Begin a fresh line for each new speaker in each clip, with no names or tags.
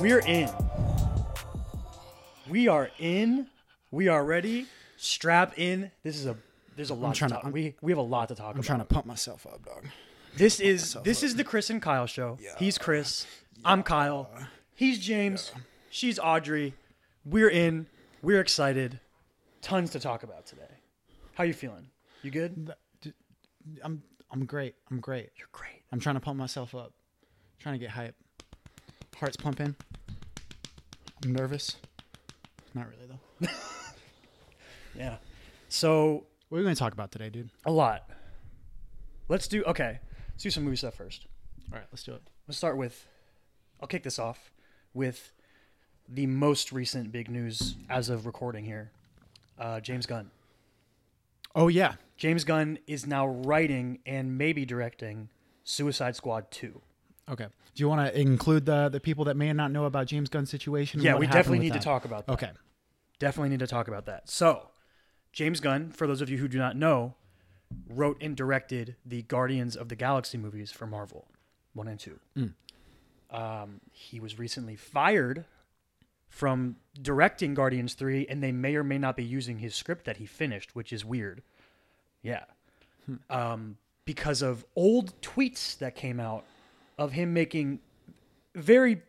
We're in. We are in. We are ready. Strap in. This is a there's a lot
trying
to
to-
talk.
I'm-
we we have a lot to talk
I'm
about.
trying to pump myself up, dog.
This is this is the Chris and Kyle show. He's Chris. I'm Kyle. He's James. She's Audrey. We're in. We're excited. Tons to talk about today. How you feeling? You good?
I'm I'm great. I'm great.
You're great.
I'm trying to pump myself up. Trying to get hype. Heart's pumping. I'm nervous. Not really though. What
Yeah. So
are we going to talk about today, dude?
a lot. Let's do okay. Let's do some movie stuff first.
All right, let's do it.
Let's start with. I'll kick this off with the most recent big news as of recording here. Uh, James Gunn.
Oh yeah.
James Gunn is now writing and maybe directing Suicide Squad 2.
Okay. Do you want to include the the people that may not know about James Gunn's situation? and
Yeah,
what
we
happened
definitely
with
need to
that?
talk about that.
Okay.
Definitely need to talk about that. So, James Gunn, for those of you who do not know, wrote and directed the Guardians of the Galaxy movies for Marvel 1 and 2. Um, he was recently fired from directing Guardians 3, and they may or may not be using his script that he finished, which is weird. Yeah. Um, because of old tweets that came out of him making very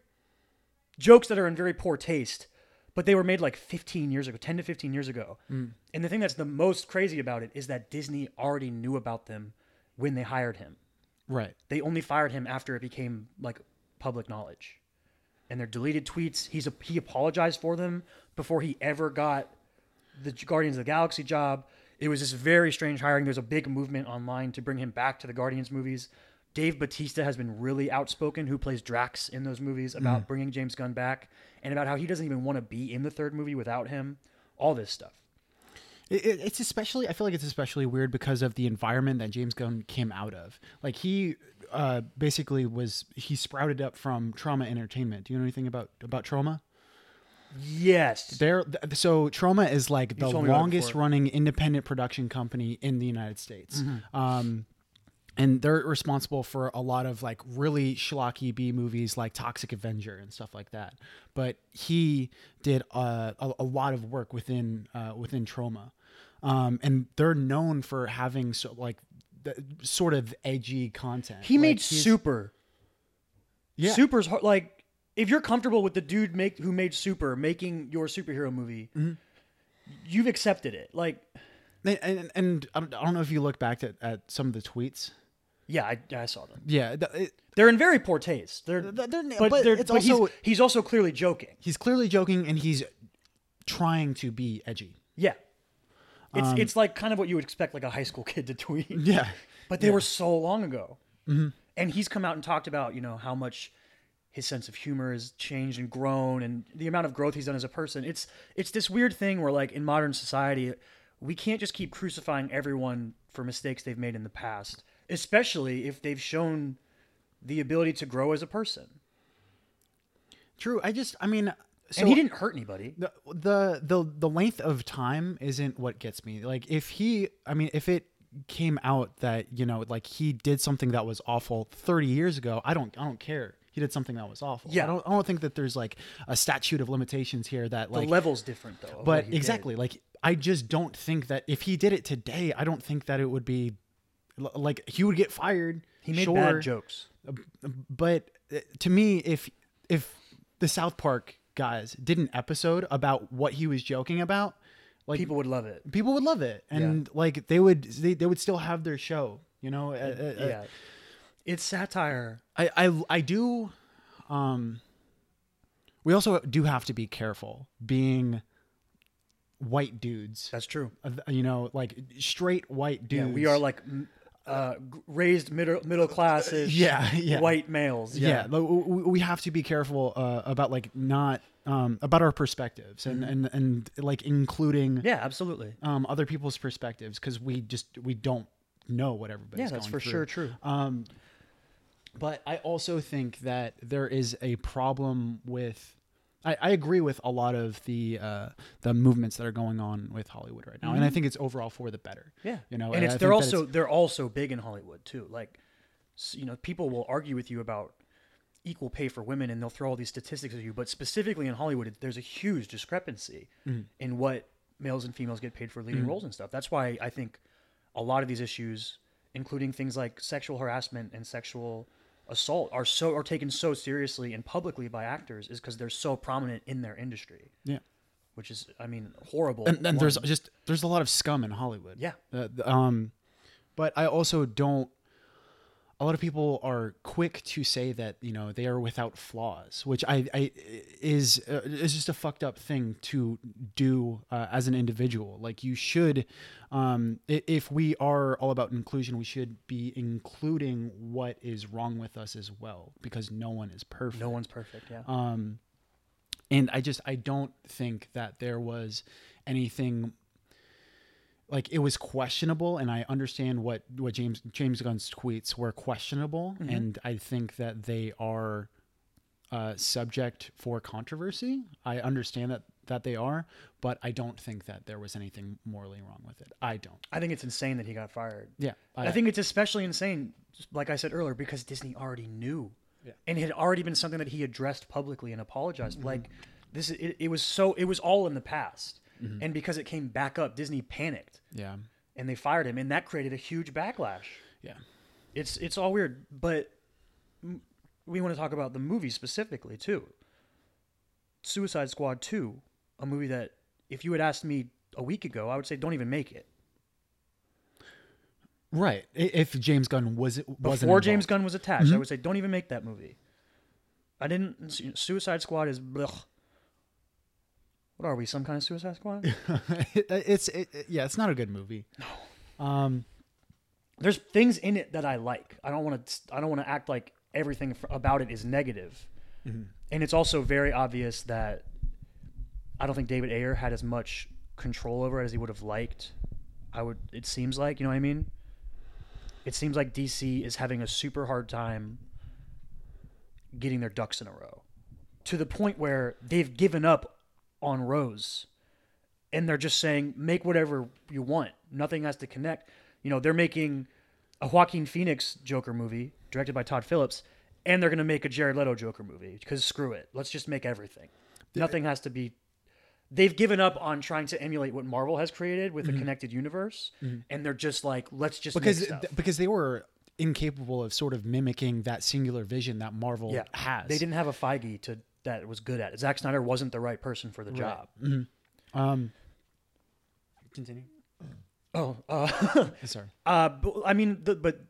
jokes that are in very poor taste, but they were made like 15 years ago, 10 to 15 years ago. And the thing that's the most crazy about it is that Disney already knew about them when they hired him.
Right.
They only fired him after it became like public knowledge. And their deleted tweets, he's a, he apologized for them before he ever got the Guardians of the Galaxy job. It was this very strange hiring. There's a big movement online to bring him back to the Guardians movies. Dave Batista has been really outspoken, who plays Drax in those movies, about bringing James Gunn back and about how he doesn't even want to be in the third movie without him. All this stuff.
It, it, it's especially I feel like it's especially weird because of the environment that James Gunn came out of. Like he uh, basically was he sprouted up from Trauma Entertainment. Do you know anything about about Trauma?
Yes.
There, th- so Trauma is like the
told me about it
longest
before.
running independent production company in the United States.
Mm-hmm.
Um, and they're responsible for a lot of like really schlocky B movies like Toxic Avenger and stuff like that. But he did uh, a, a lot of work within uh, within Trauma, um, and they're known for having so like the, sort of edgy content.
He made
Like, he's-
Super.
Yeah.
Super's hard. Like, if you're comfortable with the dude make who made Super making your superhero movie,
Mm-hmm.
you've accepted it. Like,
and, and, and I don't I don't know if you look back at, at some of the tweets.
yeah, I, I saw them.
Yeah, th- it,
They're in very poor taste. They're,
Th- they're-
but,
but
they're,
it's
but
also-
he's, he's also clearly joking.
he's clearly joking and he's trying to be edgy.
Yeah, it's it's like kind of what you would expect like a high school kid to tweet.
Um, Yeah. Mm-hmm.
but they were so long ago. And he's come out and talked about you know how much his sense of humor has changed and grown, and the amount of growth he's done as a person. It's it's this weird thing where like in modern society, we can't just keep crucifying everyone for mistakes they've made in the past, especially if they've shown the ability to grow as a person.
True. I just I mean so
and he didn't hurt anybody.
the, the the the length of time isn't what gets me. Like if he I mean if it came out that, you know, like he did something that was awful 30 years ago, I don't I don't care. He did something that was awful.
Yeah.
I don't I don't think that there's like a statute of limitations here that
The
like
level's different though. of what
but
he did.
exactly like i just don't think that if he did it today i don't think that it would be l- like he would get fired
He made bad jokes.
but uh, to me if if the south park guys did an episode about what he was joking about like
People
people,
would love it.
would love it and like they would they, they would still have their show you know Uh, uh, uh,
Yeah. It's satire.
I, I I do um we also do have to be careful being white dudes
That's true.
uh, you know, like straight white dudes.
Yeah, we are like m- uh, g- raised middle middle classes.
Yeah, yeah.
white males.
yeah. like, w- w- we have to be careful uh, about like not um, about our perspectives and and and like including
Mm-hmm. yeah, absolutely.
um, other people's perspectives because we just we don't know what everybody's.
Yeah, that's
going
for
through.
sure true.
But I also think that there is a problem with. I, I agree with a lot of the uh, the movements that are going on with Hollywood right now, and I think it's overall for the better.
Mm-hmm. yeah,
you know,
and it's
I
they're
think that
also they're also big in Hollywood too. Like, s- you know, people will argue with you about equal pay for women and they'll throw all these statistics at you but specifically in hollywood it- there's a huge discrepancy
Mm-hmm.
in what males and females get paid for leading roles and stuff that's why i think a lot of these issues including things like sexual harassment and sexual assault are so are taken so seriously and publicly by actors is because they're so prominent in their industry
Yeah.
which is i mean horrible
and, and there's
One-
just there's a lot of scum in Hollywood.
Yeah.
Uh, th- um, but I also don't. A lot of people are quick to say that you know they are without flaws, which I, I is uh, is just a fucked up thing to do uh, as an individual. Like you should, um, i- if we are all about inclusion, we should be including what is wrong with us as well, because no one is perfect
no one's perfect yeah
and i just i don't think that there was anything like it was questionable and i understand what what james james gunn's tweets were questionable
Mm-hmm.
and i think that they are uh, subject for controversy i understand that that they are but i don't think that there was anything morally wrong with it i don't
i think it's insane that he got fired
yeah
I, think it's especially insane, just like I said earlier, because Disney already knew,
Yeah.
and it had already been something that he addressed publicly and apologized. Like this, it, it was so it was all in the past, and because it came back up, Disney panicked
yeah
and they fired him, and that created a huge backlash.
yeah
It's it's all weird, but m- we want to talk about the movie specifically too. Suicide Squad Two, a movie that if you had asked me a week ago, I would say don't even make it.
right I- if james gunn was it
before
wasn't
James
involved. Mm-hmm.
Gunn was attached, I would say don't even make that movie. I didn't. Su- Suicide Squad is. Blech. What are we? Some kind of Suicide Squad?
it's it, it- yeah it's not a good movie no um
There's things in it that I like. I don't want to. I don't want to act like everything f- about it is negative.
Mm-hmm.
And it's also very obvious that I don't think David Ayer had as much control over it as he would have liked. I would. It seems like you know what I mean. It seems like DC is having a super hard time getting their ducks in a row to the point where they've given up on Rose and they're just saying make whatever you want. Nothing has to connect. You know, they're making a Joaquin Phoenix Joker movie directed by Todd Phillips and they're going to make a Jared Leto Joker movie because screw it. Let's just make everything. Nothing has to be They've given up on trying to emulate what Marvel has created with a connected universe, and they're just like, let's just
because
make stuff.
th- because they were incapable of sort of mimicking that singular vision that Marvel
yeah.
has.
They didn't have a Feige to that was good at it. Zack Snyder wasn't the right person for the job.
Um,
Continue. Oh, uh,
sorry.
uh, but, I mean, the, but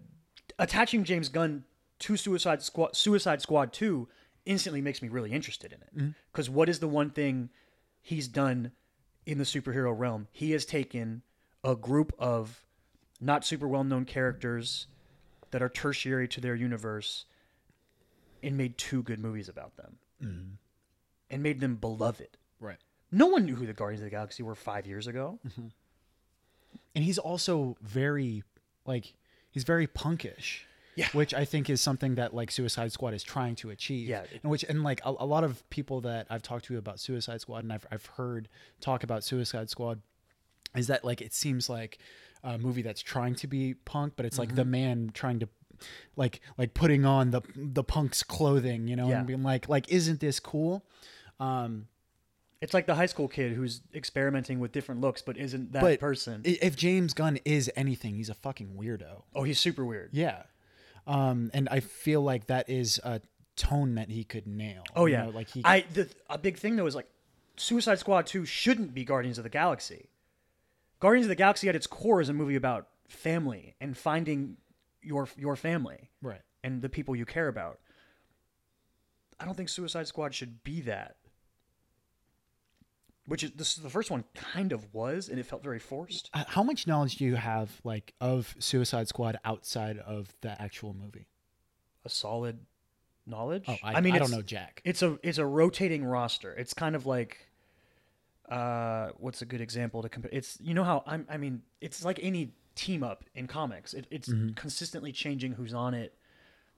attaching James Gunn to Suicide Squad, Suicide Squad Two, instantly makes me really interested in it. Because is the one thing he's done in the superhero realm? He has taken a group of not super well known characters that are tertiary to their universe and made two good movies about them and made them beloved.
Right.
No one knew who the Guardians of the Galaxy were five years ago.
And he's also very like he's very punkish.
Yeah.
Which I think is something that like Suicide Squad is trying to achieve.
Yeah.
And which and like a, a lot of people that I've talked to about Suicide Squad and I've I've heard talk about Suicide Squad is that like it seems like a movie that's trying to be punk, but it's
Mm-hmm.
like the man trying to like like putting on the the punk's clothing, you know,
Yeah.
and being like like isn't this cool?
It's like the high school kid who's experimenting with different looks but isn't that
But
person.
I- If James Gunn is anything, he's a fucking weirdo.
oh, he's super weird.
Yeah. Um, and I feel like that is a tone that he could nail.
oh
you
yeah.
know, like he
I the a big thing though is like Suicide Squad 2 shouldn't be Guardians of the Galaxy. Guardians of the Galaxy at its core is a movie about family and finding your your family
right.
and the people you care about. I don't think Suicide Squad should be that. Which is this the first one kind of was and it felt very forced.
H- Uh, How much knowledge do you have like of Suicide Squad outside of the actual movie?
A solid knowledge.
Oh, I, mean, I don't
it's-
know, Jack.
It's a it's a rotating roster. It's kind of like uh what's a good example to compare it's you know how I'm I mean it's like any team up in comics. It, it's consistently changing who's on it.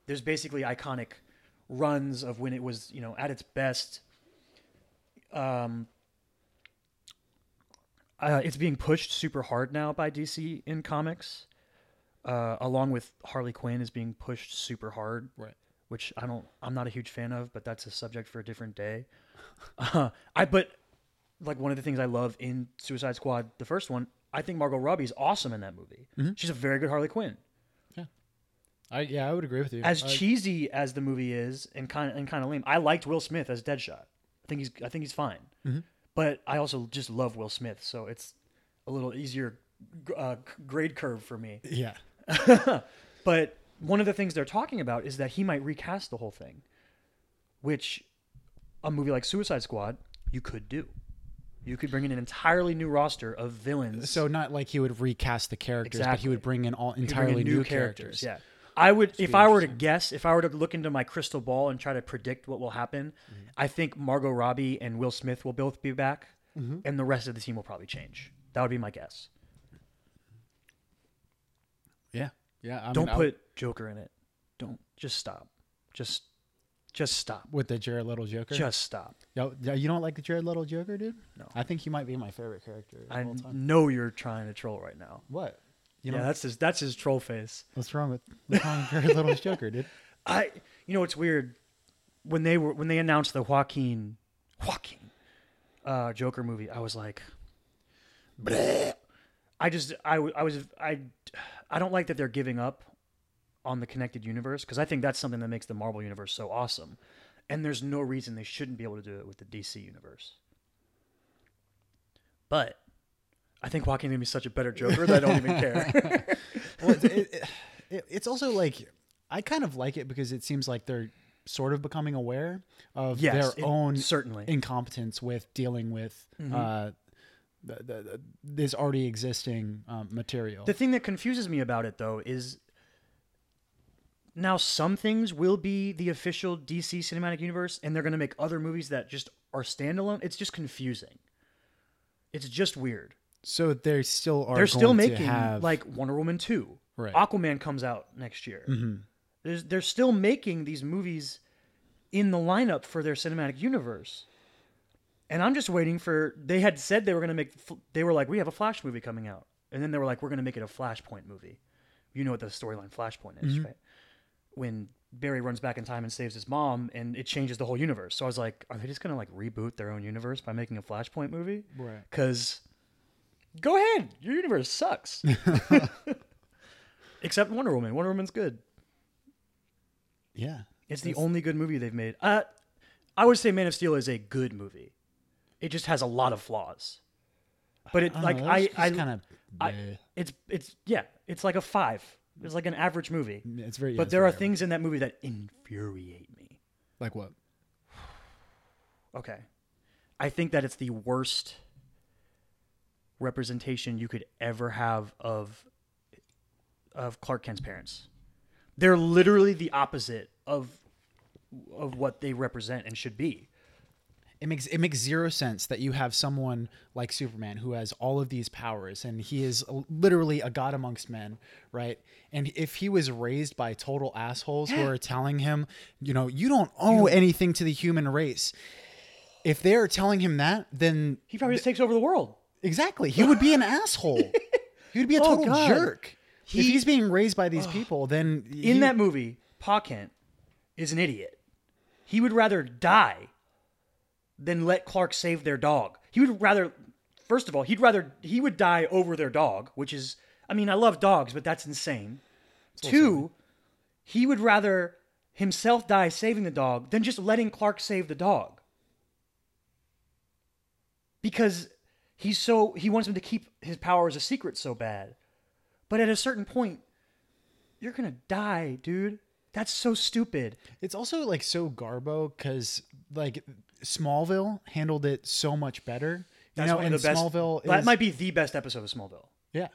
There's basically iconic runs of when it was, you know, at its best. Um uh, it's being pushed super hard now by DC in comics. Uh, along with Harley Quinn is being pushed super hard
right.
which I don't, I'm not a huge fan of, but that's a subject for a different day. Uh, I but like one of the things I love in Suicide Squad, the first one, I think Margot Robbie's awesome in that movie.
Mm-hmm.
She's a very good Harley Quinn.
I yeah, I would agree with you.
As
I-
cheesy as the movie is, and kind of and kind of lame, I liked Will Smith as Deadshot. I think he's I think he's fine.
Mm-hmm.
But I also just love Will Smith, so it's a little easier gr- uh, c- grade curve for me.
yeah,
But one of the things they're talking about is that he might recast the whole thing, which a movie like Suicide Squad you could do. You could bring in an entirely new roster of villains.
so not like he would recast the characters, but he
Exactly.
would bring in all
You bring in
entirely new, characters.
Yeah. I would, if I were to guess, if I were to look into my crystal ball and try to predict what will happen,
Mm-hmm.
I think Margot Robbie and Will Smith will both be back,
Mm-hmm.
and the rest of the team will probably change. That would be my guess.
yeah, yeah. I mean,
Don't
I would-
put Joker in it. Don't. Just stop. Just, just stop.
with the Jared Little Joker.
Just stop.
Yo, yo, you don't like the Jared Little Joker, dude?
No.
I think he might be my favorite character of
I
all time.
know you're trying to troll right now.
What? You
yeah,
know
that's his. That's his troll face.
what's wrong with what's wrong with Jared Little's Joker, dude?
I. You know it's weird when they were when they announced the Joaquin Joaquin uh, Joker movie. I was like, bleh. I just I, w- I was I I don't like that they're giving up on the connected universe because I think that's something that makes the Marvel universe so awesome. And there's no reason they shouldn't be able to do it with the DC universe. But I think Joaquin made me such a better Joker that I don't even care.
Well, it, it, it, it's also like I kind of like it because it seems like they're sort of becoming aware of
Yes,
their
it-
own
certainly. Mm-hmm.
incompetence with dealing with uh, the, the, the, this already existing um, material.
The thing that confuses me about it though is now some things will be the official DC cinematic universe and they're going to make other movies that just are standalone. It's just confusing. It's just weird.
so they still are.
They're still
going to
making
have,
like Wonder Woman 2.
Right. Mm-hmm.
Aquaman comes out next year. There's, they're still making these movies in the lineup for their cinematic universe. And I'm just waiting for they had said they were going to make f- they were like we have a Flash movie coming out. And then they were like we're going to make it a Flashpoint movie. You know what the storyline Flashpoint is, right? When Barry runs back in time and saves his mom and it changes the whole universe. So I was like are they just going to like reboot their own universe by making a Flashpoint movie?
Right.
Cuz go ahead. Your universe sucks. Except Wonder Woman. Wonder Woman's good.
yeah.
It's the only good movie they've made. Uh, I would say Man of Steel is a good movie. It just has a lot of flaws. But it
I don't
like
know, that was
I
just
I,
kind of
I- it's it's yeah it's like a five. It's like an average movie.
it's very. yeah,
But
it's
there
very
are things in that movie that infuriate me.
average. like what?
Okay, I think that it's the worst representation you could ever have of of Clark Kent's parents. They're literally the opposite of of what they represent and should be.
it makes it makes zero sense that you have someone like Superman who has all of these powers and he is literally a god amongst men, right? And if he was raised by total assholes who are telling him, you know, you don't owe anything to the human race. If they are telling him that, then
He probably just takes over the world.
exactly, he would be an asshole. He would be a
Oh,
total
God.
jerk. if
He-
he's being raised by these people, then
In that movie, Pa Kent is an idiot. He would rather die than let Clark save their dog. He would rather, first of all, he'd rather, he would die over their dog, which is, I mean, I love dogs, but that's insane. Two, he would rather himself die saving the dog than just letting Clark save the dog. Because he's so, he wants him to keep his powers a secret so bad. But at a certain point, you're gonna die, dude. That's so stupid.
It's also like so garbo because like Smallville handled it so much better. You
That's
know,
one
and
of the best.
Smallville
that
is
might be the best episode of Smallville.
yeah.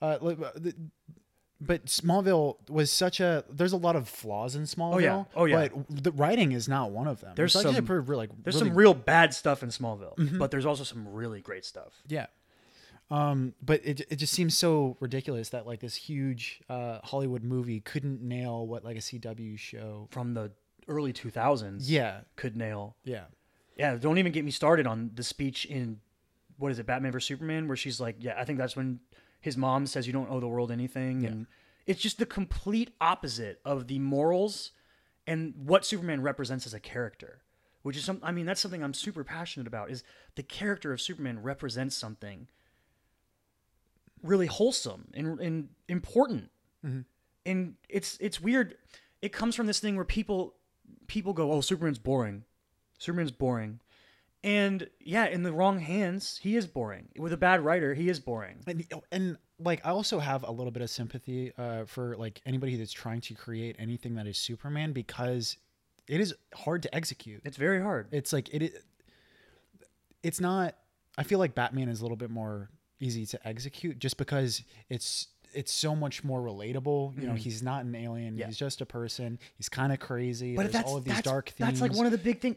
Uh, li- but the- but Smallville was such a. There's a lot of flaws in Smallville.
yeah. Oh, yeah.
But the writing is not one of them.
There's
It's actually
some-
pretty, like
There's
really Mm-hmm.
some real bad stuff in Smallville, but there's also some really great stuff.
Yeah. Um, but it, it just seems so ridiculous that like this huge uh, Hollywood movie couldn't nail what like a CW show.
From the early 2000s,
Yeah,
could nail.
yeah,
Yeah, don't even get me started on the speech in, what is it, Batman vs. Superman, where she's like, yeah, I think that's when his mom says you don't owe the world anything. And it's just the complete opposite of the morals and what Superman represents as a character, which is some. I mean, that's something I'm super passionate about. Is the character of Superman represents something really wholesome and, and important, and it's it's weird. It comes from this thing where people people go, "Oh, Superman's boring. Superman's boring." And yeah, in the wrong hands, he is boring. With a bad writer, he is boring.
and and like I also have a little bit of sympathy uh, for like anybody that's trying to create anything that is Superman because it is hard to execute.
It's very hard.
It's like it. i- It's not. I feel like Batman is a little bit more easy to execute just because it's it's so much more relatable. You know, he's not an alien.
Mm-hmm. Yeah.
He's just a person. He's kind of crazy.
but
There's
that's
all of these
that's,
dark themes.
that's like one of the big things.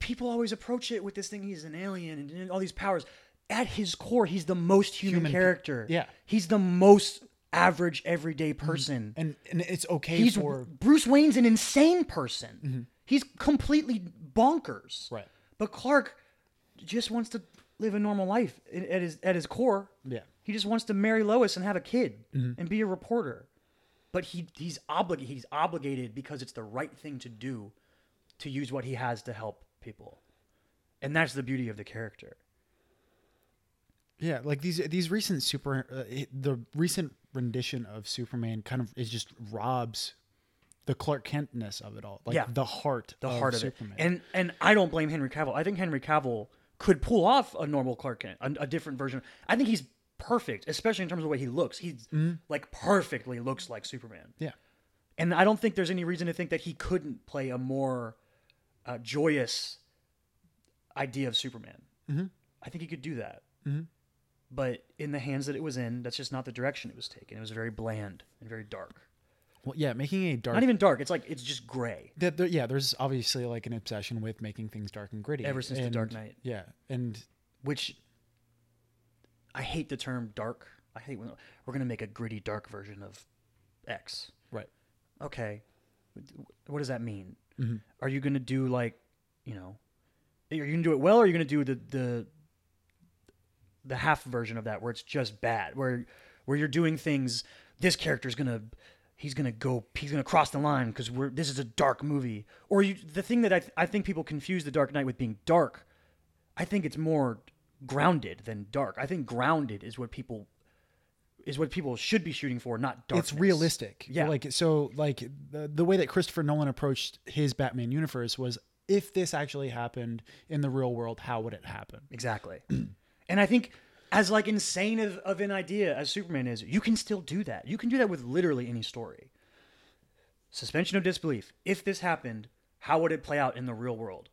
People always approach it with this thing: he's an alien and, and all these powers. At his core, he's the most human,
Human pe-
character.
yeah. Mm-hmm.
he's the most average everyday person.
and and it's okay
He's
for
Bruce Wayne's an insane person.
Mm-hmm.
He's completely bonkers.
Right.
But Clark just wants to live a normal life i- at his at his core.
Yeah. Mm-hmm.
He just wants to marry Lois and have a kid and be a reporter. But he he's obligated he's obligated because it's the right thing to do to use what he has to help people. And that's the beauty of the character.
Yeah, like these these recent super uh, it- the recent rendition of Superman kind of is just robs the Clark Kentness of it all, like
Yeah.
the heart,
the
of
heart of
Superman.
it. And and I don't blame Henry Cavill. I think Henry Cavill could pull off a normal Clark Kent, a, a different version. I think he's perfect, especially in terms of the way he looks. He's
Mm-hmm.
like perfectly looks like Superman.
yeah,
And I don't think there's any reason to think that he couldn't play a more uh, joyous idea of Superman. I think he could do that. But in the hands that it was in, that's just not the direction it was taken. It was very bland and very dark.
well, yeah, making a dark.
Not even dark. It's like it's just gray.
that there, yeah, there's obviously like an obsession with making things dark and gritty
Ever since The
and-
Dark Knight.
Yeah, and
which I hate the term dark. I hate when we're gonna make a gritty dark version of X.
right,
Okay, what does that mean?
Mm-hmm.
Are you gonna do like, you know, are you gonna do it well? Or are you gonna do the the the half version of that where it's just bad, where where you're doing things. This character's gonna he's gonna go he's gonna cross the line because we're this is a dark movie. Or you, the thing that I I think people confuse the Dark Knight with being dark. I think it's more grounded than dark. I think grounded is what people is what people should be shooting for, not dark.
it's realistic.
Yeah.
like so, like the, the way that Christopher Nolan approached his Batman universe was, if this actually happened in the real world, how would it happen?
Exactly. and I think as like insane of, of an idea as Superman is, you can still do that. You can do that with literally any story. Suspension of disbelief. If this happened, how would it play out in the real world?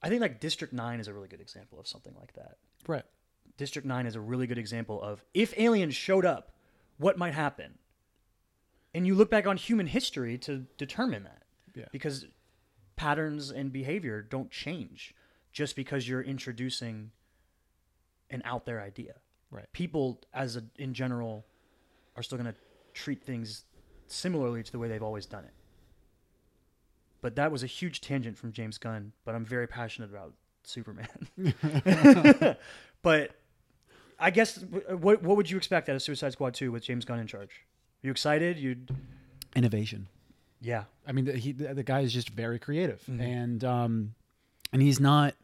I think like District 9 is a really good example of something like that.
Right.
District 9 is a really good example of if aliens showed up, what might happen? And you look back on human history to determine that.
Yeah.
Because patterns and behavior don't change just because you're introducing an out there idea.
Right.
People as a, in general are still going to treat things similarly to the way they've always done it. But that was a huge tangent from James Gunn, but I'm very passionate about Superman. but I guess w- what what would you expect out of Suicide Squad 2 with James Gunn in charge? You excited? You
Innovation.
Yeah.
I mean, the, he the, the guy is just very creative,
Mm-hmm.
and um, and he's not,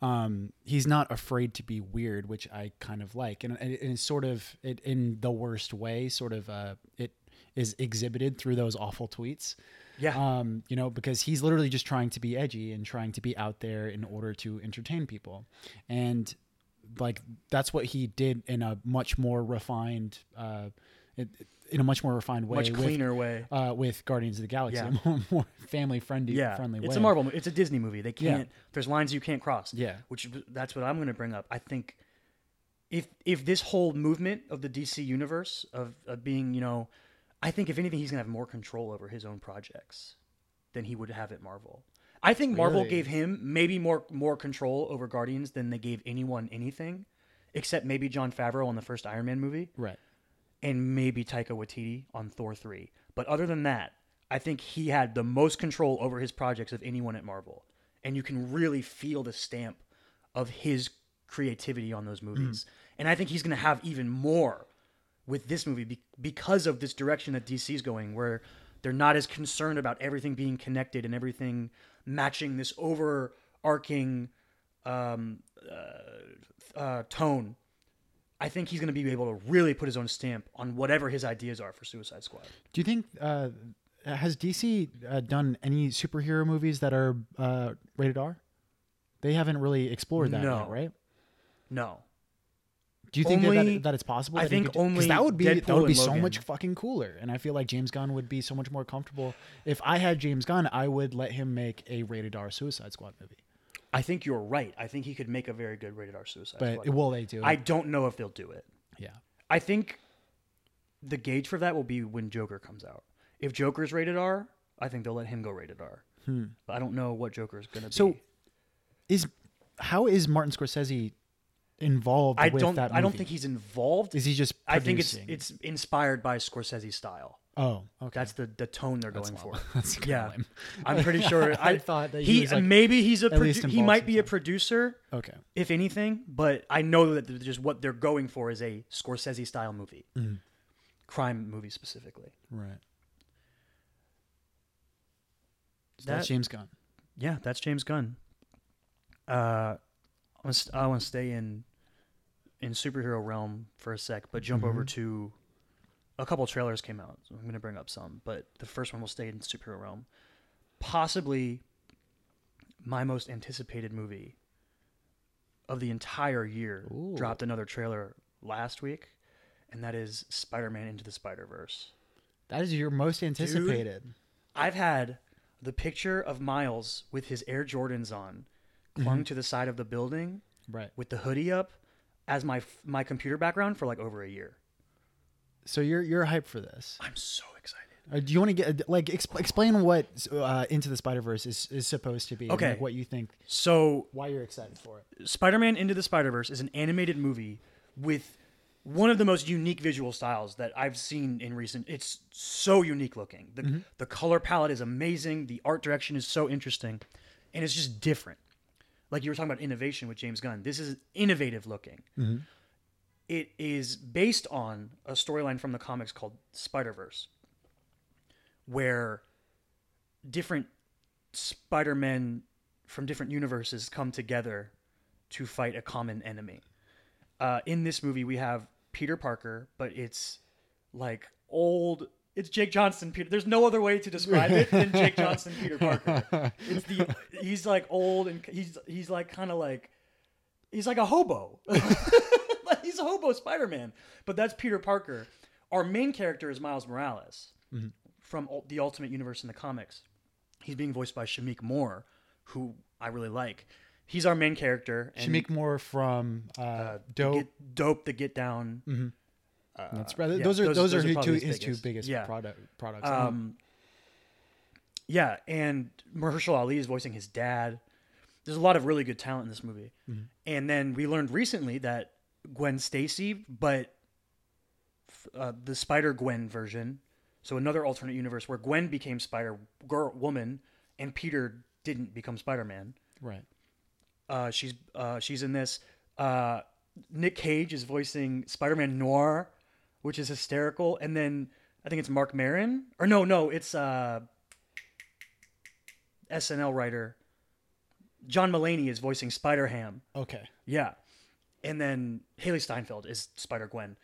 um, he's not afraid to be weird, which I kind of like, and, and it's sort of it in the worst way, sort of uh, it is exhibited through those awful tweets.
Yeah.
Um, you know, because he's literally just trying to be edgy and trying to be out there in order to entertain people, and like that's what he did in a much more refined, uh, in in a much more refined way,
Much
with-
cleaner way.
uh, with Guardians of the Galaxy,
Yeah.
a more, more family friendly,
Yeah.
friendly way.
it's a Marvel. mo- It's a Disney movie. They
Yeah.
can't. There's lines you can't cross.
Yeah.
Which that's what I'm going to bring up. I think if if this whole movement of the DC universe of, of being you know, I think if anything he's going to have more control over his own projects than he would have at Marvel. I think Marvel
Really?
gave him maybe more more control over Guardians than they gave anyone anything, except maybe John Favreau on the first Iron Man movie
Right.
and maybe Taika Waititi on Thor 3. But other than that, I think he had the most control over his projects of anyone at Marvel. And you can really feel the stamp of his creativity on those movies. And I think he's going to have even more with this movie be- because of this direction that DC's going where They're not as concerned about everything being connected and everything matching this overarching um, uh, uh, tone. I think he's going to be able to really put his own stamp on whatever his ideas are for Suicide Squad.
Do you think uh, has DC uh, done any superhero movies that are uh, rated R? They haven't really explored that,
No.
yet, right?
No,
Do you think
Only-
that, that it's possible?
I
that he
think
could do- 'cause
only
that would be that
Deadpool
would be
and
so
Logan.
much fucking cooler, and I feel like James Gunn would be so much more comfortable. If I had James Gunn, I would let him make a rated R Suicide Squad movie.
I think you're right. I think he could make a very good rated R Suicide
But
Squad.
will they do? it?
I don't know if they'll do it.
yeah,
I think the gauge for that will be when Joker comes out. If Joker's rated R, I think they'll let him go rated R. But I don't know what Joker's going to
Hmm. So,
be.
is how is Martin Scorsese involved
I
with
don't.
that? Movie?
I don't think he's involved.
is he just.
I think it's
producing?
it's inspired by Scorsese style.
oh okay.
That's the the tone they're going for.
That's kinda
yeah,
lame.
I'm pretty sure.
I
I,
thought that he
he,
was, like,
maybe he's a
at least
produ- he
involved
might be a producer
Okay.
if anything, but I know that they're just what they're going for is a Scorsese style movie,
Mm.
crime movie specifically.
Right. So
That-
that's James Gunn.
Yeah, that's James Gunn. Uh, I want st- I want to stay in in superhero realm for a sec, but jump over to a couple trailers came out. So I'm going to bring up some, but the first one will stay in superhero realm. Possibly my most anticipated movie of the entire year
Ooh.
dropped another trailer last week, and that is Spider-Man Into the Spider-Verse.
That is your most anticipated.
I've had the picture of Miles with his Air Jordans on, clung to the side of the building
Right.
with the hoodie up, as my my computer background for like over a year.
So you're you're hyped for this.
I'm so excited.
Uh, do you want to get like exp- explain what uh, Into the Spider Verse is, is supposed to be? and,
Okay.
like, what you think?
So,
Why you're excited for it?
Spider-Man Into the Spider-Verse is an animated movie with one of the most unique visual styles that I've seen in recent. It's so unique looking. The the color palette is amazing. The art direction is so interesting, and it's just different. Like you were talking about innovation with James Gunn. This is innovative looking. it is based on a storyline from the comics called Spider Verse, where different Spider Men from different universes come together to fight a common enemy. Uh, in this movie, we have Peter Parker, but it's like old. It's Jake Johnson. Peter. There's no other way to describe it than Jake Johnson. Peter Parker. It's the. He's like old and he's he's like kind of like he's like a hobo. Like, he's a hobo Spider Man, but that's Peter Parker. Our main character is Miles Morales from ul- the Ultimate Universe in the comics. He's being voiced by Shamik Moore, who I really like. He's our main character.
To make more from uh, dope.
Get, dope the Get Down.
that's right.
Uh, yeah,
those are
those-
those,
those
are,
are
his two
probably his
his two
biggest.
biggest
Yeah.
product products. I mean,
Um, yeah, and Mahershala Ali is voicing his dad. There's a lot of really good talent in this movie. And then we learned recently that Gwen Stacy, but f- uh, the Spider Gwen version, so another alternate universe where Gwen became Spider Girl Woman and Peter didn't become Spider Man.
right.
Uh, she's uh, she's in this. Uh, Nick Cage is voicing Spider Man Noir, which is hysterical. And then I think it's Mark Marin or no, no, it's uh, SNL writer John Mulaney is voicing Spider Ham.
Okay.
Yeah, and then Haley Steinfeld is Spider Gwen.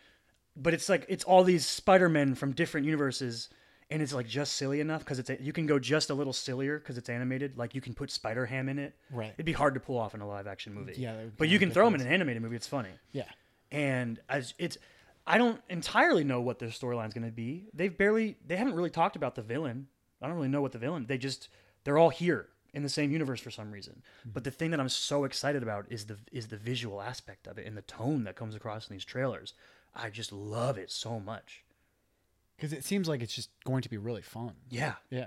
But it's like it's all these Spider Men from different universes. And it's like just silly enough because it's a, you can go just a little sillier because it's animated. Like you can put Spider Ham in it,
Right.
It'd be hard to pull off in a live action movie.
Yeah, that would
but
be
you can throw them in an animated movie. It's funny,
Yeah.
and as it's, I don't entirely know what their storyline's going to be. They've barely, they haven't really talked about the villain. I don't really know what the villain. They just, they're all here in the same universe for some reason.
Hmm.
But the thing that I'm so excited about is the is the visual aspect of it and the tone that comes across in these trailers. I just love it so much.
Because it seems like it's just going to be really fun.
Yeah.
Yeah.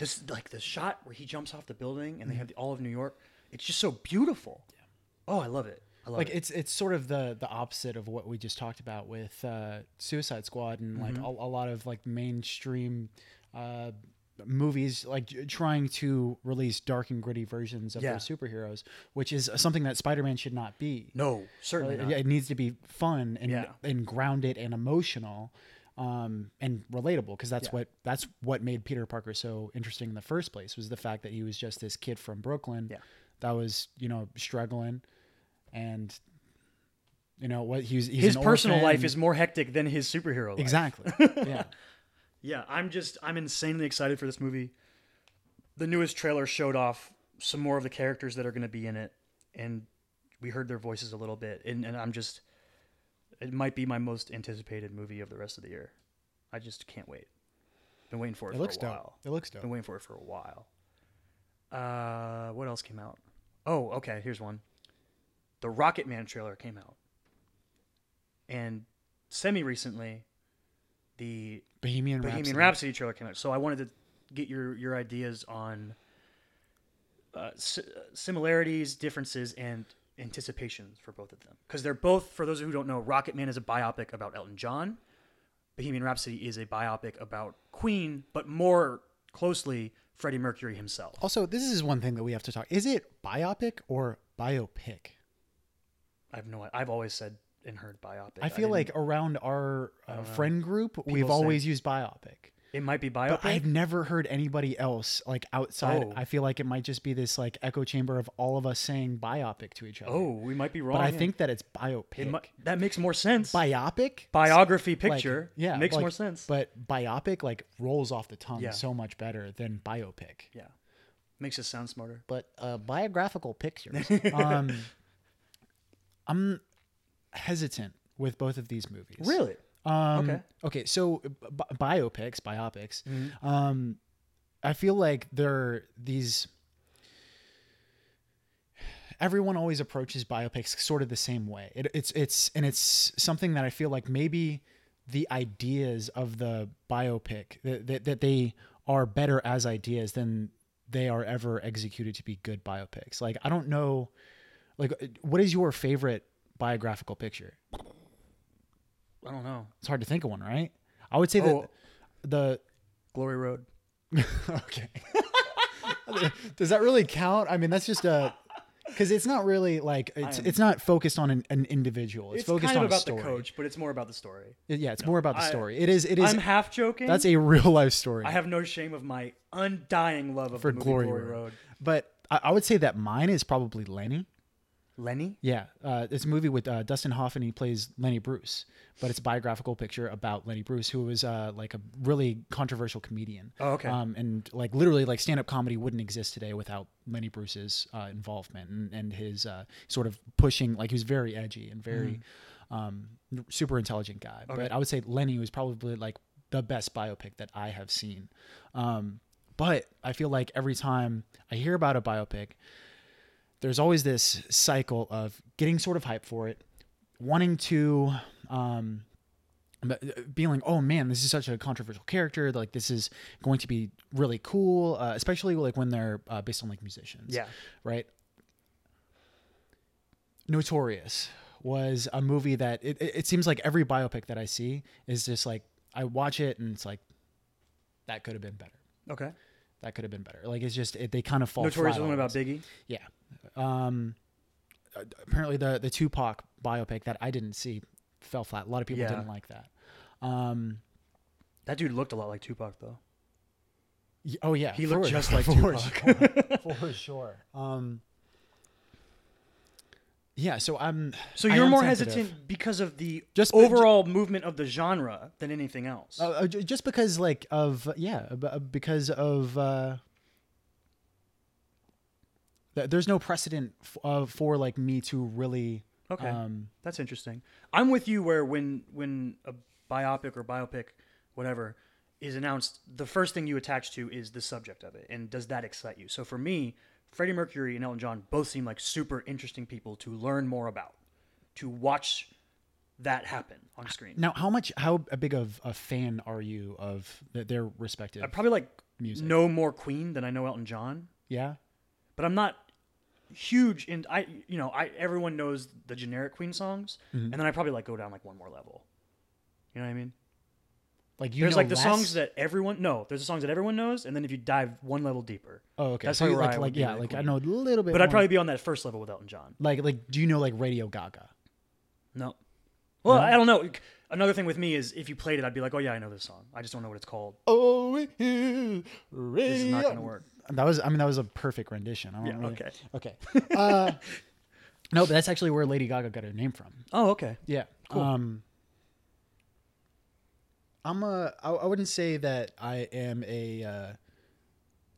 this like the shot where he jumps off the building
Hmm.
and they have the, all of New York. It's just so beautiful. Oh, I love it. I love
like
it.
it's it's sort of the the opposite of what we just talked about with uh, Suicide Squad and like a, a lot of like mainstream uh, movies like j- trying to release dark and gritty versions of
Yeah.
their superheroes, which is something that Spider Man should not be.
no, certainly
Uh,
not.
yeah, it needs to be fun and
Yeah.
and grounded and emotional. um, and relatable because that's what that's what made Peter Parker so interesting in the first place was the fact that he was just this kid from Brooklyn
Yeah.
that was you know struggling and you know what he's, he's
his
an
personal
orphan.
life is more hectic than his superhero life.
exactly yeah
Yeah, I'm just I'm insanely excited for this movie. The newest trailer showed off some more of the characters that are going to be in it, and we heard their voices a little bit. And, and I'm just, it might be my most anticipated movie of the rest of the year. I just can't wait. Been waiting for it,
it
for
looks
a while.
dope it looks
Been
dope
waiting for it for a while. Uh, what else came out? Oh, okay. Here's one. The Rocket Man trailer came out, and semi recently, the
Bohemian,
Bohemian
Rhapsody.
Rhapsody trailer came out. So I wanted to get your your ideas on uh, si- uh, similarities, differences, and anticipations for both of them because they're both, for those who don't know, Rocket Man is a biopic about Elton John. Bohemian Rhapsody is a biopic about Queen, but more closely Freddie Mercury himself.
Also, this is one thing that we have to talk. Is it biopic or biopic?
I've no, I've always said and heard biopic.
I feel
didn't-
like around our uh, friend group, we've
say-
always used biopic.
it might be
But
biopic.
I've never heard anybody else like outside.
Oh.
I feel like it might just be this like echo chamber of all of us saying biopic to each other.
oh, we might be wrong.
but I
yeah.
think that it's
it
biopic.
might, that makes more sense.
biopic,
Biography
Like,
picture,
yeah,
makes
like-
more sense.
But biopic like rolls off the tongue
Yeah.
so much better than biopic.
Yeah. Makes us sound smarter.
but uh, biographical pictures. um, I'm hesitant with both of these movies.
Really?
Um,
Okay.
okay. Okay. So bi- biopics, biopics. Um, I feel like they're these. Everyone always approaches biopics sort of the same way. It, it's it's and it's something that I feel like maybe the ideas of the biopic that that, that they are better as ideas than they are ever executed to be good biopics. Like I don't know, like what is your favorite biographical picture?
I don't know.
It's hard to think of one, right? I would say
Oh.
that
Glory Road.
the okay. Does that really count? I mean, that's just a because it's not really like it's it's not focused on an, an individual. It's, focused
kind of
on
about
a story.
the coach, but it's more about the story.
Yeah, it's more about the
I-
story. It is it is
I'm half joking.
that's a real life story.
I have no shame of my undying love of
for
the movie
Glory, Road. But I, I would say that mine is probably Lenny.
Lenny?
Yeah, uh, it's a movie with uh, Dustin Hoffman. He plays Lenny Bruce, but it's a biographical picture about Lenny Bruce, who was uh, like a really controversial comedian.
Oh, okay.
Um, and like literally, like stand up comedy wouldn't exist today without Lenny Bruce's uh, involvement and, and his uh, sort of pushing. Like he was very edgy and very
Mm-hmm.
um, super intelligent guy. But I would say Lenny was probably like the best biopic that I have seen. Um, but I feel like every time I hear about a biopic, there's always this cycle of getting sort of hype for it, wanting to um, being like, oh man, this is such a controversial character. Like this is going to be really cool, uh, especially like when they're uh, based on like musicians.
Yeah.
Right. Notorious was a movie that it, it it seems like every biopic that I see is just like I watch it and it's like that could have been better.
Okay.
That could have been better. Like it's just it, they kind of fall.
Notorious is
flat
the one
always.
about Biggie.
Yeah. Um, uh, apparently the the Tupac biopic that I didn't see fell flat. A lot of people
Yeah.
didn't like that. Um,
That dude looked a lot like Tupac, though.
y- oh yeah,
He looked
for-
just like
for
Tupac.
sure, for sure. Um, yeah. So I'm.
so
I
you're
am
more
sensitive.
hesitant because of the
Just-
just overall movement of the genre than anything else.
Uh, uh, ju- just because like of yeah b- uh, because of uh th- there's no precedent f- uh, for like me to really
okay.
um
That's interesting. I'm with you where when when a biopic or biopic, whatever, is announced, the first thing you attach to is the subject of it, and does that excite you? So for me, Freddie Mercury and Elton John both seem like super interesting people to learn more about, to watch that happen on screen.
Now, how much, how big of a fan are you of th- their respective?
I probably like
Music.
no more Queen than I know Elton John,
yeah,
but I'm not huge and I you know I everyone knows the generic Queen songs, and then I probably like go down like one more level. You know what I mean?
like you.
there's
know
like the
less?
songs that everyone no, there's the songs that everyone knows, and then if you dive one level deeper,
Oh, okay.
that's
so you
where
like,
I
like
would be
yeah,
with
like I
Queen.
know a little bit.
but I'd
more.
probably be on that first level with Elton John.
like like. Do you know like Radio Gaga?
No, well I don't know. Another thing with me is if you played it, I'd be like, oh yeah, I know this song. I just don't know what it's called.
Oh, this
This is not gonna work.
That was, I mean, that was a perfect rendition. I don't
Yeah,
really-
okay.
Okay. Uh, no, but that's actually where Lady Gaga got her name from.
Oh okay.
Yeah.
Cool.
Um, I'm a. I, I wouldn't say that I am a. Uh,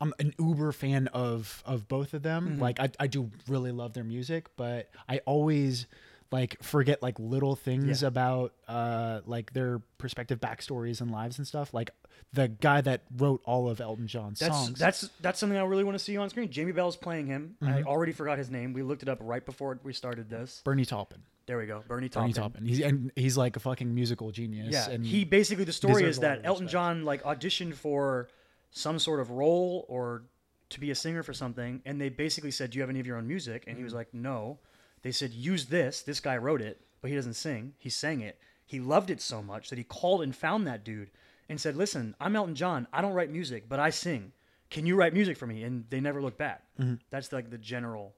I'm an uber fan of of both of them.
Mm-hmm.
Like I, I do really love their music, but I always like forget like little things
Yeah.
about uh like their respective backstories and lives and stuff. Like the guy that wrote all of Elton John's
That's
songs.
that's that's something I really want to see on screen. Jamie Bell's playing him. I already forgot his name. We looked it up right before we started this.
Bernie Taupin.
There we go. Bernie
Bernie
Taupin.
Taupin. He's and he's like a fucking musical genius.
Yeah.
and
he basically the story is
deserves a lot
that
of
Elton
respect.
John like auditioned for some sort of role or to be a singer for something, and they basically said, "Do you have any of your own music?" And he
Mm.
was like, "No." They said, "Use this. This guy wrote it, but he doesn't sing. He sang it. He loved it so much that he called and found that dude and said, "Listen, I'm Elton John. I don't write music, but I sing. Can you write music for me?" And they never looked back.
Mm-hmm.
That's like the general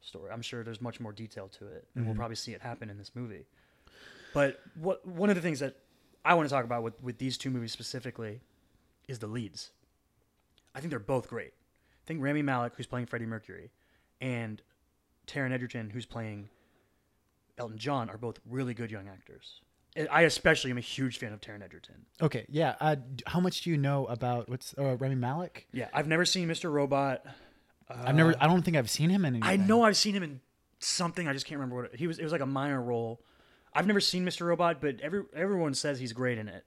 story. I'm sure there's much more detail to it, and
Mm-hmm.
we'll probably see it happen in this movie. But what one of the things that I want to talk about with, with these two movies specifically is the leads. I think they're both great. I think Rami Malik, who's playing Freddie Mercury, and Taron Egerton, who's playing Elton John, are both really good young actors. And I especially am a huge fan of Taron Egerton.
Okay, yeah. Uh, d- how much do you know about what's uh, Remy Malik?
Yeah, I've never seen Mr. Robot.
I've never. I don't think I've seen him in anything.
Uh, I know I've seen him in something. I just can't remember what it, he was. It was like a minor role. I've never seen Mr. Robot, but every everyone says he's great in it,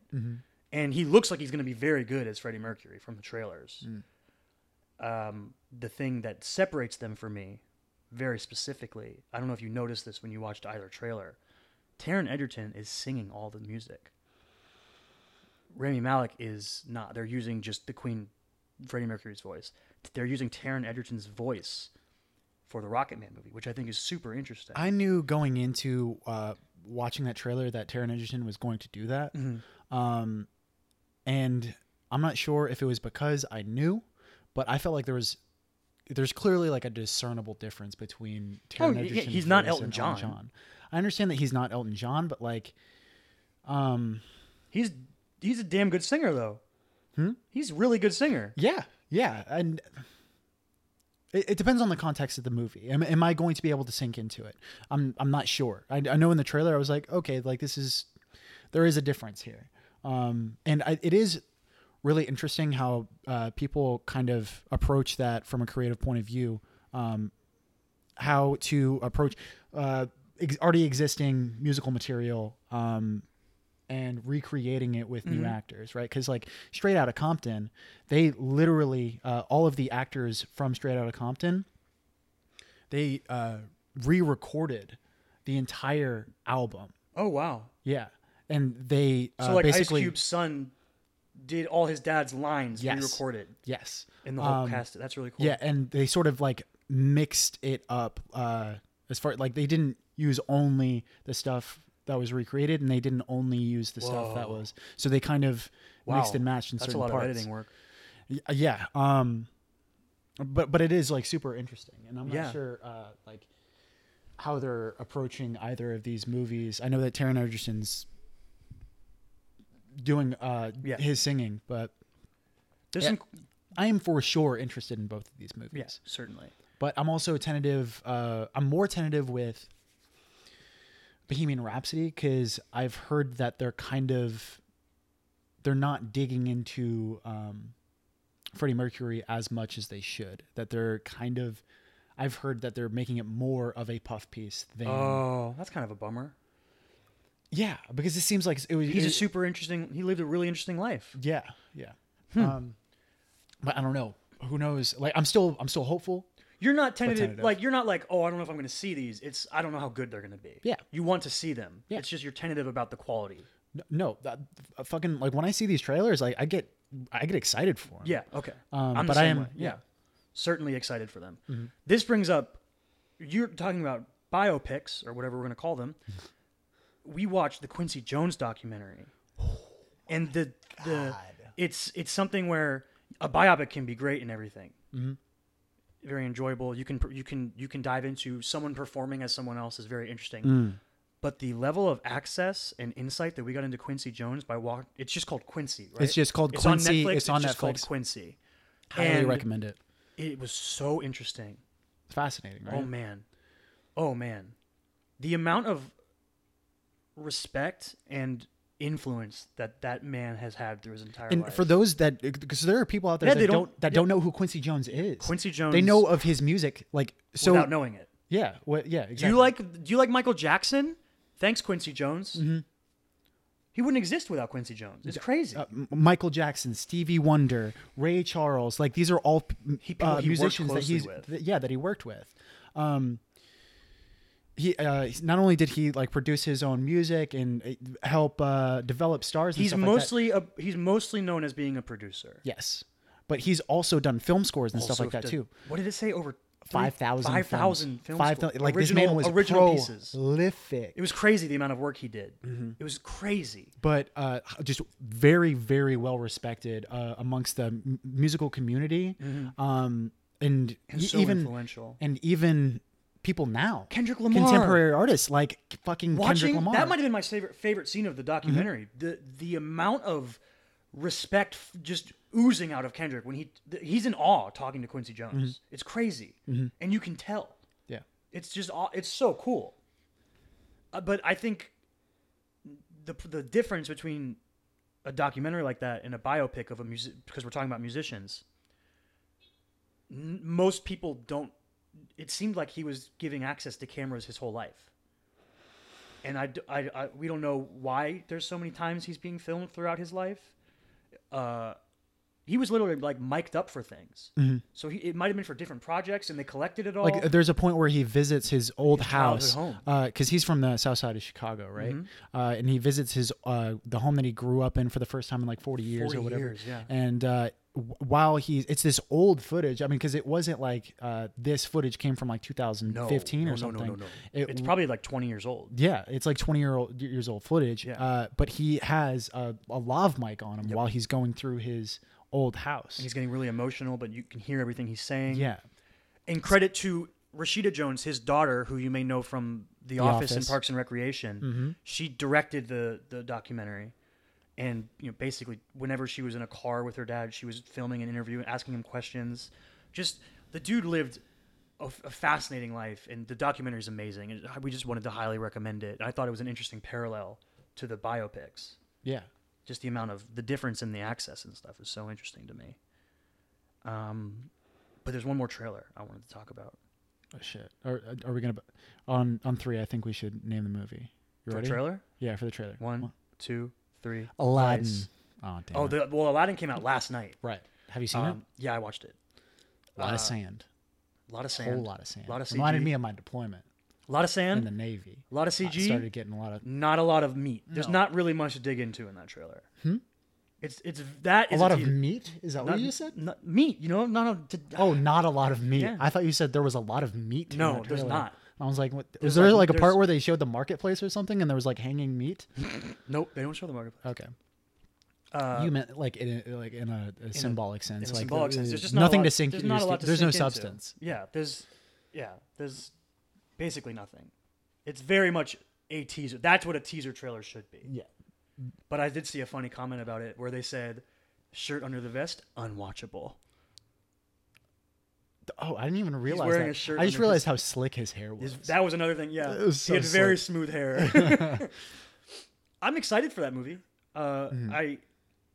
and he looks like he's going to be very good as Freddie Mercury from the trailers. Um, the thing that separates them for me, very specifically, I don't know if you noticed this when you watched either trailer. Taron Egerton is singing all the music. Rami Malik is not. They're using just the Queen, Freddie Mercury's voice. They're using Taron Egerton's voice for the Rocket Man movie, which I think is super interesting.
I knew going into uh, watching that trailer that Taron Egerton was going to do that,
Mm-hmm.
um, and I'm not sure if it was because I knew, but I felt like there was there's clearly like a discernible difference between
Oh,
Taron
yeah,
Egerton.
he's not Elton John.
I understand that he's not Elton John, but like, um,
he's he's a damn good singer though.
Hmm?
He's a really good singer.
Yeah, yeah, and it, it depends on the context of the movie. Am, am I going to be able to sink into it? I'm I'm not sure. I, I know in the trailer I was like, okay, like this is there is a difference here, um, and I, it is really interesting how uh, people kind of approach that from a creative point of view. Um, how to approach uh, ex- already existing musical material um, and recreating it with
Mm-hmm.
new actors, right? Because like Straight Outta Compton, they literally uh, all of the actors from Straight Outta Compton, they uh, re-recorded the entire album.
Oh wow!
Yeah, and they uh,
So like Ice
basically
Cube's son did all his dad's lines
Yes.
re-recorded
yes,
in the whole
Um,
cast. That's really cool.
Yeah, and they sort of like mixed it up uh, as far like they didn't use only the stuff that was recreated, and they didn't only use the stuff that
Whoa.
was. So they kind of mixed
Wow.
and matched in
that's a
certain
lot
parts.
of editing work.
Y- Yeah. Um, but but it is like super interesting, and I'm not
Yeah.
sure uh, like how they're approaching either of these movies. I know that Taron Egerton's doing uh,
Yeah.
his singing, but
There's
Yeah.
some
I am for sure interested in both of these movies
yes, certainly.
but I'm also tentative. Uh, I'm more tentative with Bohemian Rhapsody because I've heard that they're kind of they're not digging into um, Freddie Mercury as much as they should. That they're kind of I've heard that they're making it more of a puff piece than
Oh, that's kind of a bummer.
yeah, because it seems like it was
He's
it-
a super interesting. He lived a really interesting life.
Yeah, yeah.
Hmm.
Um, but I don't know. Who knows? Like I'm still I'm still hopeful.
You're not tentative,
tentative.
Like you're not like, oh, I don't know if I'm going to see these. It's I don't know how good they're going to be.
Yeah.
You want to see them.
Yeah.
It's just you're tentative about the quality.
N- No, that uh, fucking like when I see these trailers, like I get I get excited for them.
Yeah. Okay.
Um,
I'm the
but I
same
am- Mm-hmm.
way, Yeah. Certainly excited for them. This brings up. You're talking about biopics or whatever we're going to call them.
Mm-hmm.
we watched the Quincy Jones documentary, and the the it's it's something where a biopic can be great and everything.
Mm-hmm. Mm.
Very enjoyable. You can you can you can dive into someone performing as someone else is very interesting. But the level of access and insight that we got into Quincy Jones by walk it's just called Quincy, right?
It's just called
It's
Quincy,
On Netflix,
it's on
just called
Netflix.
Quincy.
Highly
And
recommend it.
It was so interesting.
It's fascinating, right?
Oh man. Oh man. The amount of respect and influence that that man has had through his entire
and
life.
for those that, because there are people out there
Yeah,
that
they
don't,
don't-
that don't know who Quincy Jones is.
Quincy
They
Jones-
know of his music, like so.
without knowing it.
yeah, what? Yeah, exactly. Mm-hmm.
Do you like do you like Michael Jackson? Thanks Quincy Jones. He wouldn't exist without Quincy Jones. It's crazy.
uh, M- Michael Jackson, Stevie Wonder, Ray Charles. Like these are all p- m-
He- people he
uh,
worked
musicians that
closely
he's
with.
th- yeah that he worked with. Um, he uh, he's- not only did he like produce his own music and uh, help uh, develop stars. And
he's
stuff like that.
mostly a he's mostly known as being a producer.
yes, but he's also done film scores and stuff
Also
like that
did-
too.
What did it say over
Five thousand,
Five thousand films.
five
score-
thousand. Like
original,
this man was
original pieces.
prolific.
It was crazy the amount of work he did.
Mm-hmm.
It was crazy.
but uh, just very, very well respected uh, amongst the m- musical community, um, and,
And
e-
Mm-hmm. so
even
influential.
and even people now,
Kendrick Lamar.
contemporary artists like fucking Kendrick
Watching
Lamar. Mm-hmm.
that might have been my favorite favorite scene of the documentary. The the amount of respect f- just oozing out of Kendrick when he th- he's in awe talking to Quincy Jones.
Mm-hmm.
It's crazy, and you can tell.
yeah,
It's just aw- it's so cool. Uh, but I think the the difference between a documentary like that and a biopic of a music because we're talking about musicians. N- most people don't. It seemed like he was giving access to cameras his whole life. And I, d- I- I- we don't know why there's so many times he's being filmed throughout his life. Uh, he was literally like mic'd up for things. So he, it might have been for different projects, and they collected it all.
like there's a point where he visits his old house
childhood Mm-hmm.
because he's from the south side of Chicago, right? Uh, and he visits his uh, the home that he grew up in for the first time in like 40 years or
40
whatever.
years, yeah.
And uh, w- while he's it's this old footage, I mean, because it wasn't like uh, this footage came from like 2015
no,
or something.
No, no, no, no.
It-
it's probably like 20 years old.
yeah, it's like 20 year old years old footage.
Yeah.
Uh, but he has a, a lav mic on him while he's going through his old house.
He's getting really emotional, but you can hear everything he's saying.
yeah.
And credit to Rashida Jones, his daughter, who you may know from The, Office, and
Office. Mm-hmm.
Parks and Recreation. She directed the the documentary, and you know basically whenever she was in a car with her dad, she was filming an interview and asking him questions. Just the dude lived a, f- a fascinating life, and the documentary is amazing. And we just wanted to highly recommend it. I thought it was an interesting parallel to the biopics.
Yeah.
just the amount of the difference in the access and stuff is so interesting to me. Um, but there's one more trailer I wanted to talk about.
Oh, shit. Are, are we gonna on on three? I think we should name the movie. You
For
ready?
a trailer?
Yeah, for the trailer.
One, two, three.
Aladdin.
Lights.
Oh damn.
Oh,
it.
the, well, Aladdin came out last night.
right. Have you seen
Um, yeah, I watched it.
it? A lot
uh,
of sand.
A lot of
A
sand.
whole lot of sand.
lot of
Reminded
CG.
me of my deployment
A lot of sand.
in the Navy.
a lot of
I
CG.
started getting a lot of
Not a lot of meat. There's
No.
not really much to dig into in that trailer. Hmm? It's it's that
a
is
lot of
teaser.
meat. Is that
Not-
what you said?
not- meat. You know, not a, to,
Oh, not a lot of meat.
Yeah.
I thought you said there was a lot of meat. in
No,
that
there's
trailer.
not.
I was like, what, was
There's
there
like-
like, a part
there's-
where they showed the marketplace or something, and there was like hanging meat?
nope. They don't show the marketplace.
Okay,
Uh,
you meant like in a, like in a, a symbolic sense,
in a
like
symbolic
the-
sense. There's just not a
nothing
lot-
to sink.
There's
your
not a
teeth-
lot to
There's no
sink into.
substance.
Yeah, there's yeah, there's basically nothing. It's very much a teaser. That's what a teaser trailer should be.
Yeah.
But I did see a funny comment about it where they said shirt under the vest unwatchable.
Oh, I didn't even realize.
wearing
that.
a shirt
I just
under
realized how slick his hair was.
Is- That was another thing. Yeah.
It was so
he had very smooth hair. I'm excited for that movie. Uh,
Mm-hmm.
I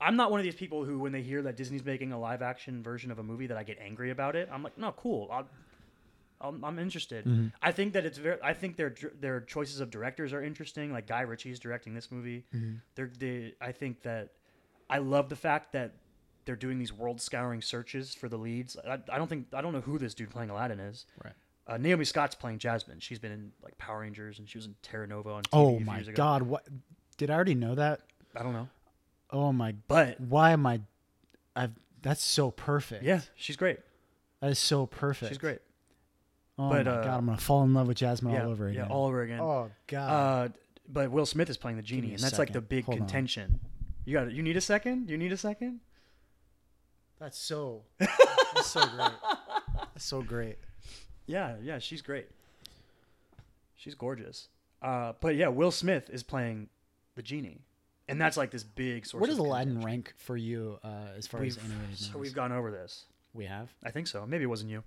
I'm not one of these people who when they hear that Disney's making a live action version of a movie that I get angry about it. I'm like, "No, cool. I'll I'm, I'm interested.
Mm-hmm.
I think that it's very. I think their dir- their choices of directors are interesting. Like Guy Ritchie's directing this movie.
Mm-hmm.
They're, they. I think that I love the fact that they're doing these world scouring searches for the leads. I, I don't think I don't know who this dude playing Aladdin is.
Right.
Uh, Naomi Scott's playing Jasmine. She's been in like Power Rangers and she was in Terra Nova on TV a
Oh
few
my
years ago.
god, what did I already know that?
I don't know,
Oh my
but
why am I I've that's so perfect.
yeah, she's great.
That is so perfect.
She's great.
Oh
But,
my
uh,
god, I'm gonna fall in love with Jasmine
yeah,
all over again.
Yeah, all over again.
oh god.
Uh, but Will Smith is playing the
me
genie,
a
and that's like the
second.
big
Hold on.
contention. You got. You need a second. You need a second.
that's so that's so great. That's so great.
Yeah, yeah, she's great. She's gorgeous. Uh, but yeah, Will Smith is playing the genie, and that's like this big source.
What does
of
Aladdin
contention.
rank for you uh, as far as
We've,
animated?
so
movies?
we've gone over this.
we have.
I think so. Maybe it wasn't you.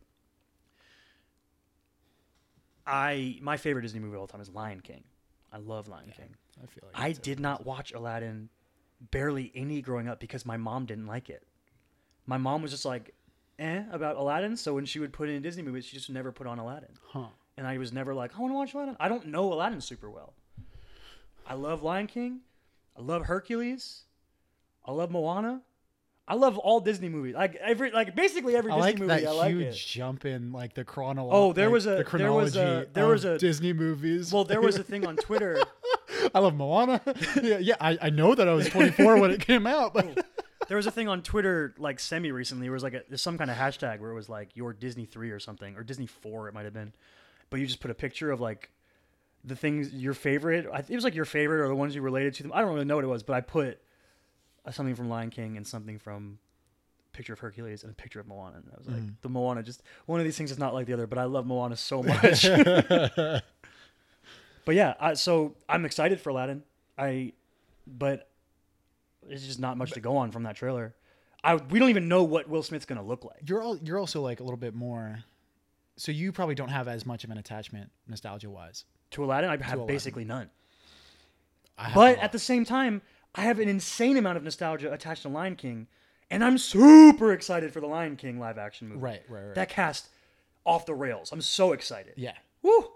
I my favorite Disney movie of all time is Lion King. I love Lion King.
I feel like
I
it's a-
did not watch Aladdin barely any growing up because my mom didn't like it. My mom was just like, eh, about Aladdin. So when she would put in Disney movies, she just never put on Aladdin.
Huh.
And I was never like, I want to watch Aladdin. I don't know Aladdin super well. I love Lion King. I love Hercules. I love Moana. I love all Disney movies. Like every, like basically every
I
Disney
like
movie.
that
I like
huge
it.
jump in like the chronology.
Oh, there was a-
the
there was
chronology.
a- there
of
was a-
Disney movies.
Well, there was a thing on Twitter.
I love Moana. yeah, yeah. I, I know that I was 24 when it came out, but
there was a thing on Twitter like semi recently. Where it was like a, there's some kind of hashtag where it was like your Disney three or something or Disney four. It might have been, but you just put a picture of like the things your favorite. I think it was like your favorite or the ones you related to them. I don't really know what it was, but I put uh, something from Lion King and something from picture of Hercules and a picture of Moana. And I was like, the Moana just one of these things is not like the other, but I love Moana so much. but yeah, I, so I'm excited for Aladdin. I, but it's just not much to go on from that trailer. I we don't even know what Will Smith's gonna look like.
you're all, you're also like a little bit more. So you probably don't have as much of an attachment nostalgia wise.
To Aladdin, I have
Aladdin.
basically none.
I have
But
a
at the same time, I have an insane amount of nostalgia attached to Lion King, and I'm super excited for the Lion King live action movie.
lot. right, right, right.
That cast off the rails. I'm so excited.
yeah.
Woo!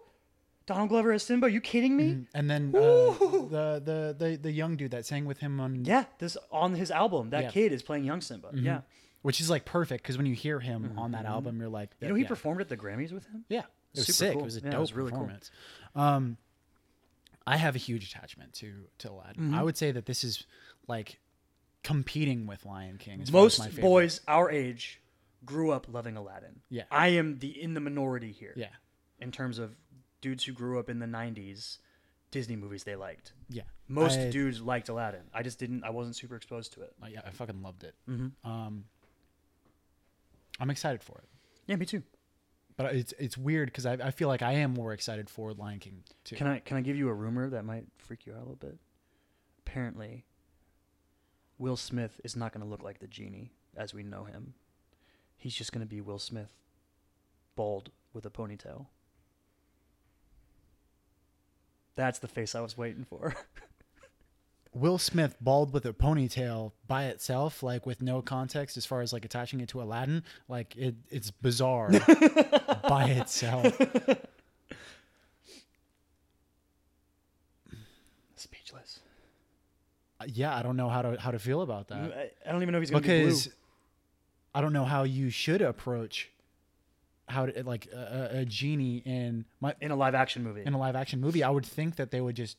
Donald Glover as Simba. You kidding me?
And then uh,
Woo!
the, the the the young dude that sang with him on
Yeah, this on his album. That
Yeah. Mm-hmm.
kid is playing young Simba. Yeah,
which is like perfect because when you hear him on that album, you're like,
you know he
yeah.
performed at the Grammys with him.
Yeah, it was
Super
sick.
cool.
It was a
Yeah, it
dope
was really cool.
performance. Um, I have a huge attachment to to Aladdin.
Mm-hmm.
I would say that this is like competing with Lion King. as far as my
Most
favorite.
boys our age grew up loving Aladdin.
Yeah.
I am the in the minority here
Yeah,
in terms of dudes who grew up in the '90s Disney movies they liked.
yeah.
Most
I,
dudes liked Aladdin. I just didn't. I wasn't super exposed to it.
I- yeah, I fucking loved it. Um, I'm excited for it,
Yeah, me too.
but it's it's weird because I, I feel like I am more excited for Lion King too.
Can I can I give you a rumor that might freak you out a little bit? Apparently, Will Smith is not going to look like the genie as we know him. He's just going to be Will Smith, bald with a ponytail. That's the face I was waiting for.
Will Smith bald with a ponytail by itself, like with no context as far as like attaching it to Aladdin, like it, it's bizarre by itself.
Speechless.
Yeah, I don't know how to how to feel about that
I I don't even know if he's going to be blue.
because I don't know how you should approach how to, like a, a- a genie in my
In a live action movie.
in a live action movie. I would think that they would just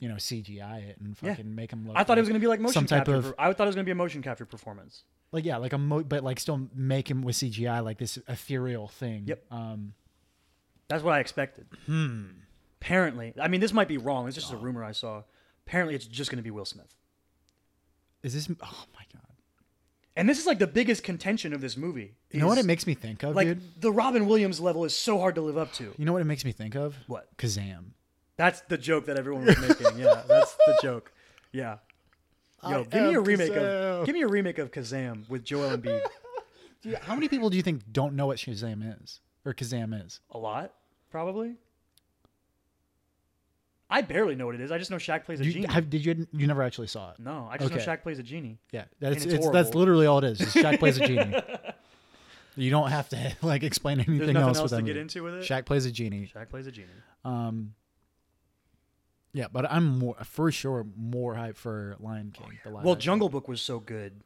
you know CGI it and
Yeah.
fucking make him look.
I thought it
like,
was going to be like motion
some type
capture.
of-
per- I thought it was going to be a motion capture performance.
like yeah, like a mo- but like still make him with CGI like this ethereal thing.
Yep.
Um.
That's what I expected. Hmm. Apparently, I mean, this might be wrong. It's just
Oh.
a rumor I saw. Apparently, it's just going to be Will Smith.
Is this? Oh my god.
And this is like the biggest contention of this movie.
You know what
is,
it makes me think of,
Like
dude?
the Robin Williams level is so hard to live up to.
You know what it makes me think of?
What?
Kazam.
That's the joke that everyone was making. Yeah, that's the joke. Yeah. Yo,
I
give me a
am
remake
Kazam.
of give me a remake of Kazam with Joel Embiid.
Dude, how many people do you think don't know what Shazam is or Kazam is?
A lot, probably. I barely know what it is. I just know Shaq plays a
Do you,
genie.
have, did you you never actually saw it?
no, I just know
Okay.
Shaq plays a genie.
Yeah, that's
it's
it's, that's
horrible.
literally all it is. is Shaq plays a genie. You don't have to like explain anything
There's nothing
else,
else,
with
to
that
get
movie.
into with it. Shaq,
Shaq plays a genie.
plays a genie.
Um, yeah, but I'm more for sure more hype for Lion King. the live
Well,
action.
Jungle Book was so good,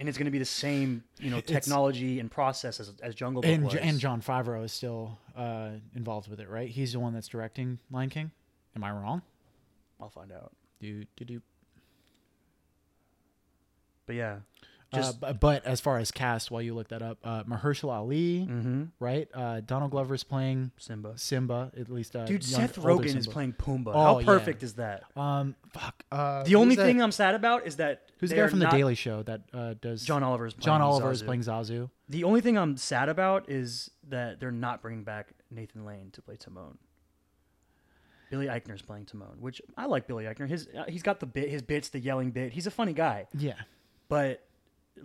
and it's going to be the same, you know, technology and process as, as Jungle Book
and
was.
and John Favreau is still uh, involved with it, right? He's the one that's directing Lion King. Am I wrong?
I'll find out.
Do do do.
But yeah,
Uh,
just
bu- but as far as cast, while you look that up, uh, Mahershala Ali, right? Uh, Donald Glover's playing
mm-hmm, Simba.
Simba, at least. Uh,
Dude,
young-
Seth
older
Rogen is
Simba.
playing Pumbaa.
Oh,
How
yeah.
perfect is that?
Um, fuck. Uh,
The
who's
only
that-
thing I'm sad about is that
Who's the
they
guy
are
from
not-
The Daily Show that uh, does?
John Oliver is playing
John Oliver is
Zazu.
playing Zazu.
The only thing I'm sad about is that they're not bringing back Nathan Lane to play Timon. Billy Eichner's playing Timon, which I like Billy Eichner. His uh, he's got the bit, his bits, the yelling bit. He's a funny guy,
Yeah.
but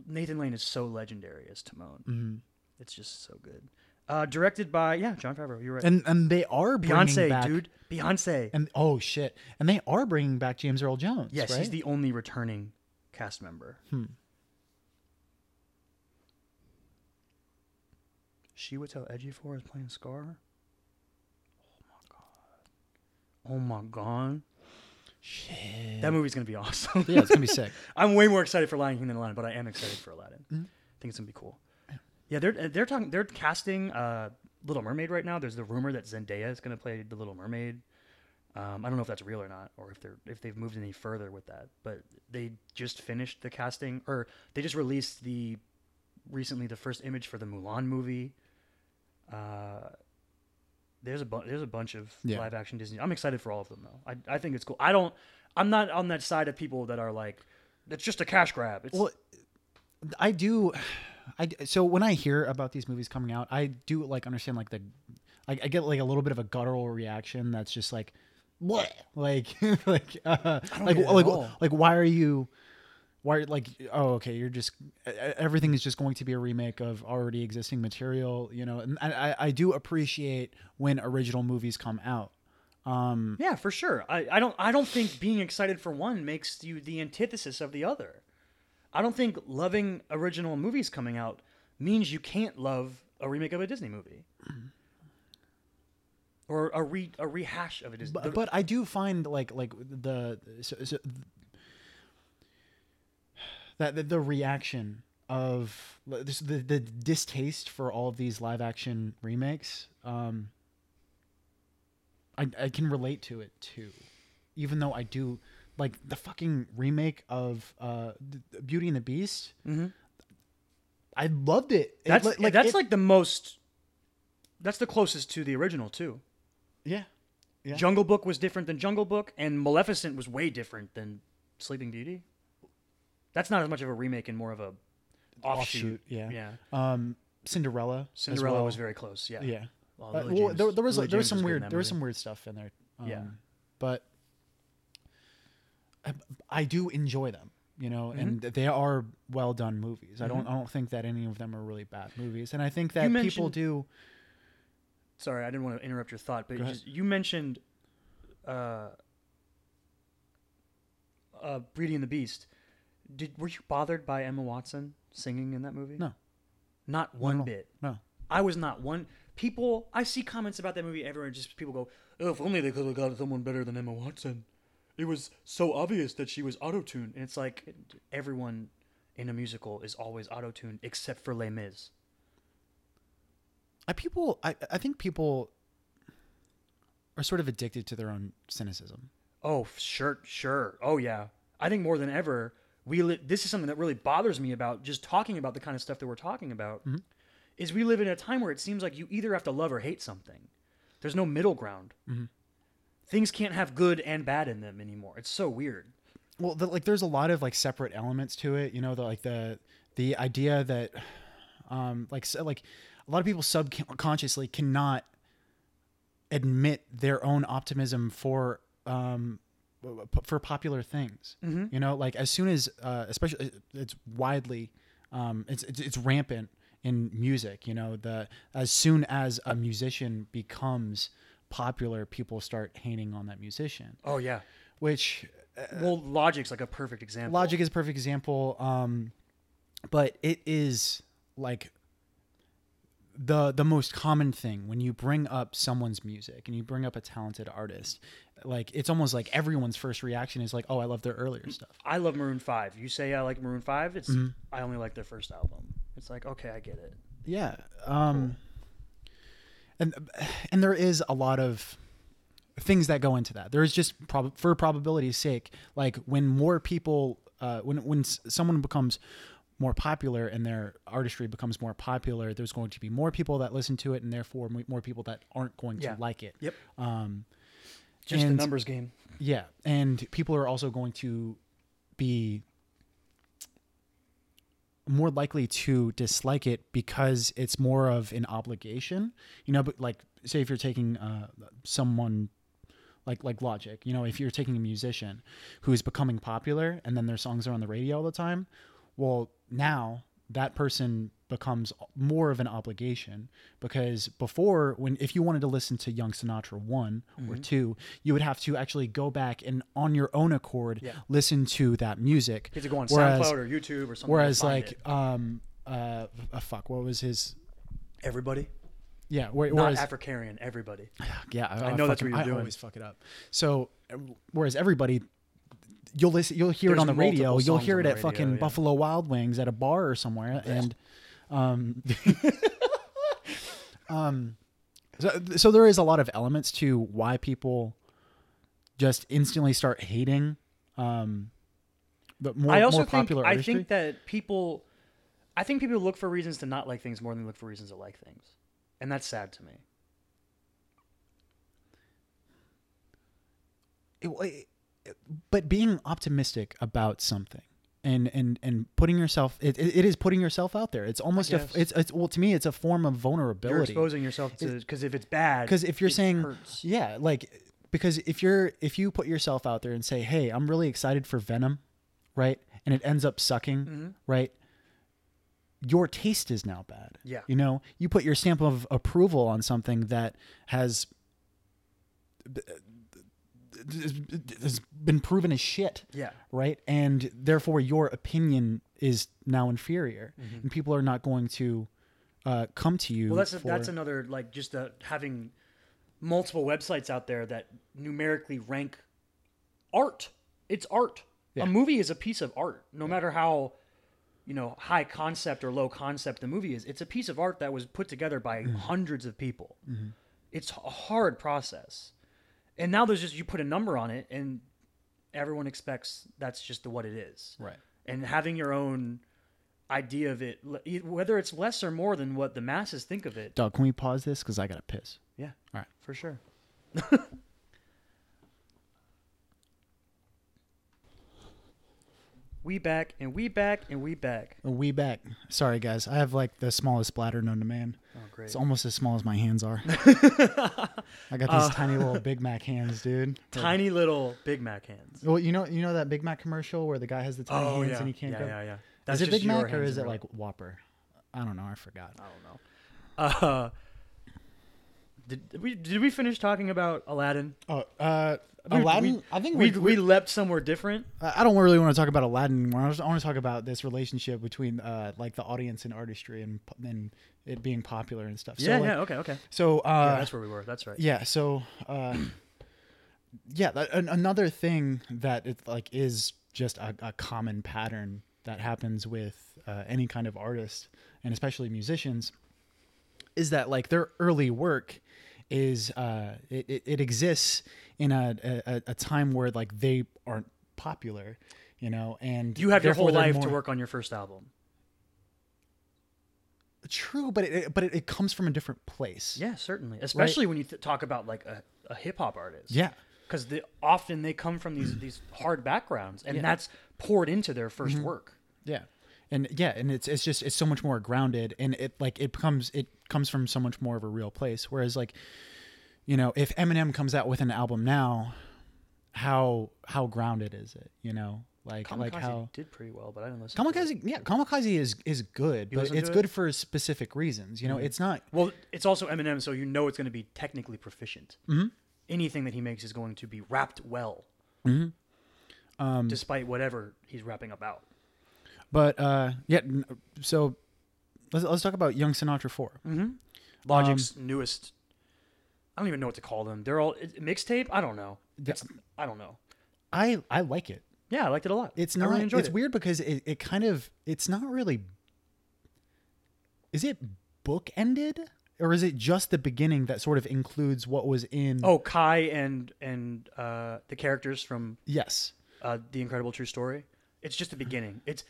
Nathan Lane is so legendary as Timon.
Mm-hmm.
It's just so good. Uh, directed by yeah, John Favreau. You're right.
And and they are bringing
Beyonce,
back,
dude. Beyonce.
And oh shit. And they are bringing back James Earl Jones.
Yes,
right?
he's the only returning cast member.
Hmm.
She would tell Edgy Four is playing Scar. Oh my god. Oh my god.
shit.
That movie's gonna be awesome.
yeah, it's gonna be sick.
I'm way more excited for Lion King than Aladdin, but I am excited for Aladdin. I think it's gonna be cool. Yeah, they're uh, they're talking they're casting uh, Little Mermaid right now. There's the rumor that Zendaya is gonna play the Little Mermaid. Um, I don't know if that's real or not, or if they're if they've moved any further with that. But they just finished the casting, or they just released the recently the first image for the Mulan movie. Uh, there's a bu- there's a bunch of
Yeah.
live action Disney. I'm excited for all of them though. I I think it's cool. I don't. I'm not on that side of people that are like, it's just a cash grab. It's
Well, I do. I d- so when I hear about these movies coming out, I do like understand like the, like I get like a little bit of a guttural reaction that's just like, what? Like like uh,
get
like
it at
like
all.
like why are you? Why are- like oh okay you're just e- e- everything is just going to be a remake of already existing material you know and I I- I do appreciate when original movies come out um
yeah, for sure. I, I don't I don't think being excited for one makes you the antithesis of the other. I don't think loving original movies coming out means you can't love a remake of a Disney movie.
Mm-hmm.
Or a re a rehash of a Disney.
but,
the-
but I do find like like the so, so that the, the reaction of this- the the distaste for all of these live action remakes. Um, I I can relate to it too, even though I do like the fucking remake of uh th- Beauty and the Beast.
Mhm.
I loved it. It
that's
li-
like, that's
it-
like the most that's the closest to the original too.
yeah. Yeah.
Jungle Book was different than Jungle Book, and Maleficent was way different than Sleeping Beauty. That's not as much of a remake and more of a offshoot.
Offshoot, yeah.
yeah.
Um, Cinderella. as
Cinderella
well.
was very close. Yeah,
Yeah.
Well,
Uh,
Lily
well,
James-
there, there was
Lily
like, there
James
was some
good in
weird
that
there was
movie.
some weird stuff in there. um,
Yeah.
but I, I do enjoy them, you know, and
Mm-hmm.
they are well done movies. I don't I don't think that any of them are really bad movies, and I think that people
mentioned-
do.
Sorry, I didn't want to interrupt your thought, but
Go
you,
ahead.
just- you mentioned uh, uh, Beauty and the Beast. Did were you bothered by Emma Watson singing in that movie?
No.
not one
no.
bit.
No,
I was not one. People, I see comments about that movie everywhere. Just people go, oh, "If only they could have gotten someone better than Emma Watson." It was so obvious that she was auto tuned, and it's like everyone in a musical is always auto tuned except for Les Mis.
I people I I think people are sort of addicted to their own cynicism.
Oh, f- sure, sure. Oh, yeah. I think more than ever, we li- this is something that really bothers me about just talking about the kind of stuff that we're talking about.
Mm-hmm.
Is we live in a time where it seems like you either have to love or hate something. There's no middle ground.
Mm-hmm.
Things can't have good and bad in them anymore. It's so weird.
well the, like there's a lot of like separate elements to it you know the like the the idea that um like so, like a lot of people subconsciously cannot admit their own optimism for um for popular things you know like as soon as uh especially it's widely um it's it's, it's rampant in music you know the as soon as a musician becomes popular people start hating on that musician
Oh yeah.
which
Uh, Well, logic's like a perfect example.
Logic is a perfect example. Um, but it is like the the most common thing when you bring up someone's music and you bring up a talented artist. Like it's almost like everyone's first reaction is like, "Oh, I love their earlier stuff."
I love Maroon Five. You say I like Maroon Five. It's
Mm-hmm.
I only like their first album. It's like okay, I get it.
Yeah. Um, And and there is a lot of things that go into that. There is just prob- for probability's sake, like when more people, uh, when when s- someone becomes more popular and their artistry becomes more popular, there's going to be more people that listen to it, and therefore mo- more people that aren't going
Yeah.
to like it.
Yep.
Um,
Just
And-
the numbers game.
yeah, and people are also going to be more likely to dislike it because it's more of an obligation. You know, but like say if you're taking uh, someone like like Logic. You know, if you're taking a musician who is becoming popular and then their songs are on the radio all the time, well, now that person becomes more of an obligation because before when if you wanted to listen to young sinatra one or
Mm-hmm.
two you would have to actually go back and on your own accord
Yeah.
listen to that music
You have to go on
Whereas-
SoundCloud or YouTube or something. to
Whereas
find
like
it.
um uh, uh fuck what was his
everybody,
yeah where,
not
whereas
Africarian, everybody.
yeah I,
know that's
fucking-
what you're
I
doing.
always fuck it up so uh, whereas everybody you'll listen you'll hear it
There's
on the radio
multiple
you'll
songs
hear
on
it
the
at
radio,
fucking
yeah.
Buffalo Wild Wings at a bar or somewhere and um um so, so there is a lot of elements to why people just instantly start hating um the more,
I also
more
think
popular
I
artistry.
think that people, I think people look for reasons to not like things more than they look for reasons to like things, and that's sad to me.
it- it- it- but being optimistic about something and and and putting yourself it, it, it is putting yourself out there it's almost a
guess.
it's, it's well to me it's a form of
You're
vulnerability
exposing yourself to because if it's bad,
because if you're
it
saying
hurts.
yeah like because if you're if you put yourself out there and say hey i'm really excited for venom right and it ends up sucking
Mm-hmm.
right your taste is now bad
Yeah.
you know you put your stamp of approval on something that has has been proven as shit
yeah,
right? And therefore, your opinion is now inferior, and people are not going to uh, come to you.
Mm-hmm. well that's a,
for,
that's another like just uh having multiple websites out there that numerically rank art. It's art.
Yeah.
A movie is a piece of art, no matter how you know high concept or low concept the movie is. It's a piece of art that was put together by
Mm-hmm.
hundreds of people. It's a hard process, and now there's just you put a number on it, and everyone expects that's just the, what it is
right.
and having your own idea of it, le- e- whether it's less or more than what the masses think of it.
Dog, can we pause this? Because I gotta piss.
Yeah.
All right.
For sure. we back and we back and we back.
Oh, we back. Sorry, guys. I have like the smallest bladder known to man.
Oh, great.
It's almost as small as my hands are. I got these
Uh,
tiny little Big Mac hands, dude.
Tiny little Big Mac hands.
Well, you know, you know that Big Mac commercial where the guy has the tiny hands and he can't
Oh, yeah,
go.
yeah, yeah.
Is it
just
Big
your
Mac or
hands
is
in Oh. real-
it like Whopper? I don't know. I forgot.
I don't know. Uh, did, did we did we finish talking about Aladdin?
Oh, uh,
We-
Aladdin.
we-
I think
we
we
we leapt somewhere different.
I I don't really want to talk about Aladdin anymore. I, just, I want to talk about this relationship between uh, like the audience and artistry and p- and it being popular and stuff. So,
yeah,
like-
yeah, okay, okay.
So
yeah,
uh,
that's where we were. That's right.
yeah, so uh, yeah, that, an, another thing that it like is just a, a common pattern that happens with uh, any kind of artist and especially musicians is that like their early work is uh it, it, it exists in a, a a time where like they aren't popular you know and
You have your
therefore
whole
they're
life to
more-
work on your first album.
true but it, but it, it comes from a different place
Yeah, certainly. Especially when you th- talk about like a, a hip hop artist.
yeah
Because often they come from these these hard backgrounds, and that's poured into their 1st
Mm-hmm.
work.
Yeah. And yeah, and it's it's just it's so much more grounded and it like it becomes it comes from so much more of a real place. Whereas like, you know, if Eminem comes out with an album now, how how grounded is it? You know? Like
Kamikaze
like how
did pretty well, but I didn't listen. to it.
Kamikaze yeah, Kamikaze is is good, but
listen
it's
to
good Mm-hmm. for specific reasons. You know, it's not
Well, it's also Eminem, so you know it's going to be technically proficient. Mm-hmm. Anything that he makes is going to be wrapped well, mm-hmm. um, despite whatever he's rapping about.
but uh yeah, n- so let's let's talk about Young Sinatra 4.
Logic's
Um,
newest. I don't even know what to call them. They're all it, mixtape. I don't know.
Yeah.
It's- I don't know.
I I like it.
Yeah, I liked it a lot.
It's
I
not.
really enjoyed
it's
it.
weird because it, it kind of it's not really. Is it book ended or is it just the beginning that sort of includes what was in?
Oh, Kai and and uh, the characters from
yes,
uh, the Incredible True Story. It's just the
Mm-hmm.
beginning. It's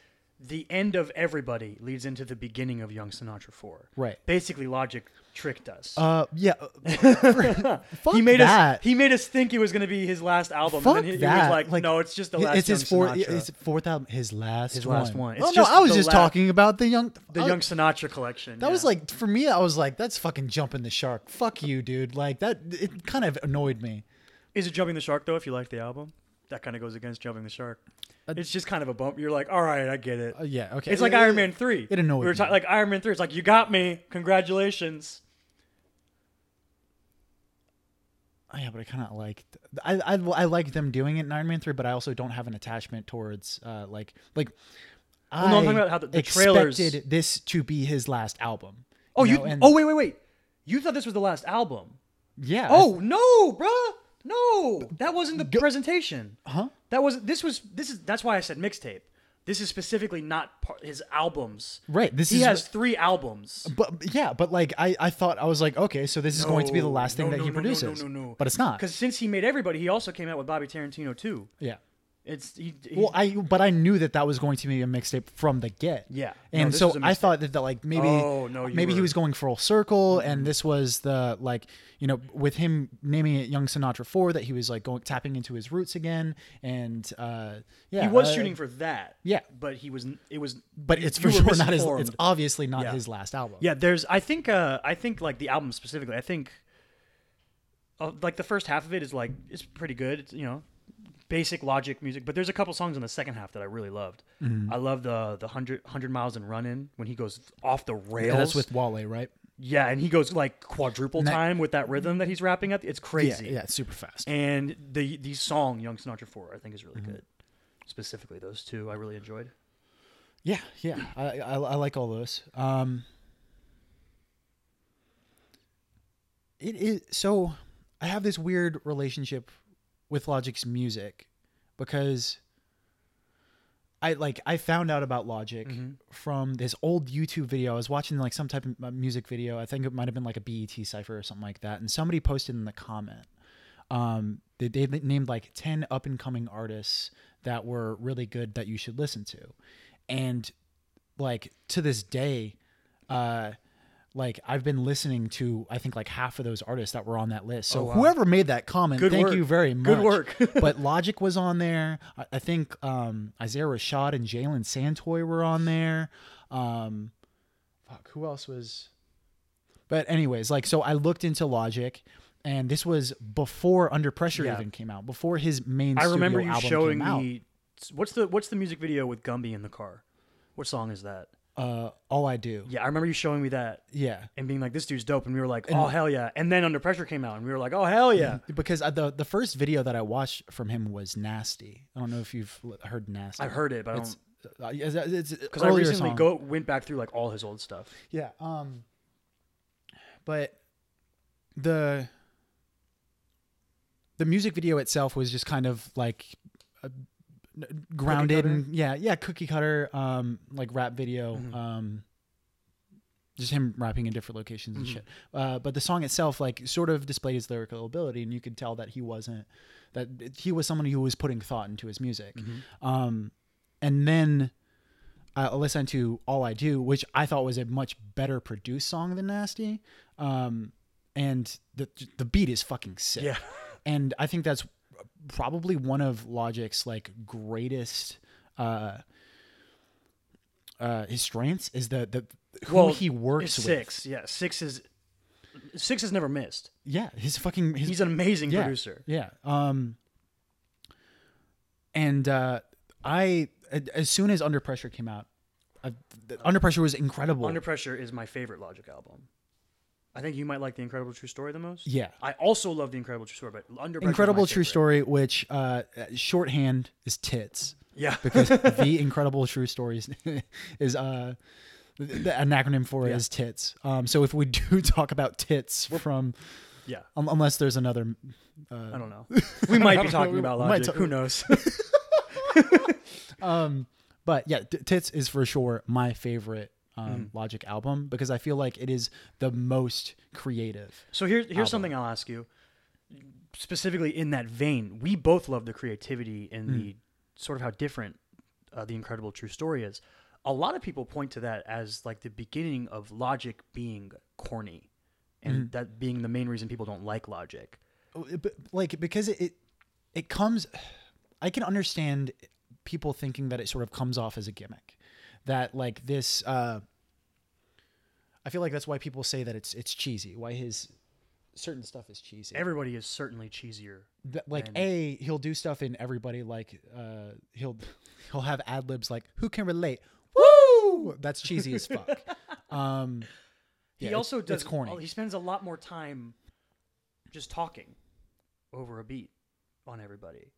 the end of everybody leads into the beginning of Young Sinatra Four.
right.
Basically, Logic tricked us.
Uh, yeah. fuck
he made
that.
us. He made us think it was going to be his last album.
fuck
and then he,
that.
he was like, "No, it's just the last."
It's his
Young
fourth.
Sinatra."
It's fourth album. His last.
His last one. It's
oh no,
just
I was
the
just
la-
talking about the young.
the
I-
Young Sinatra collection.
Oh. That was like for me. I was like, that's fucking jumping the shark. Fuck you, dude. Like that. It kind of annoyed me.
Is it jumping the shark though? If you like the album, that kind of goes against jumping the shark.
Uh,
it's just kind of a bump. You're like, all right, I get it.
Uh, yeah, okay.
It's like
It-
Iron Man three.
it annoyed
we were
me.
ta- like Iron Man three. It's like you got me. Congratulations.
Oh, yeah, but I kind of like I, I I like them doing it in Iron Man three, but I also don't have an attachment towards uh like like.
Well, no, I'm talking about how the- the trailers-
expected this to be his last album.
Oh, you.
know, and-
oh, wait, wait, wait. You thought this was the last album.
yeah.
Oh no, bruh. No, that wasn't the presentation.
huh?
That was this was this is that's why I said mixtape. This is specifically not part, his albums.
Right. This
He
is
has three albums.
But yeah, but like I, I thought I was like, okay, so this is going to be the last thing
No,
that
no,
he
no, no,
produces.
no, no, no.
But it's not.
Because since he made everybody, he also came out with Bobby Tarantino too.
yeah.
It's he, he-
Well, I but I knew that that was going to be a mixtape from the get.
Yeah. No,
And
this
so
was a
I
mixtape.
thought that, that like maybe
Oh, no, you
maybe
were-
he
Mm-hmm.
was going full circle, and this was the like you know with him naming it Young Sinatra Four that he was like going tapping into his roots again, and uh, yeah,
he was
uh,
shooting for that.
yeah.
but he was it was.
but it's
you
for
were
sure not his. It's
misinformed.
obviously not
Yeah.
his last album.
Yeah, there's. I think. Uh, I think like the album specifically. I think, uh, like the first half of it is like it's pretty good. It's you know, basic logic music. But there's a couple songs in the second half that I really loved.
Mm-hmm.
I love the the hundred hundred miles and running when he goes off the rails.
And that's with Wale, right?
yeah, and he goes like quadruple
that-
time with that rhythm that he's rapping at. It's
Yeah,
crazy.
yeah, it's super fast.
And the the song Young Sinatra Four I think is really
Mm-hmm.
good. Specifically, those two I really enjoyed.
Yeah, yeah, I, I, I like all those. Um, it is so. I have this weird relationship with Logic's music because I like I found out about Logic from this old YouTube video. I was watching like some type of uh, music video. I think it might have been like a BET cipher or something like that. And somebody posted in the comment um, they, they named like 10 up and coming artists that were really good that you should listen to. And like to this day, uh, like I've been listening to, I think like half of those artists that were on that list. So whoever made that comment,
Oh, Good
thank
work.
you very much.
Good work.
but Logic was on there. I, I think um, Isaiah Rashad and Jalen Santoy were on there. Um, fuck, who else was? But anyways, like so I looked into Logic and this was before Under Pressure
Yeah.
even came out, before his main
I remember
studio
you
album
showing
came out.
me what's the what's the music video with Gumby in the car? What song is that?
Uh, All I Do.
Yeah, I remember you showing me that
Yeah.
and being like, "This dude's dope," and we were like, "Oh hell yeah!" And then Under Pressure came out, and we were like, "Oh hell yeah!"
Because I, the the first video that I watched from him was Nasty. I don't know if you've l- heard Nasty.
I've heard it, but I
It's
don't
uh, it's, it's
because I
earlier
recently
song.
go went back through like all his old stuff.
Yeah. Um. But the the music video itself was just kind of like uh, n- grounded
cutter?
and yeah, yeah, cookie cutter, um, like rap video, um, just him rapping in different locations and shit. Uh, but the song itself, like, sort of displayed his lyrical ability, and you could tell that he wasn't that he was someone who was putting thought into his music. Um, and then I listened to All I Do, which I thought was a much better produced song than Nasty. Um, and the the beat is fucking sick.
Yeah.
And I think that's probably one of Logic's like greatest uh uh his strengths is the the who
Well,
he works
It's
with.
six, yeah, six is six has never missed.
Yeah, his fucking his
He's an amazing
yeah,
producer.
Yeah. Um and uh I a- as soon as Under Pressure came out, I, th- Under Pressure was incredible.
Under Pressure is my favorite Logic album. I think you might like the Incredible True Story the most.
Yeah.
I also love the Incredible True Story, but Under Pressure is my
Incredible True
favorite.
Story, which uh, shorthand is tits,
Yeah,
because the Incredible True Story is, is uh, th- th- an acronym for it is tits. Um, so if we do talk about tits from,
yeah.
um, unless there's another,
I don't know. We might be talking
We
about
might
logic.
talk-
Who knows?
but yeah, t- tits is for sure my favorite um, Logic album because I feel like it is the most creative.
so here's here's something I'll ask you. Specifically in that vein, we both love the creativity and
Hmm.
the sort of how different uh, the incredible true story is. A lot of people point to that as like the beginning of logic being corny, and
Hmm.
that being the main reason people don't like logic.
but Oh, like because it, it it comes i can understand people thinking that it sort of comes off as a gimmick that like this uh i feel like that's why people say that it's it's cheesy why his certain stuff is cheesy.
Everybody is certainly cheesier.
Th- like a he'll do stuff in everybody like uh he'll he'll have ad libs like who can relate woo that's cheesy as fuck um
He
Yeah,
also
it's-
does. oh,
it's corny.
He spends a lot more time just talking over a beat on everybody.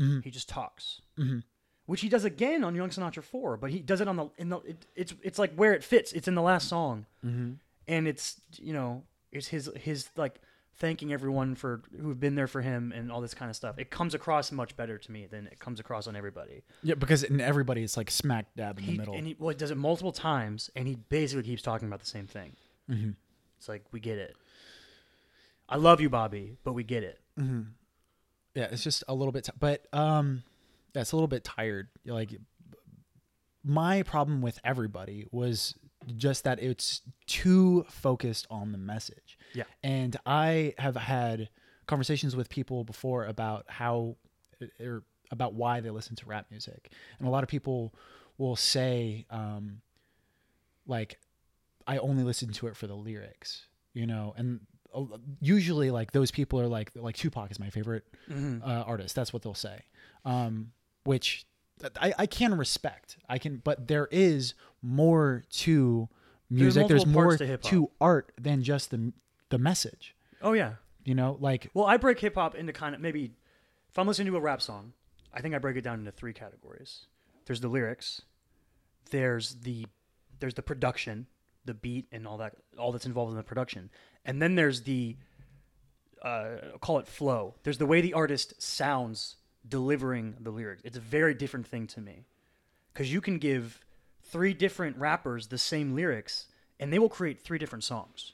Mhm.
He just talks,
Mhm.
which he does again on Young Sinatra Four, but he does it on the in the it, it's it's like where it fits. It's in the last song,
Mm-hmm.
and it's you know it's his his like thanking everyone for who've been there for him and all this kind of stuff. It comes across much better to me than it comes across on everybody.
yeah because in everybody it's like smack dab in
He-
the middle
And he, well, he does it multiple times, and he basically keeps talking about the same thing.
Mhm.
It's like we get it. I love you, Bobby, but we get it.
yeah it's just a little bit t- but um yeah, it's a little bit tired like my problem with everybody was just that it's too focused on the message
Yeah.
and i have had conversations with people before about how or about why they listen to rap music and a lot of people will say um like I only listen to it for the lyrics, you know, and uh, usually like those people are like like Tupac is my favorite
Mm-hmm.
uh, artist. That's what they'll say, um, which uh, I, I can respect. I can, but there is more to music. There's,
multiple
more
parts to
to,
hip-hop.
art than just the the message.
Oh yeah.
You know, like
Well, I break hip hop into kind of maybe if I'm listening to a rap song, I think I break it down into three categories. There's the lyrics. There's the there's the production, the beat, and all that all that's involved in the production, and then there's the uh, call it flow. There's the way the artist sounds delivering the lyrics. It's a very different thing to me. Because you can give three different rappers the same lyrics and they will create three different songs.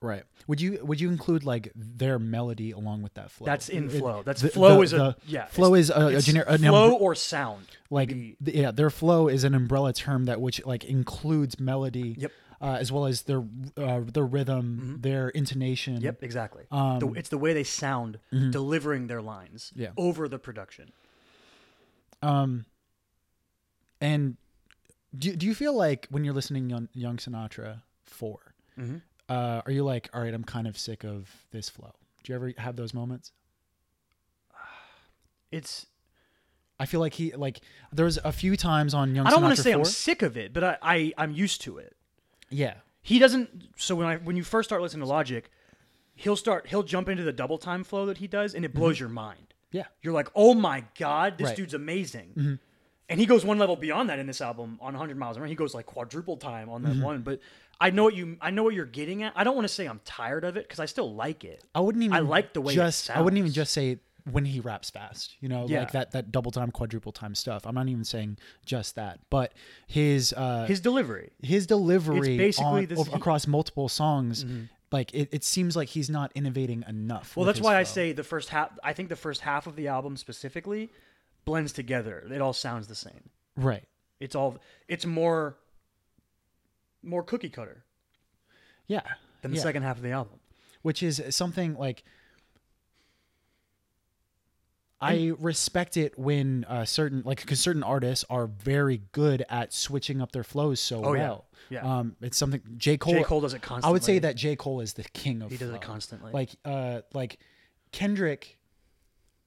right. Would you would you include like their melody along with that flow?
That's in
It-
flow. That's
the-
flow
the-
is a
the
yeah.
Flow
it's-
is a, a
it's
generic
flow or sound.
like
maybe.
th- yeah their flow is an umbrella term that which like includes melody
Yep. Mm-hmm.
uh, as well as their uh, their rhythm their intonation
Yep, exactly.
Um, mm-hmm.
the, it's the way they sound delivering their lines
Yeah.
over the production.
um and do, do you feel like when you're listening young, young sinatra 4
Mhm.
uh, are you like all right i'm kind of sick of this flow do you ever have those moments
It's
i feel like he like there was a few times on young
I don't
want
want to say I'm sick of it, but I, I I'm used to it.
yeah
He doesn't. So when I when you first start listening to Logic, he'll start he'll jump into the double time flow that he does,
Mm-hmm.
and it blows your mind.
yeah
You're like, oh my god, this
Right. Mm-hmm.
dude's amazing. And he goes one level beyond that in this album on 100 Miles an Hour. He goes like quadruple time on
Mm-hmm.
that one. But I know what you I know what you're getting at. I don't want to say I'm tired of it because I still like it.
I wouldn't even.
I like the way it
just. I wouldn't even
sounds.
just say when he raps fast. You know,
Yeah.
like that that double time, quadruple time stuff. I'm not even saying just that, but his uh, his,
His delivery.
delivery
It's basically
on-
this- Mm-hmm.
of- across multiple songs. Like it, it seems like he's not innovating enough.
Well,
with
that's
his
why I
flow.
say the first half. I think the first half of the album specifically blends together. It all sounds the same.
right.
It's all. It's more. More cookie cutter
Yeah.
than the
yeah.
second half of the album.
which is something like
Mm.
I respect it when uh, certain like because certain artists are very good at switching up their flows so
Oh, yeah.
well.
Yeah.
Um, it's something J Cole.
J. Cole does it
I
constantly.
would say that J Cole is the king of.
he does
flow.
it constantly.
Like uh, like Kendrick,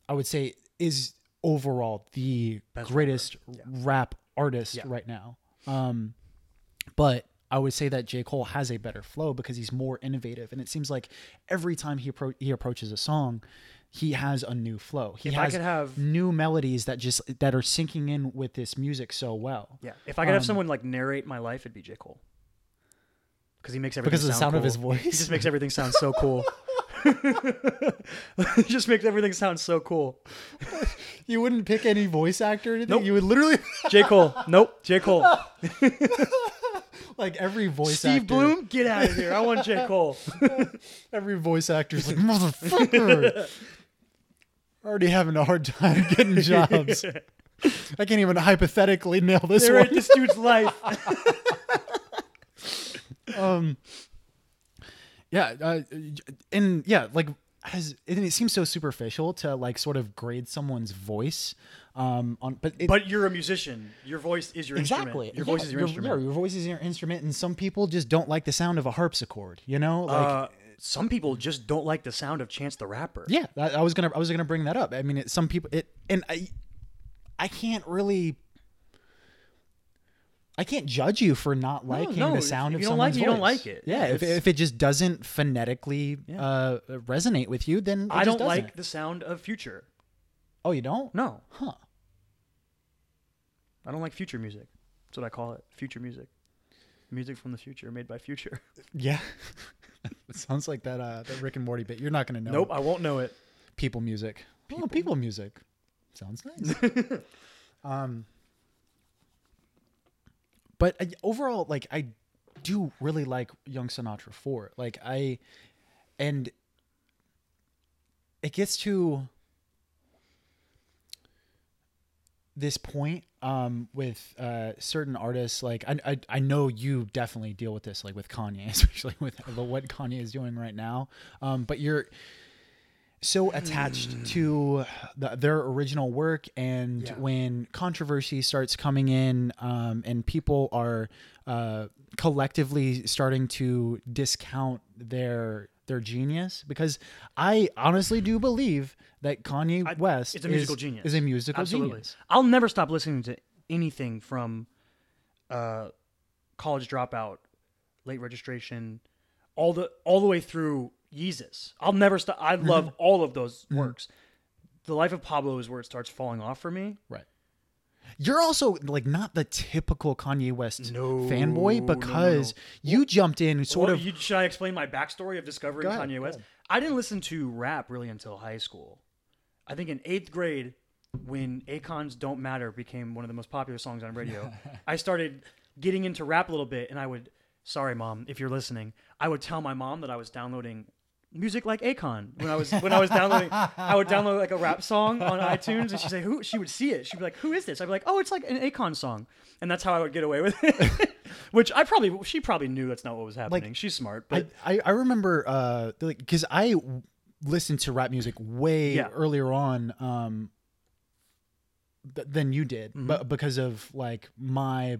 I would say is overall the
Best
greatest rap artist right now. Um, but I would say that J Cole has a better flow because he's more innovative, and it seems like every time he appro- he approaches a song, he has a new flow. He
If I
has
could have-
new melodies that just that are sinking in with this music so well.
yeah. If I could have someone like narrate my life, it'd be J. Cole. Because he makes everything
Because of the
sound
sound of
cool.
his voice.
He just makes everything sound so cool. he just makes everything sound so cool.
You wouldn't pick any voice actor. or anything?
Nope.
You would literally
J. Cole. Nope. J. Cole.
like every voice
Steve
actor.
Bloom, get out of here. I want J. Cole.
Every voice actor's like, motherfucker. Already having a hard time getting jobs. I can't even hypothetically nail this
They're at
one.
this dude's life.
Yeah, uh, and yeah, like has and it seems so superficial to like sort of grade someone's voice. Um, on but it,
But you're a musician. Your voice is your
exactly,
instrument. Your voice
yeah,
is your,
yeah,
instrument.
your voice is your instrument, and some people just don't like the sound of a harpsichord. You know, like
Uh, some people just don't like the sound of Chance the Rapper.
Yeah, I, I was gonna I was gonna bring that up. I mean, it, some people it and I I can't really I can't judge you for not liking
no,
the
if
sound of
you don't like
someone's
it, you don't
voice.
like it.
Yeah,
Yeah,
if,
it's-
if it just doesn't phonetically uh, resonate with you, then it
I
just
don't
doesn't.
like the sound of Future.
Oh, you don't?
No,
Huh?
I don't like Future music. That's what I call it. Future music. Music from the future, made by Future.
Yeah. it sounds like that uh, that Rick and Morty bit. You're not gonna know.
Nope, I won't know it.
people music. Oh, people music. Sounds nice. um, but I, overall, like I do really like Young Sinatra four. Like I, and it gets to this point um, with uh, certain artists. Like I, I, I know you definitely deal with this, like with Kanye, especially with the, what Kanye is doing right now. Um, but you're so attached to the, their original work and
Hmm. Yeah.
when controversy starts coming in um, and people are uh, collectively starting to discount their their genius because i honestly do believe that kanye west
it's a musical
is,
genius.
is a musical
Absolutely.
genius
I'll never stop listening to anything from uh, college dropout, late registration, all the all the way through Yeezus. I'll never stop. I
Mm-hmm.
love all of those works. The Life of Pablo is where it starts falling off for me.
right you're also like not the typical kanye west
No, no,
fanboy
no, no.
because you jumped in sort
Well,
of
you, should I explain my backstory of discovering
Go ahead,
Kanye
go
West?
ahead.
I didn't listen to rap really until high school. I think in eighth grade, when Akon's "Don't Matter" became one of the most popular songs on radio, I started getting into rap a little bit, and I would, sorry mom, if you're listening, I would tell my mom that I was downloading music like Akon when I was when I was downloading. I would download like a rap song on iTunes, and she'd say, "Who?" She would see it. She'd be like, "Who is this?" I'd be like, "Oh, it's like an Akon song," and that's how I would get away with it. Which I probably she probably knew that's not what was happening. She's smart, but
I, I, I remember uh like because I w- listened to rap music way
Yeah.
earlier on um th- than you did,
Mm-hmm.
but because of like my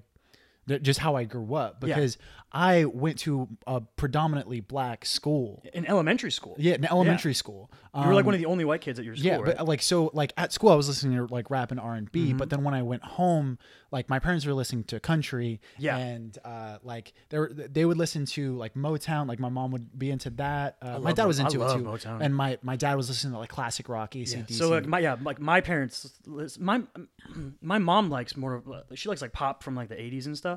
th- just how I grew up
Yeah.
because I went to a predominantly black school.
in elementary school.
Yeah, in elementary school. Um,
You were like one of the only white kids at your school,
yeah,
right?
but uh, like so like at school I was listening to like rap and R and
Mm-hmm.
B, but then when I went home, like my parents were listening to country.
Yeah.
And uh like they were they would listen to like Motown, like my mom would be into that. Uh, my
love
dad was
Mo- I
into it
love
too.
Motown.
And my my dad was listening to like classic rock, ACDC.
so like my yeah like my parents lis- my my mom likes more of- she likes like pop from like the 80s and stuff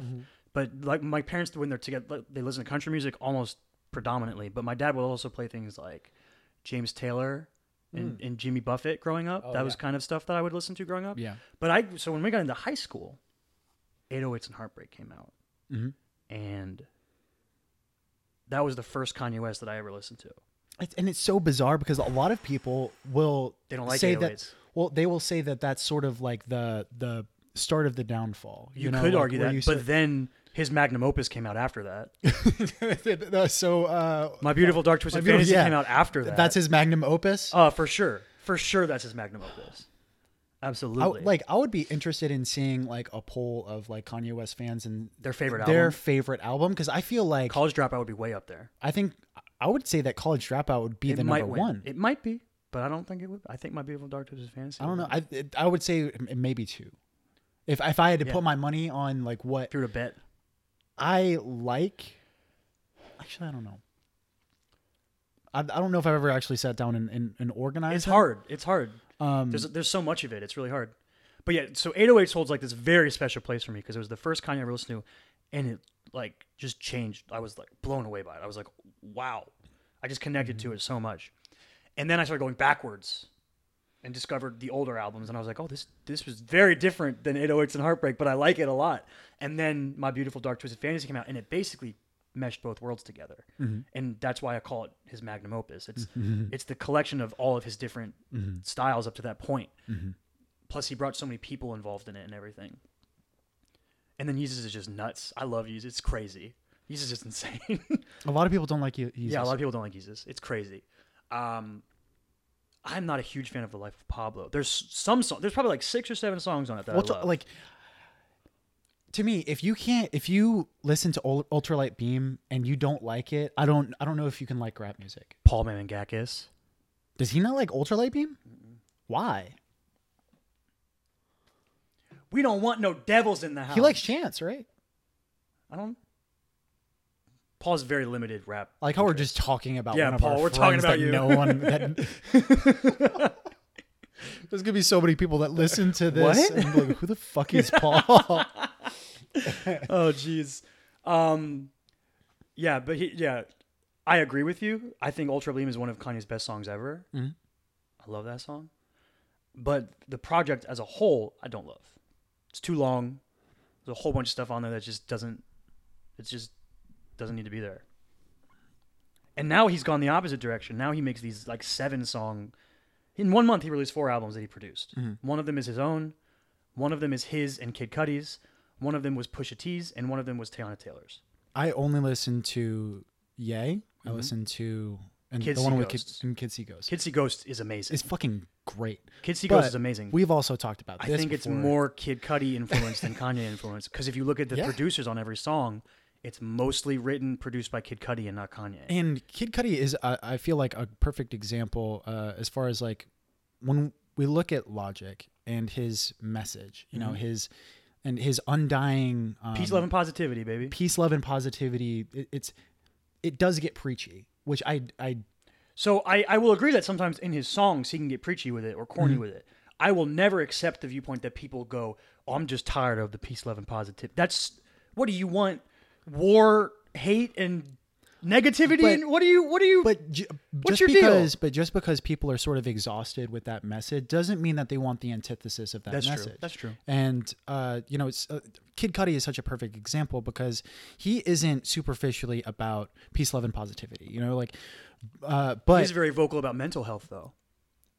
but like my parents when they're together like, they listen to country music almost predominantly but my dad will also play things like James Taylor and, and Jimmy Buffett growing up that was kind of stuff that I would listen to growing up
Yeah.
but I so when we got into high school 808s and Heartbreak came out
Mhm.
and that was the first Kanye West that I ever listened to
It's, and it's so bizarre because a lot of people will
They don't like
say that
808s.
well they will say that that's sort of like the the start of the downfall.
you,
know,
could
like,
argue
where
that
you
but then his magnum opus came out after that
start- so uh,
My Beautiful Dark Twisted
My Beautiful-
Fantasy
yeah.
came out after that.
that's his magnum opus.
uh, for sure, for sure. That's his magnum opus.
I,
Absolutely.
like I would be interested in seeing like a poll of like Kanye West fans and
their favorite
their
album.
favorite album because I feel like
College Dropout would be way up there.
I think I would say that College Dropout would be
It
the
might
number
win.
one.
It might be, but I don't think it would. I think My Beautiful Dark Twisted Fantasy.
I don't
would.
know. I it, I would say m- maybe two. If if I had to
Yeah.
put my money on like what
If you were to bet,
I like, actually I don't know. I, I don't know if I've ever actually sat down and, and, and organized.
it's
them.
hard. It's hard.
Um,
There's there's so much of it. It's really hard. But yeah, so 808s holds like this very special place for me because it was the first Kanye I ever listened to, and it like just changed. I was like blown away by it. I was like, wow. I just connected to it so much, and then I started going backwards, and discovered the older albums, and I was like, oh, this this was very different than 808s and Heartbreak, but I like it a lot. And then My Beautiful Dark Twisted Fantasy came out, and it basically meshed both worlds together, and that's why I call it his magnum opus. It's it's the collection of all of his different styles up to that point. Plus, he brought so many people involved in it and everything. And then Yeezus is just nuts. I love Yeezus. It's crazy. Yeezus is just insane.
a lot of people don't like you.
Yeah, a lot of people don't like Jesus. It's crazy. Um, I'm not a huge fan of the Life of Pablo. There's some song. There's probably like six or seven songs on it that
Well,
I
t-
love.
like to me, if you can't, if you listen to Ul- Ultralight Beam and you don't like it, I don't, I don't know if you can like rap music.
Paul Mamangakis.
Does he not like Ultralight Beam? Why?
We don't want no devils in the house.
He likes Chance, right?
I don't. Paul's very limited rap.
Like how we're just talking about
Yeah,
one of
Paul,
our
we're talking
friends
about
that
you.
No one. That, There's gonna be so many people that listen to this
What?
and be like, "Who the fuck is Paul?"
oh jeez um yeah but he, yeah i agree with you i think ultra Bleem is one of kanye's best songs ever
Mhm.
i love that song but the project as a whole i don't love it's too long there's a whole bunch of stuff on there that just doesn't it just doesn't need to be there and now he's gone the opposite direction now he makes these like seven song in one month he released four albums that he produced one of them is his own one of them is his and Kid Cudi's. One of them was Pusha T's, and one of them was Teyana Taylor's.
I only listen to Yay. I listen to and
Mm-hmm. Kids
the
See
one with
Ghosts.
Kid, and Kids See Ghosts.
Kid See Ghost is amazing.
It's fucking great.
Kid See Ghost
but
is amazing.
We've also talked about
I
this.
think it's
before.
more Kid Cudi influence than Kanye influence because if you look at the
Yeah.
producers on every song, it's mostly written, produced by Kid Cudi and not Kanye.
And Kid Cudi is, I, I feel like, a perfect example uh, as far as like when we look at Logic and his message. You know, his and his undying
Mm-hmm.
um,
Peace, love, and positivity, baby.
peace, love, and positivity. It, it's it does get preachy, which I I
So I, I will agree that sometimes in his songs he can get preachy with it or corny
Mm-hmm.
with it. I will never accept the viewpoint that people go, oh, I'm just tired of the peace, love, and positive. That's what do you want? War, hate, and negativity?
But-
and what do you what do you
But ju-
What's
just
your deal?
because, but just because people are sort of exhausted with that message, doesn't mean that they want the antithesis of that
That's true.
message.
That's true.
And uh, you know, it's uh, Kid Cudi is such a perfect example because he isn't superficially about peace, love, and positivity. You know, like, uh, but
He's very vocal about mental health though.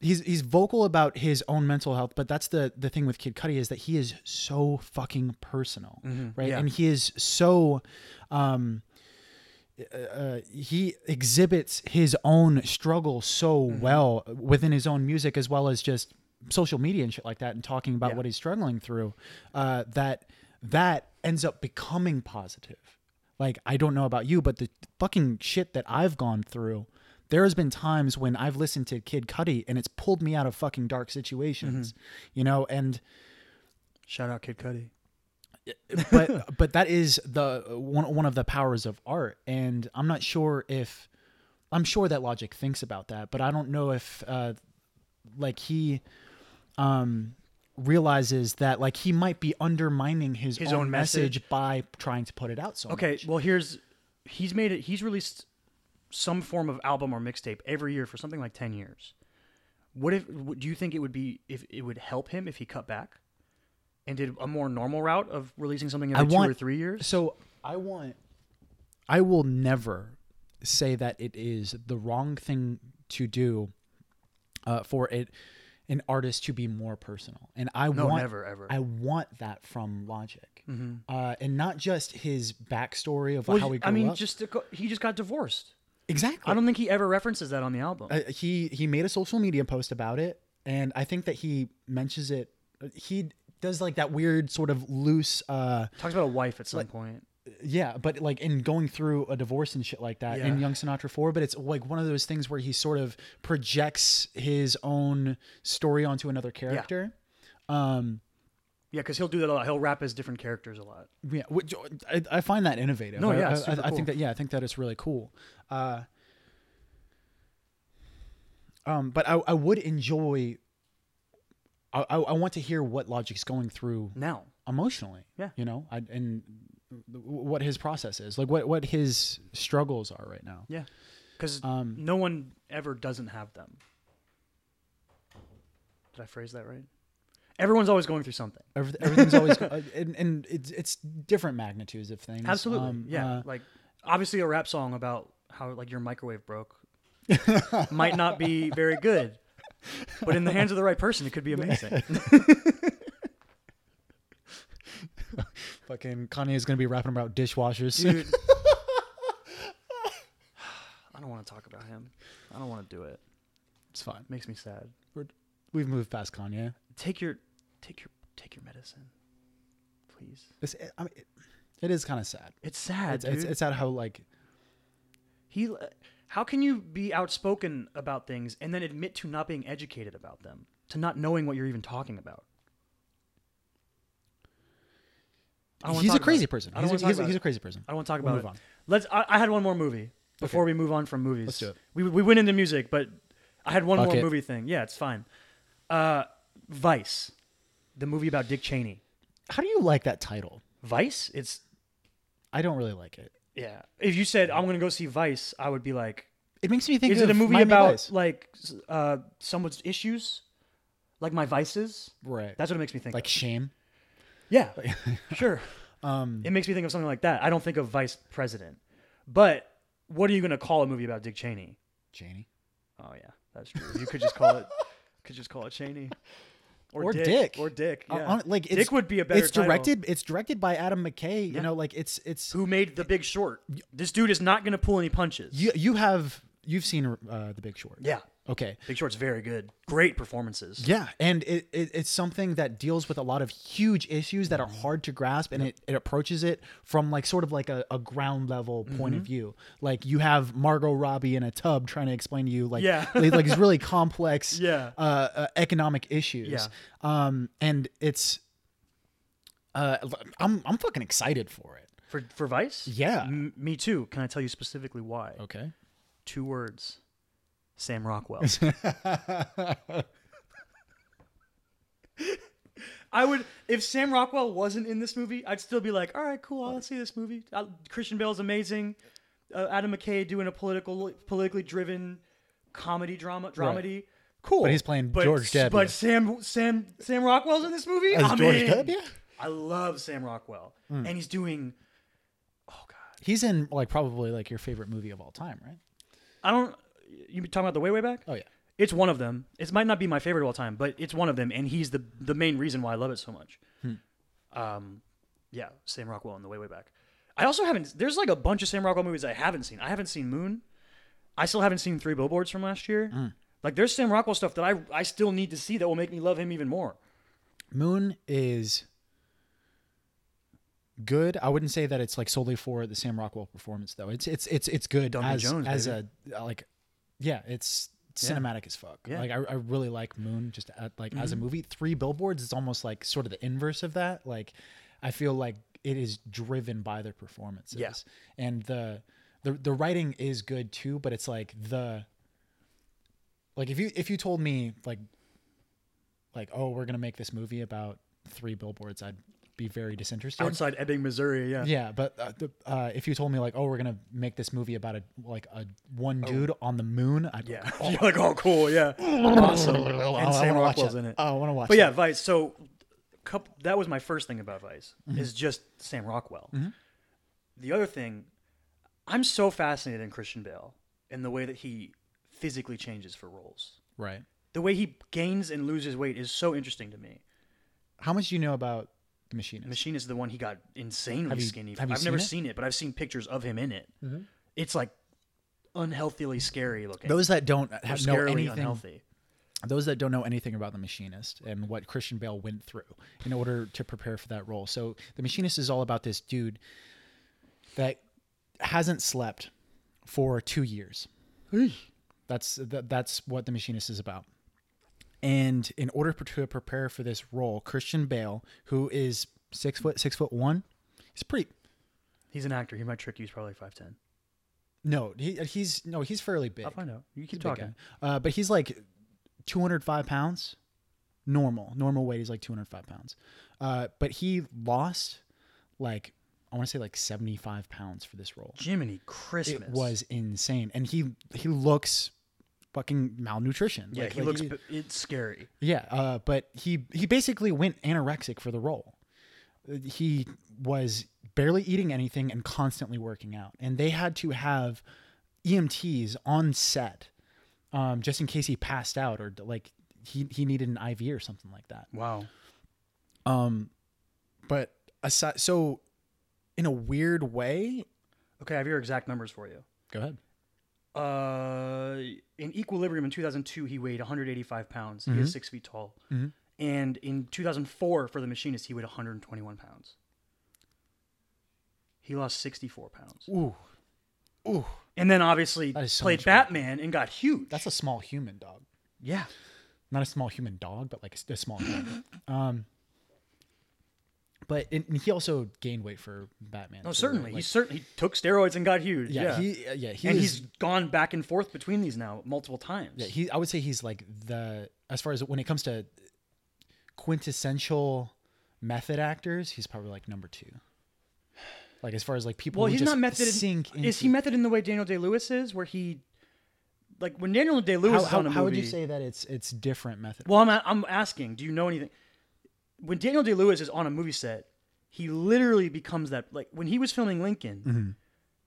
he's he's vocal about his own mental health, but that's the the thing with Kid Cudi is that he is so fucking personal, right?
Mm-hmm. yeah.
And he is so, um, uh, he exhibits his own struggle so well within his own music as well as just social media and shit like that, and talking about
Yeah.
what he's struggling through. Uh, that that ends up becoming positive. Like I don't know about you, but the fucking shit that I've gone through there has been times when I've listened to Kid Cudi and it's pulled me out of fucking dark situations, you know. And
Shout out Kid Cudi.
but but that is the one one of the powers of art, and I'm not sure if I'm sure that Logic thinks about that, but I don't know if uh, like he um realizes that like he might be undermining his,
His
own,
own
message,
message.
by trying to put it out so
Okay,
much.
well here's he's made it he's released some form of album or mixtape every year for something like 10 years. What if do you think it would be if it would help him if he cut back and did a more normal route of releasing something every
I want-
two or 3 years?
So I want, I will never say that it is the wrong thing to do uh, for it an artist to be more personal, and I
No,
want
never ever. Mm-hmm.
I want that from Logic, uh, and not just his backstory of how
Well,
he
I
grew
mean,
up.
just to co- he just got divorced.
exactly.
I don't think he ever references that on the album.
uh, he he made a social media post about it, and I think that he mentions it. He does like that weird sort of loose. Uh,
Talks about a wife at some point.
Yeah, but like in going through a divorce and shit like that
Yeah.
in Young Sinatra 4, but it's like one of those things where he sort of projects his own story onto another character. Um
Yeah, because he'll do that a lot. He'll rap as different characters a lot.
yeah, which I, I find that innovative.
No,
I-
yeah,
I,
it's
I,
super
I
cool.
think that yeah, I think that it's really cool. Uh um, but I, I would enjoy. I, I I want to hear what Logic's going through
Now,
emotionally.
Yeah.
You know, I, and what his process is, like what what his struggles are right now.
yeah, because
Um,
no one ever doesn't have them. Did I phrase that right? Everyone's always going through something.
Everyth- Everything's always, go- uh, and, and it's it's different magnitudes of things.
Absolutely.
Um,
yeah.
uh,
like obviously a rap song about how like your microwave broke might not be very good. But in the hands of the right person, it could be amazing.
fucking Kanye is gonna be rapping about dishwashers.
Dude. I don't want to talk about him. I don't want to do it.
It's fine.
Makes me sad.
We're, we've moved past Kanye.
Take your take your take your medicine. please.
It's, I mean, it, it is kind of sad.
It's sad,
It's, it's
dude.
it's sad how like
he. uh, How can you be outspoken about things and then admit to not being educated about them, to not knowing what you're even talking about? I don't wanna
he's
talk
a
about
crazy
it.
person.
I don't want to
He's, a, he's,
talk
a-
about
he's
it.
a crazy person.
I don't want to talk
We'll
about
move
it.
on.
Let's. I, I had one more movie before we move on from movies.
Let's do it.
We we went into music, but I had one
Fuck
more
it.
movie thing. Yeah, it's fine. Uh, Vice, the movie about Dick Cheney.
How do you like that title?
Vice. It's
I don't really like it.
yeah. If you said I'm gonna go see Vice, I would be like,
It makes me think.
is it
of
a movie
Miami
about
Vice.
like s- uh, someone's issues, like my vices?
right?
That's what it makes me think.
like
of.
shame.
yeah, sure.
Um,
It makes me think of something like that. I don't think of Vice President, but what are you gonna call a movie about Dick Cheney?
Janie
Oh yeah, that's true. You could just call it, could just call it Cheney,
Or Dick.
or Dick.
Uh,
Yeah.
hon- like it's,
Dick would be a better.
It's
title.
directed. It's directed by Adam McKay. You
Yeah.
know, like it's it's
Who made The Big Short? This dude is not going to pull any punches.
you you have you've seen uh, The Big Short.
yeah,
Okay.
Big Short's very good. Great performances.
Yeah, and it, it it's something that deals with a lot of huge issues that are
Mm-hmm.
hard to grasp, and it, it approaches it from like sort of like a, a ground level point
Mm-hmm.
of view. Like you have Margot Robbie in a tub trying to explain to you like
Yeah.
like, like these really complex
Yeah.
uh, uh, economic issues.
Yeah.
Um, and it's uh, I'm I'm fucking excited for it.
For for Vice.
Yeah.
M- me too. Can I tell you specifically why?
Okay.
Two words. Sam Rockwell. I would if Sam Rockwell wasn't in this movie, I'd still be like, all right, cool, I'll see this movie. Uh, Christian Bale's amazing. Uh, Adam McKay doing a political, politically driven comedy drama, dramedy. Cool.
But he's playing George W.
But Sam Sam Sam Rockwell's in this movie.
As
I'm
George Hmm.
in.
W?
I love Sam Rockwell, and he's doing. Oh God,
He's in like probably like your favorite movie of all time, right?
I don't. You talking about the way way back?
Oh yeah.
It's one of them. It might not be my favorite of all time, but it's one of them, and he's the the main reason why I love it so much. Um, yeah, Sam Rockwell in the way way back. I also haven't. There's like a bunch of Sam Rockwell movies I haven't seen. I haven't seen Moon. I still haven't seen Three Billboards from last year. Like there's Sam Rockwell stuff that I I still need to see that will make me love him even more.
Moon is good. I wouldn't say that it's like solely for the Sam Rockwell performance though. It's it's it's it's good
Duncan
as
Jones,
as a like yeah, it's cinematic as fuck.
Yeah. Mm-hmm.
Like I, I really like Moon just at, like as a movie. Three Billboards is almost like sort of the inverse of that. Like I feel like it is driven by their performances.
Yeah.
And the the the writing is good too, but it's like the like if you if you told me like like oh we're gonna make this movie about three billboards i'd be very disinterested
Outside Ebbing, Missouri, yeah.
yeah but uh, the, uh, if you told me like oh we're gonna make this movie about a like a one dude on the moon i'd
Oh. Yeah. You're like, oh, cool. Yeah. awesome. And Sam Rockwell's in it.
oh, i want to watch
But
that.
yeah, Vice. So, couple, that was my first thing about Vice
Mm-hmm.
is just Sam Rockwell. The other thing, I'm so fascinated in Christian Bale and the way that he physically changes for roles.
right
The way he gains and loses weight is so interesting to me.
how much do you know about the machinist
Machine is the one he got insanely
Have you-
skinny.
have you
I've never
seen it? Mm-hmm.
seen it, but I've seen pictures of him in it. It's like unhealthily scary looking.
those that don't
Or
have, know
scarily
anything
unhealthy.
those that don't know anything about the machinist and what christian bale went through in order to prepare for that role so the machinist is all about this dude that hasn't slept for two years that's that, that's what the machinist is about and in order p- to prepare for this role christian bale who is six foot six foot one he's pretty
He's an actor. He might trick you. He's probably five ten.
no he, he's no he's fairly big
I'll find out. You keep
Big
talking.
guy. Uh, but he's like 205 pounds, normal. Normal weight is like 205 pounds. Uh, but he lost like I want to say like 75 pounds for this role.
Jiminy Christmas.
It was insane, and he he looks fucking malnutrition.
Yeah,
Like-
he
like,
looks. b- it's scary.
yeah, uh, but he he basically went anorexic for the role. Uh, He was barely eating anything and constantly working out, and they had to have EMTs on set um, just in case he passed out or like he he needed an IV or something like that.
Wow.
Um, but aside, so in a weird way,
Okay, I have your exact numbers for you.
go ahead.
Uh, in Equilibrium in 2002, he weighed 185 pounds.
Mm-hmm.
He is six feet tall. And in 2004, for The Machinist, he weighed 121 pounds. He lost 64 pounds.
Ooh, ooh,
And then obviously
That is so
played
much weight.
Batman and got huge.
that's a small human dog.
yeah.
Not a small human dog, but like a s- a, small. human. Um, but it, and he also gained weight for Batman.
No,
too,
Oh, certainly.
like-
he certainly took steroids and got huge. Yeah.
yeah, he uh, yeah he
and
is-
he's gone back and forth between these now multiple times.
yeah, he I would say he's like the as far as when it comes to quintessential method actors, he's probably like number two. Like as far as like people,
well,
who
he's
just
not method.
Sink
is he
into-
method in the way Daniel Day Lewis is, where he, like when Daniel Day Lewis
How,
is
how,
on a movie?
how would you say that it's it's different method?
Well, I'm I'm asking. Do you know anything? When Daniel Day Lewis is on a movie set, he literally becomes that. Like when he was filming Lincoln,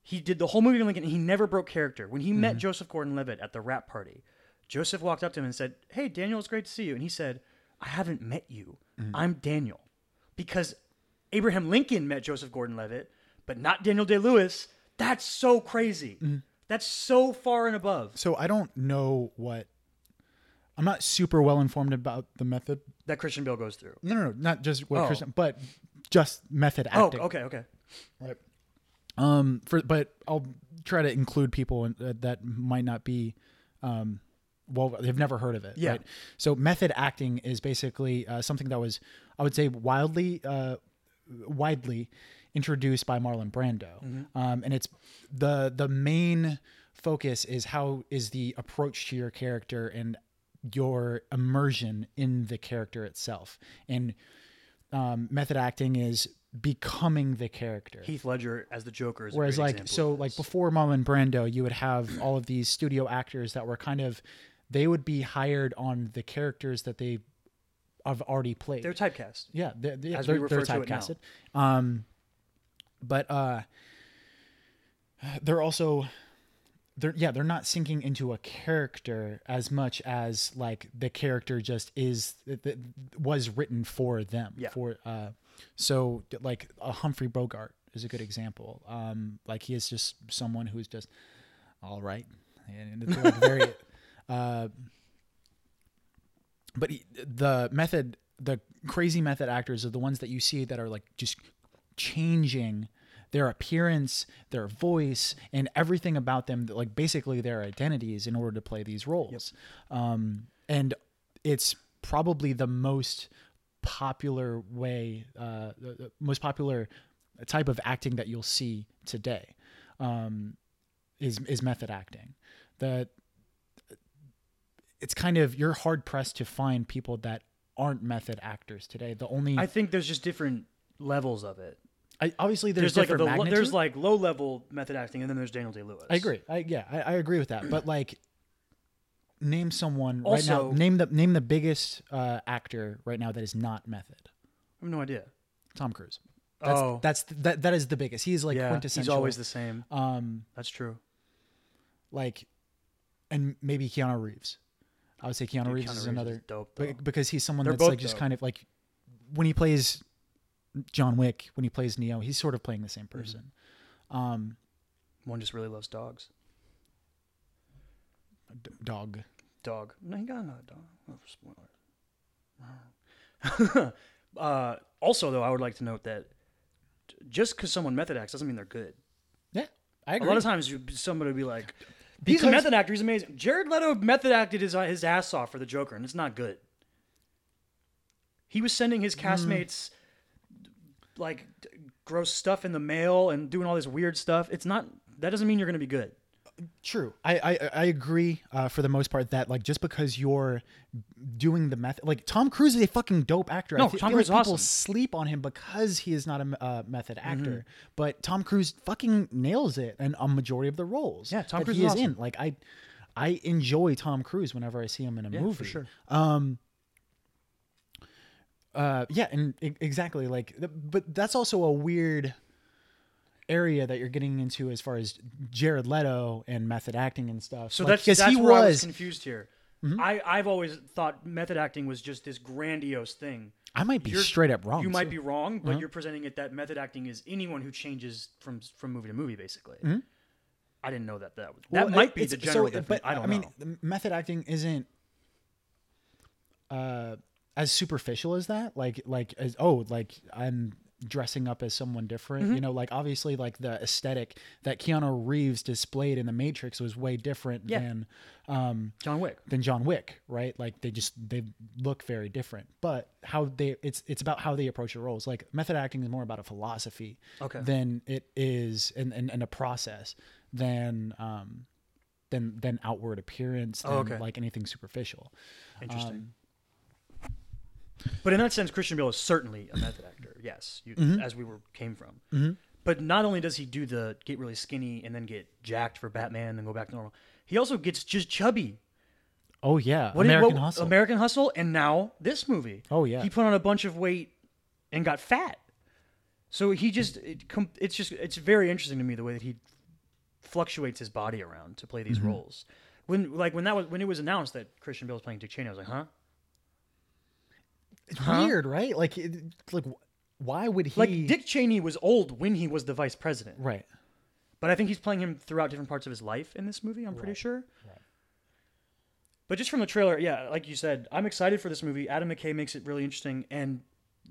he did the whole movie in Lincoln, and he never broke character. When he met Joseph Gordon-Levitt at the rap party, Joseph walked up to him and said, "Hey, Daniel, it's great to see you." And he said, "I haven't met you. I'm Daniel," because Abraham Lincoln met Joseph Gordon-Levitt, but not Daniel Day Lewis. That's so crazy. That's so far and above
So I don't know what I'm not super well informed about the method.
that Christian Bale goes through.
No, no, no not just what
Oh.
Christian, but just method
Oh,
acting.
okay, okay.
Right. Um, for but I'll try to include people in, uh, that might not be, um, well, they've never heard of it.
Yeah.
Right? So method acting is basically uh, something that was, I would say, wildly, uh, widely introduced by Marlon Brando, um, and it's the the main focus is how is the approach to your character and your immersion in the character itself and um, method acting is becoming the character
Heath Ledger as the Joker is
Whereas,
a great
like,
example
so,
of
like
this.
before Marlon Brando, you would have all of these studio actors that were kind of, they would be hired on the characters that they have already played.
they're typecast.
yeah, they're, they're,
as we
they're
refer to it now.
typecasted. Um, but uh, they're also, they're yeah, they're not sinking into a character as much as like the character just is th- th- was written for them.
Yeah.
For uh, so d- like a Humphrey Bogart is a good example. Um, like he is just someone who's just all right, and it's like very. Uh, but he, the method, the crazy method actors are the ones that you see that are like just changing their appearance, their voice, and everything about them, like basically their identities in order to play these roles. Um, and it's probably the most popular way, uh, the, the most popular type of acting that you'll see today um, is, is method acting. The, it's kind of, you're hard pressed to find people that aren't method actors today. The only,
I think there's just different levels of it.
I, obviously there's,
There's, like
different
the, lo-
magnitude.
there's like low level method acting, and then there's Daniel Day Lewis.
I agree. I yeah, I, I agree with that. But like, name someone right
Also-
now. Name the name the biggest uh, actor right now that is not method.
I have no idea.
Tom Cruise. That's,
oh,
that's that that is the biggest. He is like
yeah, he's
quintessential.
always the same.
um
That's true.
like, and maybe Keanu Reeves. I would say Keanu,
Dude,
Reeves
Keanu Reeves
is another
dope.
be-
though.
because he's someone
They're
that's like
both
just
dope.
kind of like when he plays John Wick, when he plays Neo, he's sort of playing the
Mm-hmm.
same person. Um,
One just really loves dogs.
d- dog.
Dog. No, he got another dog. Oh, spoiler. uh, also, though, I would like to note that j- just because someone method acts doesn't mean they're good.
Yeah, I
A
agree.
lot of times, you, somebody would be like, "He's a
Because-
method actor. He's amazing." Jared Leto method acted his his ass off for the Joker, and it's not good. He was sending
Mm.
his castmates like d- gross stuff in the mail and doing all this weird stuff. It's not. That doesn't mean you're going to be good.
True. I I, I agree uh, for the most part that like just because you're doing the method, like Tom Cruise is a fucking dope actor.
No,
I fe-
Tom
feel
Cruise
like
is
people
awesome. Mm-hmm.
sleep on him because he is not a uh, method actor. But Tom Cruise fucking nails it in a majority of the roles.
Yeah, Tom
that
Cruise
he
is
is
awesome.
in. Like I, I enjoy Tom Cruise whenever I see him in a
for
movie
sure.
Um. Uh, yeah, and e- exactly like, th- but that's also a weird area that you're getting into as far as Jared Leto and method acting and stuff.
So
Like,
that's
yes,
that's
he
where I was
was. Mm-hmm.
confused here. I I've always thought method acting was just this grandiose thing.
I might be
You're-
straight up wrong.
You might
too. Uh-huh.
be wrong, but you're presenting it that method acting is anyone who changes from from movie to movie, basically. I didn't know that. That, that
Mm-hmm. Well, it-
might be the
it's-
general.
so,
definition.
But
I don't
I mean,
know.
the method acting isn't uh, as superficial as that. Like, like as, oh, like I'm dressing up as someone different.
Mm-hmm.
You know, like obviously, like the aesthetic that Keanu Reeves displayed in The Matrix was way different
Yeah.
than um,
John Wick.
than John Wick, right? Like they just they look very different. But how they it's it's about how they approach the roles. Like method acting is more about a philosophy
Okay.
than it is and and, and a process than um than than outward appearance than
Oh, okay.
like anything superficial.
Interesting.
Um,
but in that sense, Christian Bale is certainly a method actor. Yes, you,
Mm-hmm.
as we were came from. But not only does he do the get really skinny and then get jacked for Batman and then go back to normal, he also gets just chubby.
Oh yeah.
What did-
American
what-
Hustle.
American Hustle, and now this movie.
Oh, yeah.
he put on a bunch of weight and got fat. So he just it com- it's just it's very interesting to me the way that he fluctuates his body around to play these
Mm-hmm.
roles. When like when that was when it was announced that Christian Bale was playing Dick Cheney, I was like, huh?
it's weird, right? Like it, like wh- why would he
Like Dick Cheney was old when he was the vice president,
Right.
but I think he's playing him throughout different parts of his life in this movie. I'm pretty sure. But just from the trailer, yeah, like you said, I'm excited for this movie. Adam McKay makes it really interesting, and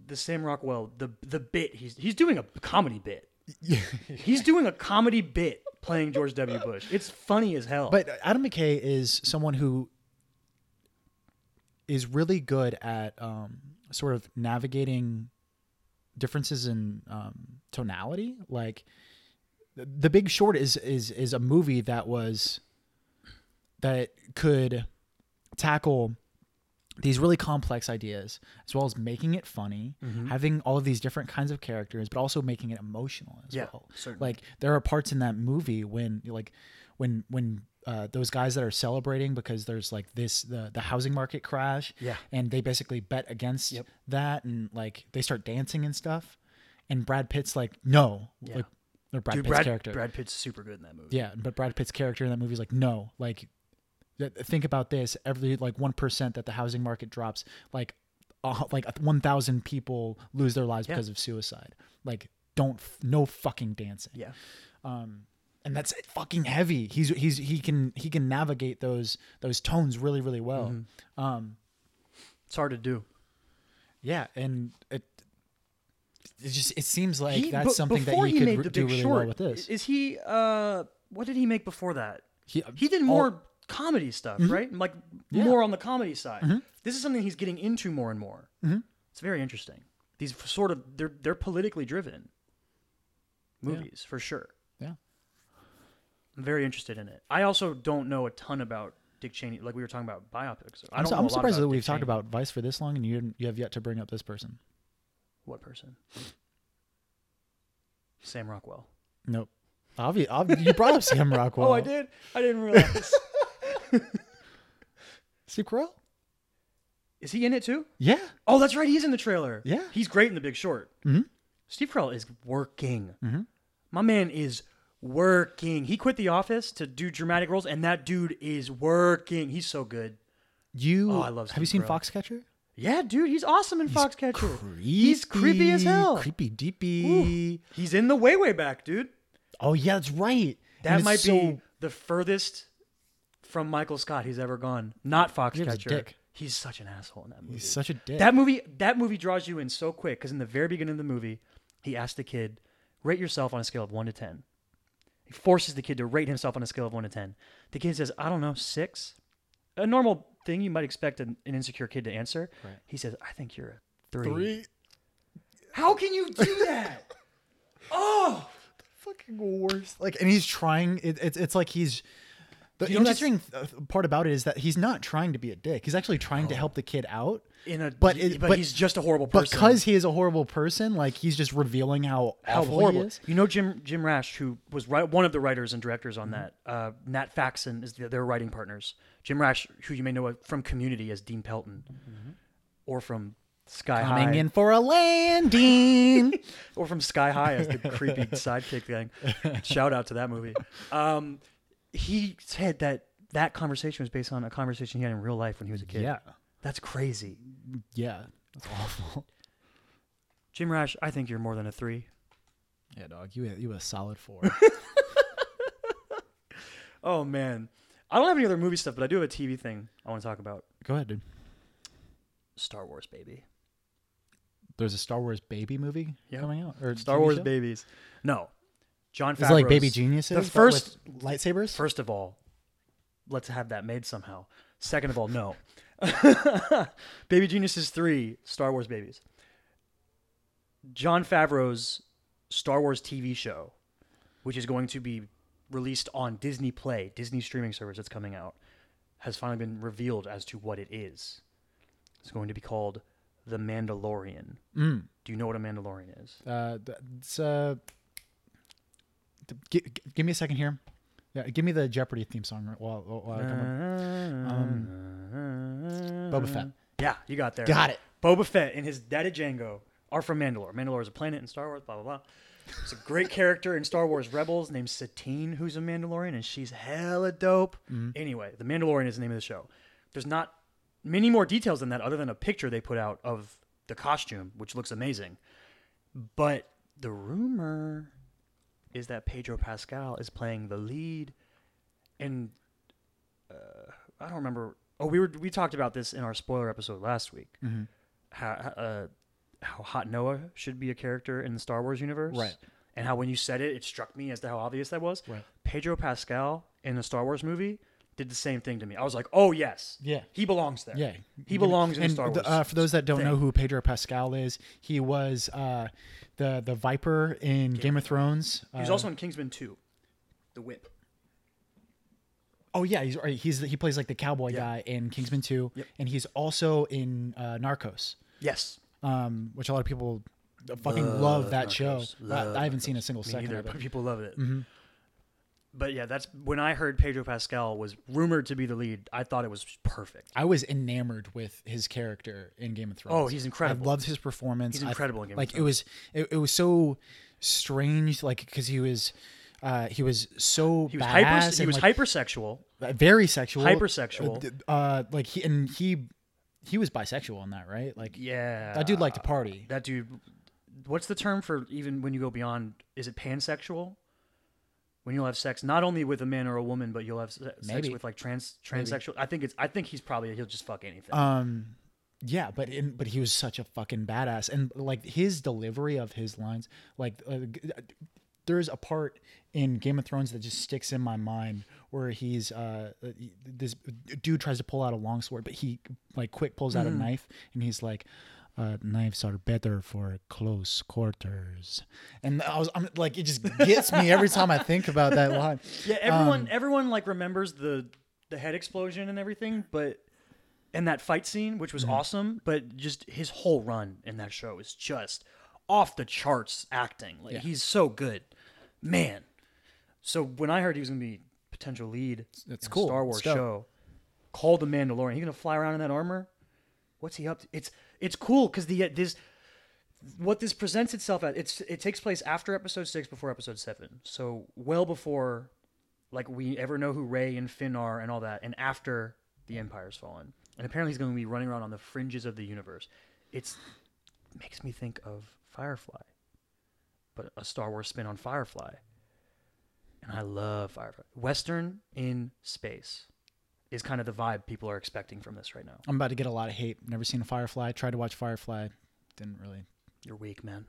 the Sam Rockwell, the the bit he's he's doing a comedy bit. he's doing a comedy bit playing George W. Bush. It's funny as hell.
But Adam McKay is someone who is really good at um, sort of navigating differences in um, tonality. Like The- The Big Short is is is a movie that was that could tackle these really complex ideas as well as making it funny having all of these different kinds of characters but also making it emotional as
Yeah,
well
certainly.
like there are parts in that movie when like when when uh, those guys that are celebrating because there's like this the the housing market crash
Yeah.
and they basically bet against that and like they start dancing and stuff and brad pitt's like no like or brad
Dude,
pitt's
Brad,
character
Brad Pitt's super good in that movie.
yeah, but Brad Pitt's character in that movie is like, no, like, th- think about this: every like one percent that the housing market drops, like, uh, like one thousand people lose their lives because of suicide. Like, don't f- no fucking dancing.
Yeah.
and that's fucking heavy. He's he's he can he can navigate those those tones really really well.
Mm-hmm. It's hard to do.
Yeah, and it. It just it seems like
He-
that's
but
something that
before
he, could
made
re-
The
do
Big
really
Short,
well with this.
Is he? Uh, what did he make before that?
He-
He did more comedy stuff,
Mm-hmm.
right? Like more on the comedy side. This is something he's getting into more and more.
Mm-hmm.
It's very interesting. These f- sort of they're they're politically driven movies for sure.
yeah,
I'm very interested in it. I also don't know a ton about Dick Cheney. Like we were talking about biopics. So I
I'm,
don't.
su-
know a
I'm
lot
surprised
about
that we've
Dick
talked
Cheney.
about Vice for this long, and you didn't- you have yet to bring up this person.
what person. Sam Rockwell.
Nope. Obvi- obvi- you brought up Sam Rockwell.
oh, I did. I didn't realize.
Steve Carell?
is he in it too?
Yeah.
Oh, that's right. He's in the trailer.
Yeah.
He's great in The Big Short.
Mhm.
Steve Carell is working.
Mm-hmm.
My man is working. He quit The Office to do dramatic roles, and that dude is working. He's so good.
You.
Oh, I love
Have you seen
Steve Carell.
Foxcatcher?
Yeah, dude, he's awesome in Foxcatcher. He's creepy as hell.
Creepy
Ooh.
deepy.
He's in the way way back, dude.
Oh yeah, that's right. And
That
it's
might
so-
be the furthest from Michael Scott he's ever gone. Not
He was a
Foxcatcher.
dick.
He's such an asshole in that movie.
He's such a dick.
That movie that movie draws you in so quick because in the very beginning of the movie, he asks the kid, rate yourself on a scale of one to ten. He forces the kid to rate himself on a scale of one to ten. The kid says, I don't know, six. A normal thing you might expect an, an insecure kid to answer. He says, I think you're a three. How can you do that? oh
Fucking worst. Like, and he's trying. It, it's it's like he's. The
You know, that's-
interesting uh, part about it is that he's not trying to be a dick. He's actually trying to help the kid out.
in a
But
but,
it-
but
but-
he's just a horrible person.
Because he is a horrible person, like he's just revealing how,
how
awful
horrible.
he is.
You know Jim Jim Rash, who was right, one of the writers and directors on
Mm-hmm.
that. Uh, Nat Faxon is the, their writing partners. Jim Rash, who you may know from Community as Dean Pelton, or from Sky
Mm-hmm. Coming
High,
in for a landing.
or from Sky High as the creepy sidekick thing. Shout out to that movie. Um, he said that that conversation was based on a conversation he had in real life when he was a kid.
yeah.
that's crazy.
Yeah. That's awful.
Jim Rash, I think you're more than a three.
Yeah, dog. You you a solid four.
Oh man, I don't have any other movie stuff, but I do have a TV thing I want to talk about.
Go ahead, dude.
Star Wars, baby.
there's a Star Wars baby movie
Yeah.
coming out or
Star
TV
Wars
show?
babies. No, John Favreau.
Is it like Baby Geniuses?
The
but
first,
with lightsabers.
first of all, let's have that made somehow. Second of all, no. Baby Geniuses three, Star Wars babies. John Favreau's Star Wars TV show, which is going to be released on Disney Play, Disney streaming service that's coming out, has finally been revealed as to what it is. It's going to be called The Mandalorian.
Mm.
Do you know what a Mandalorian is?
Uh, th- it's, uh, th- gi- gi- give me a second here. Yeah, give me the Jeopardy theme song right- while, while while I come
Uh,
up. Um, Boba Fett.
Yeah, you got there.
Got it.
Boba Fett and his daddy Django are from Mandalore. Mandalore is a planet in Star Wars, blah, blah, blah. It's a great character in Star Wars Rebels named Satine, who's a Mandalorian, and she's hella dope.
Mm-hmm.
Anyway, The Mandalorian is the name of the show. There's not many more details than that, other than a picture they put out of the costume, which looks amazing. But the rumor is that Pedro Pascal is playing the lead, and uh, I don't remember. Oh, we were we talked about this in our spoiler episode last week.
Mm-hmm.
How uh, how Hot Noah should be a character in the Star Wars universe,
Right.
And how when you said it, it struck me as to how obvious that was.
Right.
Pedro Pascal in the Star Wars movie did the same thing to me. I was like, oh yes,
Yeah.
he belongs there.
Yeah,
he belongs in
And
the Star Wars.
the- uh, for those that don't
thing.
know who Pedro Pascal is, he was uh, the the Viper in Game, of Thrones.
he was
Uh,
also in Kingsman Two, The Whip.
oh yeah, he's right, he's the, he plays like the cowboy
Yeah.
guy in Kingsman Two,
Yep.
and he's also in uh, Narcos,
Yes,
um, which a lot of people fucking love that show.
Narcos.
I-
Love
I, haven't seen a single
Me
second
neither,
of it. Mm-hmm.
but people love it. But yeah, that's when I heard Pedro Pascal was rumored to be the lead. I thought it was perfect.
I was enamored with his character in Game of Thrones.
Oh, he's incredible.
I loved his performance.
He's
I-
incredible in Game of
like it was, it, it was so strange, like because he was, uh, he was so
He was
badass
hyper.
and,
He was
like,
hypersexual.
very sexual,
Hypersexual.
Uh, d- Uh, like he and he, he was bisexual in that, right? Like
Yeah,
that dude liked to party.
That dude. What's the term for even when you go beyond? Is it pansexual? When you'll have sex not only with a man or a woman, but you'll have se- sex
Maybe.
with like trans transsexual. I think it's. I think he's probably he'll just fuck anything.
Um, yeah, but in, but he was such a fucking badass, and like his delivery of his lines, like uh, g- there's a part in Game of Thrones that just sticks in my mind where he's uh this dude tries to pull out a long sword, but he like quick pulls out a knife, and he's like. Uh, knives are better for close quarters, and I was I'm like it just gets me every time I think about that line.
Yeah, everyone everyone like remembers the the head explosion and everything, but and that fight scene, which was awesome, but just his whole run in that show is just off the charts acting. Like he's so good. Man. So when I heard he was gonna be potential lead
That's
in a
cool.
Star Wars
Let's go.
show, called the Mandalorian. He gonna fly around in that armor? What's he up to? It's it's cool because the uh, this what this presents itself at it's it takes place after episode six before episode seven so well before like we ever know who ray and finn are and all that and after the empire's fallen and apparently he's going to be running around on the fringes of the universe it's makes me think of firefly but a star wars spin on firefly and i love firefly western in space is kind of the vibe people are expecting from this right now
I'm about to get a lot of hate. Never seen a Firefly. Tried to watch Firefly, didn't really
you're weak man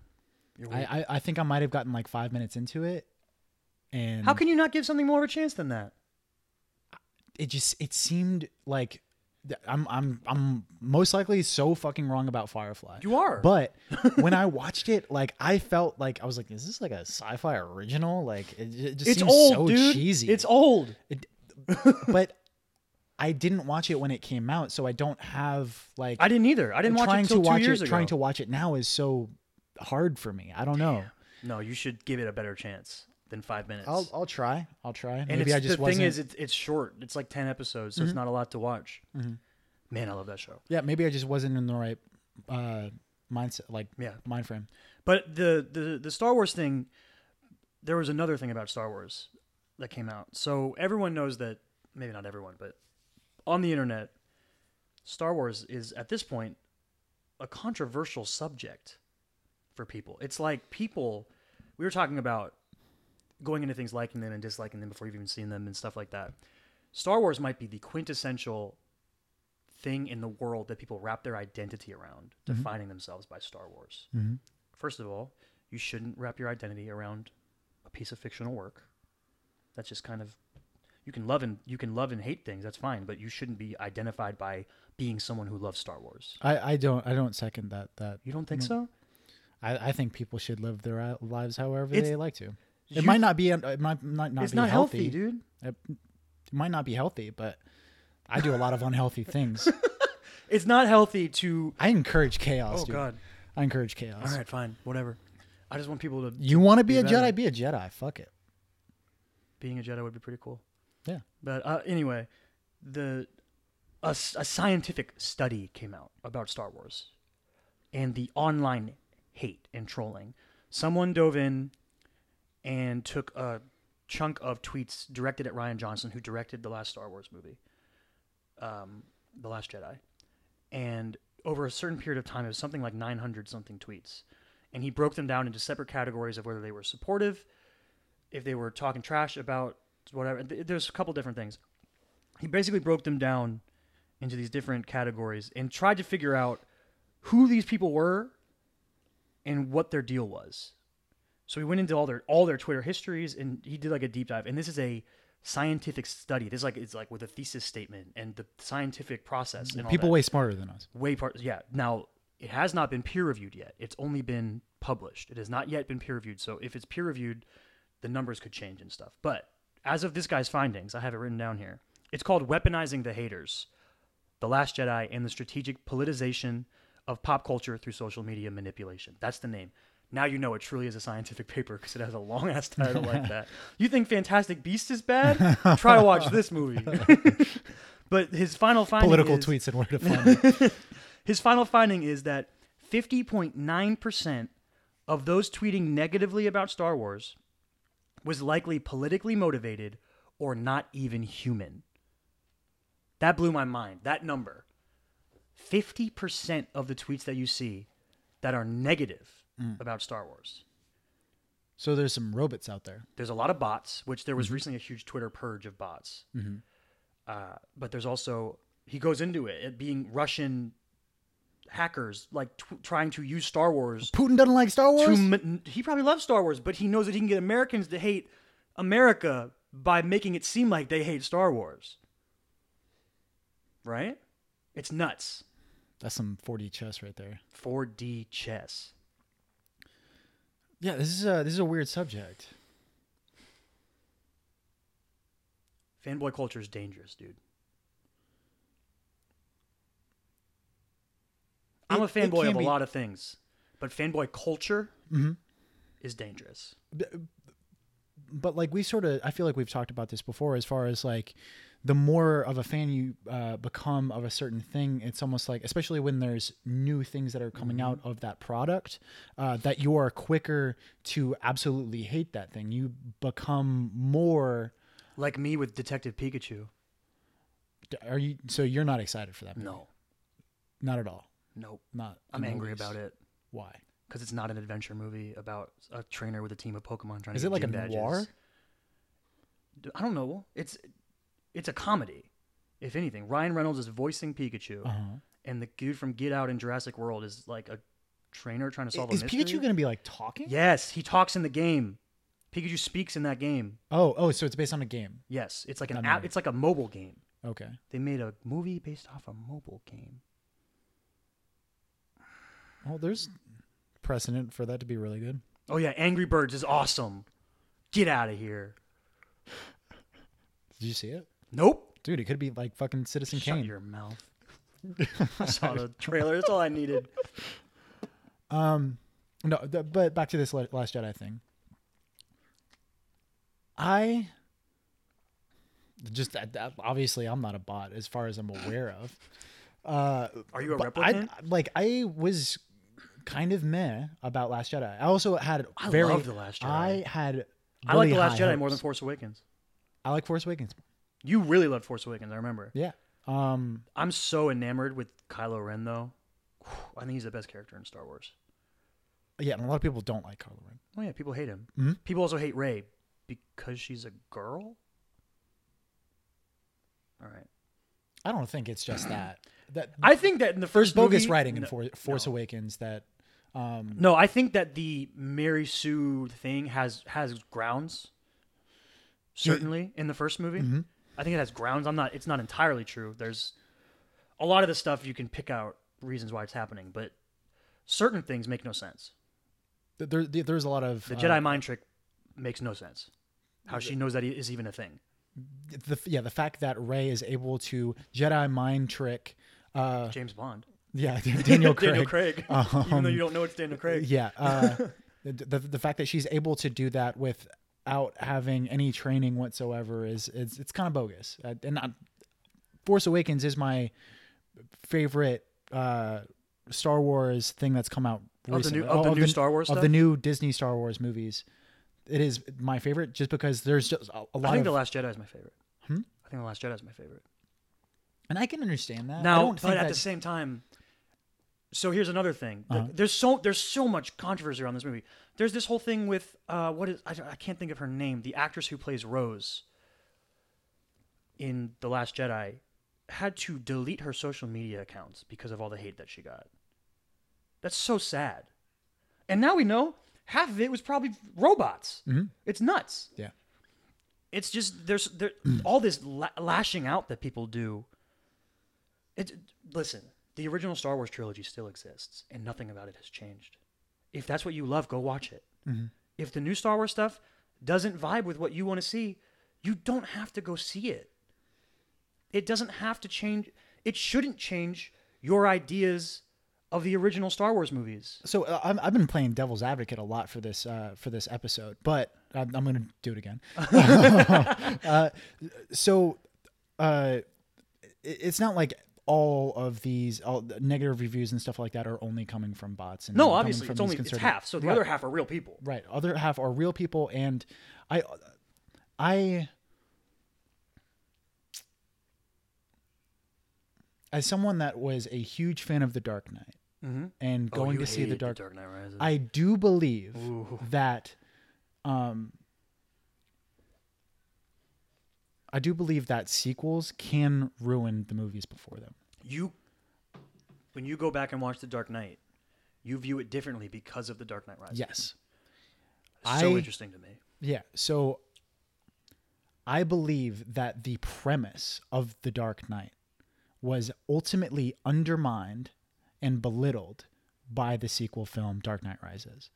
you're weak
I, I, I think I might have gotten like five minutes into it, and
how can you not give something more of a chance than that
it just it seemed like th- I'm I'm I'm most likely so fucking wrong about Firefly.
You are.
but when I watched it, like I felt like I was like, is this like a sci-fi original? Like it, it just
it's
seems
old,
so
dude.
cheesy.
It's old.
It- but I didn't watch it when it came out, so I don't have like
I didn't either. I didn't watch it
trying
until
to watch
two years
it.
ago.
Trying to watch it now is so hard for me. I don't know.
No, you should give it a better chance than five minutes.
I'll I'll try. I'll try.
and
Maybe
it's,
I just
the
wasn't. Mm-hmm.
thing is, it's, it's short. It's like ten episodes, so it's not a lot to watch. Man, I love that show.
Yeah, maybe I just wasn't in the right uh mindset like
Yeah.
mind frame.
But the, the the Star Wars thing, there was another thing about Star Wars that came out. So everyone knows that maybe not everyone, but on the internet, Star Wars is at this point a controversial subject for people. It's like people we were talking about going into things liking them and disliking them before you've even seen them and stuff like that. Star Wars might be the quintessential thing in the world that people wrap their identity around, defining themselves by Star Wars. First of all, you shouldn't wrap your identity around a piece of fictional work. That's just kind of you can love and you can love and hate things. That's fine, but you shouldn't be identified by being someone who loves Star Wars.
I, I don't I don't second that that
You don't think so?
I, I think people should live their uh, lives however
It's-
they like to. It
you-
might not be it might not, not
it's
be
not healthy,
healthy
dude.
It might not be healthy, but I do a lot of unhealthy things.
It's not healthy to.
I encourage chaos.
Oh
dude.
God.
I encourage chaos.
All right, fine, whatever. I just want people to
You want to be
Be
a
better.
Jedi? Be a Jedi. Fuck it.
being a Jedi would be pretty cool.
Yeah.
But uh, anyway, the a, s- a scientific study came out about Star Wars and the online hate and trolling. Someone dove in and took a chunk of tweets directed at Ryan Johnson, who directed the last Star Wars movie, um, The Last Jedi, and over a certain period of time, it was something like 900 something tweets. And he broke them down into separate categories of whether they were supportive, if they were talking trash about whatever. Th- There's a couple different things. He basically broke them down into these different categories and tried to figure out who these people were and what their deal was. So he went into all their all their Twitter histories and he did like a deep dive. And this is a scientific study. This is like it's like with a thesis statement and the scientific process. And all
People
that
way smarter than us.
way part yeah now it has not been peer reviewed yet it's only been published it has not yet been peer reviewed so if it's peer reviewed the numbers could change and stuff but as of this guy's findings i have it written down here it's called weaponizing the haters the last jedi and the strategic politicization of pop culture through social media manipulation that's the name now you know it truly is a scientific paper because it has a long ass title like that. You think Fantastic Beast is bad? Try to watch this movie. but his final finding
Political
is,
tweets and where to find them.
his final finding is that 50.9% of those tweeting negatively about Star Wars was likely politically motivated or not even human. That blew my mind, that number. 50% of the tweets that you see that are negative about Star Wars.
So there's some robots out there.
There's a lot of bots, which there was recently a huge Twitter purge of bots. Uh, but there's also, he goes into it, it being Russian hackers, like tw- trying to use Star Wars
Putin doesn't like Star
to
Wars.
ma- he probably loves Star Wars, but he knows that he can get Americans to hate America by making it seem like they hate Star Wars. Right? It's nuts.
That's some 4D chess right there.
4D chess.
Yeah, this is a this is a weird subject.
Fanboy culture is dangerous, dude. I'm
It-
a
it
fanboy
can
of a
be-
lot of things, but fanboy culture
Mhm.
is dangerous.
but like we sort of i feel like we've talked about this before as far as like the more of a fan you uh, become of a certain thing it's almost like especially when there's new things that are coming
Mm-hmm.
out of that product uh, that you are quicker to absolutely hate that thing you become more
Like me with Detective Pikachu.
are you so you're not excited for that movie?
No,
not at all
nope.
not
Mm. I'm
in the
angry
least.
about it.
why
because it's not an adventure movie about a trainer with a team of Pokemon trying
is
to.
it
get
like a
gym badges.
noir
D- I don't know. It's it's a comedy, if anything. Ryan Reynolds is voicing Pikachu,
uh-huh.
and the dude from Get Out and Jurassic World is like a trainer trying to solve
is
a mystery.
pikachu gonna be like talking
Yes, he talks in the game. Pikachu speaks in that game.
oh oh so it's based on a game
Yes, it's like an
Not
app.
movie.
It's like a mobile game.
okay
They made a movie based off a mobile game.
well there's precedent for that to be really good
Oh yeah, Angry Birds is awesome. Get out of here.
did you see it
Nope.
Dude, it could be like fucking Citizen
Shut
Kane.
your mouth. I saw the trailer. That's all I needed.
um, no, th- but back to this La- Last Jedi thing. I just that, that- obviously I'm not a bot as far as I'm aware of. Uh,
Are you a
but
replicant?
I, like I was kind of meh about Last Jedi. I also had
I
very
love The Last Jedi.
I had
I like
really
The Last
high
Jedi more than
hopes.
Force Awakens.
I like Force Awakens.
You really loved Force Awakens, I remember.
Yeah. Um,
I'm so enamored with Kylo Ren, though. I think he's the best character in Star Wars.
yeah, and a lot of people don't like Carlo Ren.
Oh, yeah, people hate him.
Mhm.
People also hate Rey because she's a girl? All right.
I don't think it's just that. That
I think that in the
there's
first
bogus
movie-
writing in
no,
For, Force Awakens that um,
No, I think that the Mary Sue thing has has grounds. Certainly, in the first movie, I think it has grounds. I'm not. It's not entirely true. There's a lot of the stuff you can pick out reasons why it's happening, but certain things make no sense.
Th- There, there- there's a lot of
The
uh,
Jedi mind trick makes no sense. How she knows that is even a thing.
the, yeah, the fact that Ray is able to Jedi mind trick. Uh,
James Bond.
yeah, Daniel Craig. Um,
Daniel Craig. even though you don't know it's Daniel Craig.
Yeah, uh, the, the the fact that she's able to do that without having any training whatsoever is it's it's kind of bogus. Uh, and I, Force Awakens is my favorite uh, Star Wars thing that's come out
the
recently. Oh,
new- of the new Star Wars
of the
stuff?
new Disney Star Wars movies. It is my favorite just because there's just a, a
I
lot
think
of
The Last Jedi is my favorite.
Hmm?
I think The Last Jedi is my favorite.
and I can understand that. I
Now, but
don't think
at
that- Uh-huh.
the same time, so here's another thing. Th- There's so there's so much controversy around this movie. There's this whole thing with uh, what is I, I can't think of her name. The actress who plays Rose in The Last Jedi had to delete her social media accounts because of all the hate that she got. That's so sad. And now we know half of it was probably robots. It's nuts
Mm-hmm. yeah.
it's just there's there all this la- lashing out that people do. It listen, the original Star Wars trilogy still exists, and nothing about it has changed. If that's what you love, go watch it.
Mm-hmm.
If the new Star Wars stuff doesn't vibe with what you want to see, you don't have to go see it. It doesn't have to change. It shouldn't change your ideas of the original Star Wars movies.
So uh, I'm, I've been playing devil's advocate a lot for this uh, for this episode, but I'm, I'm going to do it again. uh, so uh, it- it's not like all of these all the negative reviews and stuff like that are only coming from bots. And
No,
coming
obviously
from
it's
these
only it's
conservative-
half, so the other half are real people.
Right, other half are real people, and I, I. As someone that was a huge fan of The Dark Knight and
Oh,
going
you
to see The
hated
Dark
Dark Knight Rises.
I do believe that um I do believe that sequels can ruin the movies before them.
you when you go back and watch the dark knight you view it differently because of the dark knight rises
Yes.
so
I-
interesting to me
Yeah. So I believe that the premise of The Dark Knight was ultimately undermined and belittled by the sequel film Dark Knight Rises.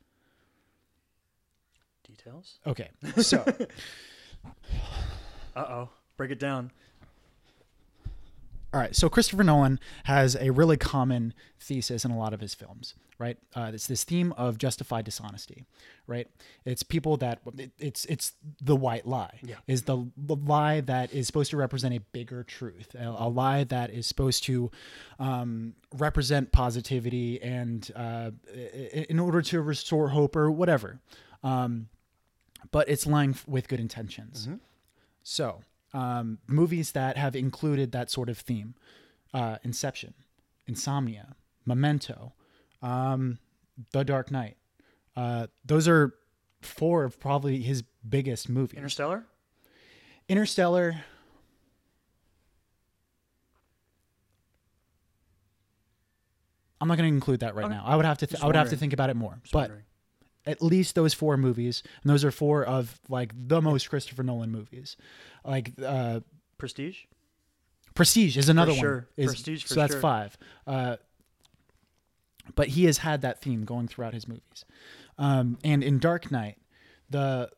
details
Okay. So
uh-oh break it down
All right, so Christopher Nolan has a really common thesis in a lot of his films, right? Uh, it's this theme of justified dishonesty, right? It's people that it, it's it's the white lie
Yeah.
is the, the lie that is supposed to represent a bigger truth, a, a lie that is supposed to um, represent positivity and uh, i- i- in order to restore hope or whatever, um, but it's lying f- with good intentions.
Mm-hmm.
So, um, movies that have included that sort of theme uh, Inception, Insomnia, Memento, um, The Dark Knight. Uh, those are four of probably his biggest movies.
interstellar
Interstellar. I'm not going to include that right now. I would have to. Th- I would have to
wondering.
think about it more.
Just
But
wondering.
at least those four movies, and those are four of like the most Christopher Nolan movies. Like uh,
prestige
Prestige is another one.
sure.
Is-
Prestige for
so that's
sure.
five. Uh, but he has had that theme going throughout his movies. Um, and in Dark Knight, the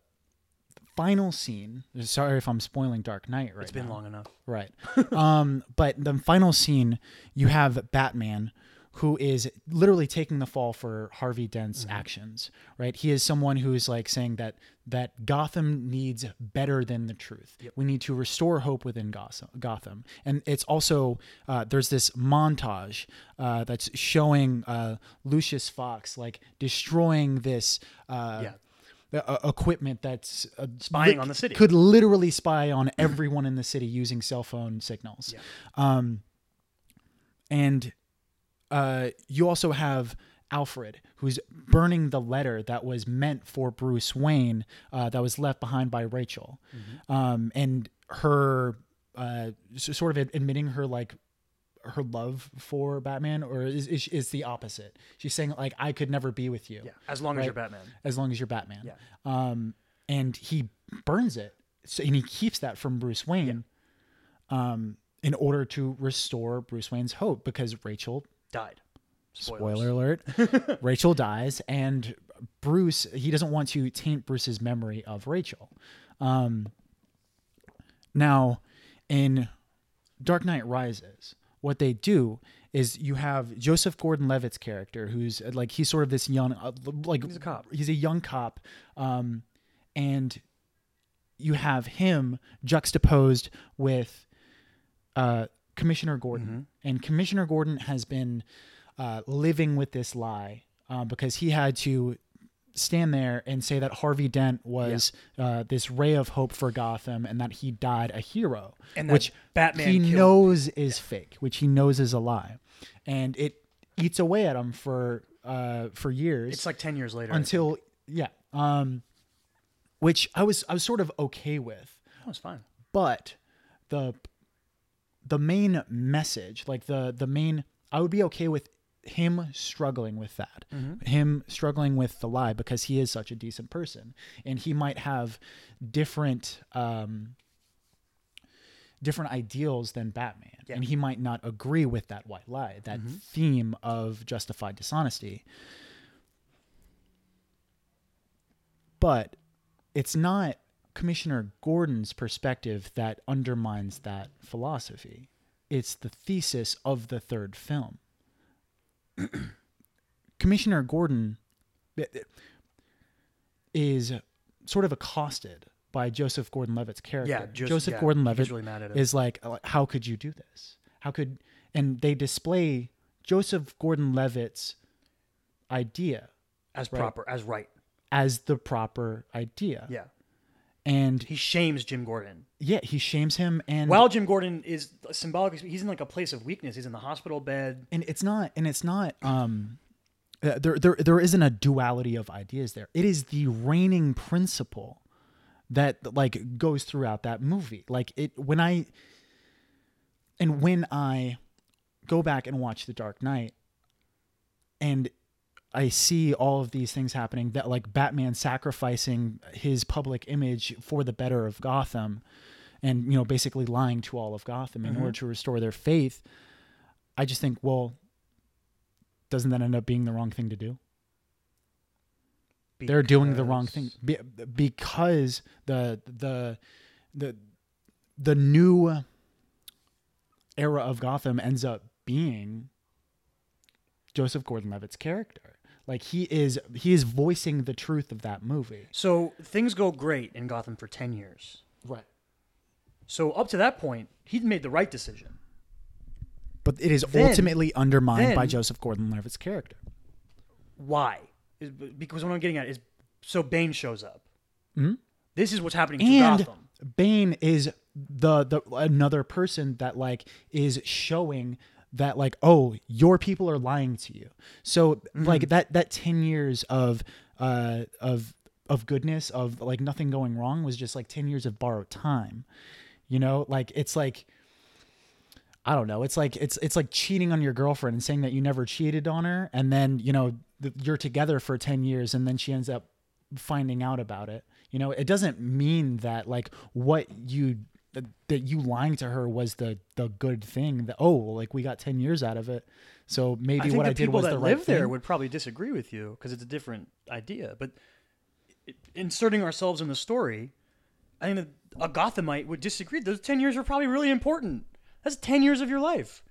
final scene. Sorry if I'm spoiling Dark Knight right
it's been
now.
long enough
Right. um, but the final scene, you have Batman, who is literally taking the fall for Harvey Dent's actions. Right. He is someone who is like saying that that Gotham needs better than the truth. We need to restore hope within Gotham. Gotham. And it's also uh, there's this montage uh, that's showing uh, Lucius Fox like destroying this. Uh,
Yeah.
uh, equipment that's uh,
Spying
lit-
on the city.
could literally spy on everyone in the city using cell phone signals. Um, and uh, you also have Alfred, who's burning the letter that was meant for
Mm-hmm.
Bruce Wayne, uh, that was left behind by Rachel, um, and her uh, s- sort of ad- admitting her like her love for Batman, or is is, is the opposite? She's saying like I could never be with you
Yeah, as long as you're Batman.
as long as you're Batman.
Yeah.
Um, and he burns it, so and he keeps that from Bruce Wayne, um, in order to restore Bruce Wayne's hope because Rachel
Died. Spoilers.
spoiler alert rachel dies and bruce he doesn't want to taint bruce's memory of rachel um now in dark knight rises what they do is you have joseph gordon-levitt's character who's uh, like he's sort of this young uh, like he's
a cop.
he's a young cop um and you have him juxtaposed with uh, Commissioner Gordon,
Mm-hmm.
and Commissioner Gordon has been uh, living with this lie uh, because he had to stand there and say that Harvey Dent was uh, this ray of hope for Gotham, and that he died a hero,
And that
which
Batman
he
killed-
knows is fake, which he knows is a lie, and it eats away at him for uh, for years
It's like 10 years later.
until yeah, um, which I was I was sort of okay with
Oh, it's fine.
but the the main message like the the main i would be okay with him struggling with that him struggling with the lie because he is such a decent person and he might have different um different ideals than batman and he might not agree with that white lie that theme of justified dishonesty but it's not Commissioner Gordon's perspective that undermines that philosophy. It's the thesis of the third film. Commissioner Gordon eh, is sort of accosted by Joseph Gordon-Levitt's character.
Yeah, Jos-
Joseph
yeah,
Gordon-Levitt
he's really mad at him.
is like, "Oh, "How could you do this? How could?" And they display Joseph Gordon-Levitt's idea
As
Right.
proper, as right.
as the proper idea.
Yeah.
And
He shames Jim Gordon.
yeah, he shames him and
While Jim Gordon is symbolic, he's in like a place of weakness. He's in the hospital bed.
and it's not and it's not um uh, there there there isn't a duality of ideas there. It is the reigning principle that like goes throughout that movie. Like it when I and when I go back and watch The Dark Knight and I see all of these things happening that like Batman sacrificing his public image for the better of Gotham and you know basically lying to all of Gotham in order to restore their faith. I just think, well, doesn't that end up being the wrong thing to do? They're doing the wrong thing
because-
be- because the the the the new era of Gotham ends up being Joseph Gordon-Levitt's character. Like he is he is voicing the truth of that movie.
So things go great in Gotham for 10 years.
Right.
So up to that point, he'd made the right decision.
But it is
Then-
ultimately undermined by
then-
Joseph Gordon-Levitt's character.
Why? Is- Because what I'm getting at is, so Bane shows up. This is what's happening to
Hmm? and
Gotham.
Bane is the the another person that like is showing that like oh your people are lying to you. So
Mm-hmm.
like that that 10 years of uh of of goodness of like nothing going wrong was just like 10 years of borrowed time. You know, like it's like I don't know. It's like it's it's like cheating on your girlfriend and saying that you never cheated on her, and then you know th- you're together for ten years, and then she ends up finding out about it. You know, it doesn't mean that like what you that, that you lying to her was the the good thing. That oh, well, like we got ten years out of it, so
I
maybe
think
what
the
I did
people
was
that
the right
live there
thing.
would probably disagree with you because it's a different idea. But i- inserting ourselves in the story, I think a Gothamite would disagree. Those ten years were probably really important. That's ten years of your life.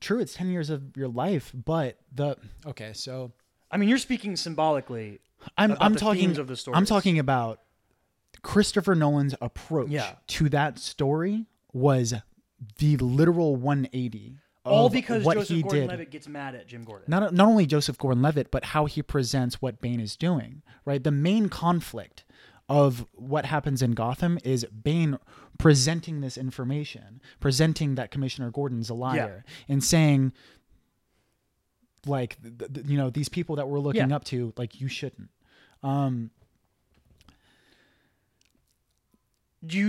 True, it's ten years of your life, but the okay, so
I mean, you're speaking symbolically.
I'm
about
I'm
the
talking
themes of the stories.
I'm talking about Christopher Nolan's approach
Yeah.
to that story was the literal 180.
all
of
because
what
Joseph
he did.
Gordon-Levitt gets mad at Jim Gordon.
Not not only Joseph Gordon-Levitt, but how he presents what Bane is doing. Right, the main conflict of what happens in Gotham is Bane presenting this information, presenting that Commissioner Gordon's a liar, and saying. Like th- th- you know, these people that we're looking
Yeah.
up to, like you shouldn't.
you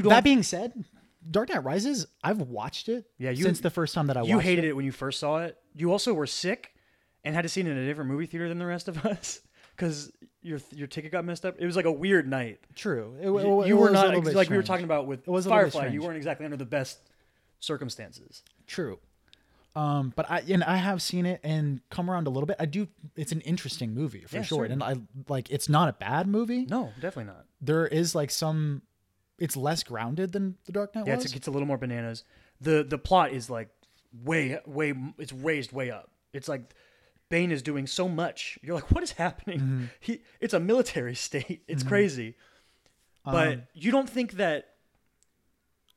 don't.
that being said, Dark Knight Rises, I've watched it
Yeah, you-
since the first time that I
You
watched
hated it when you first saw it. You also were sick and had to see it in a different movie theater than the rest of us because your your ticket got messed up. It was like a weird night.
True. It,
You,
it
you were
was a
not
little
ex-
bit
like we were
strange.
talking about with
It was a little bit
Firefly. You
strange.
weren't exactly under the best circumstances.
True. Um, but I and I have seen it and come around a little bit. I do. It's an interesting movie for
Yeah,
sure, and I like. It's not a bad movie.
No, definitely not.
There is like some. It's less grounded than The Dark Knight
Yeah,
was.
it's, it gets a little more bananas. the The plot is like way, way. It's raised way up. It's like Bane is doing so much. You're like, what is happening?
Mm-hmm.
He, it's a military state. It's crazy. But
Um,
you don't think that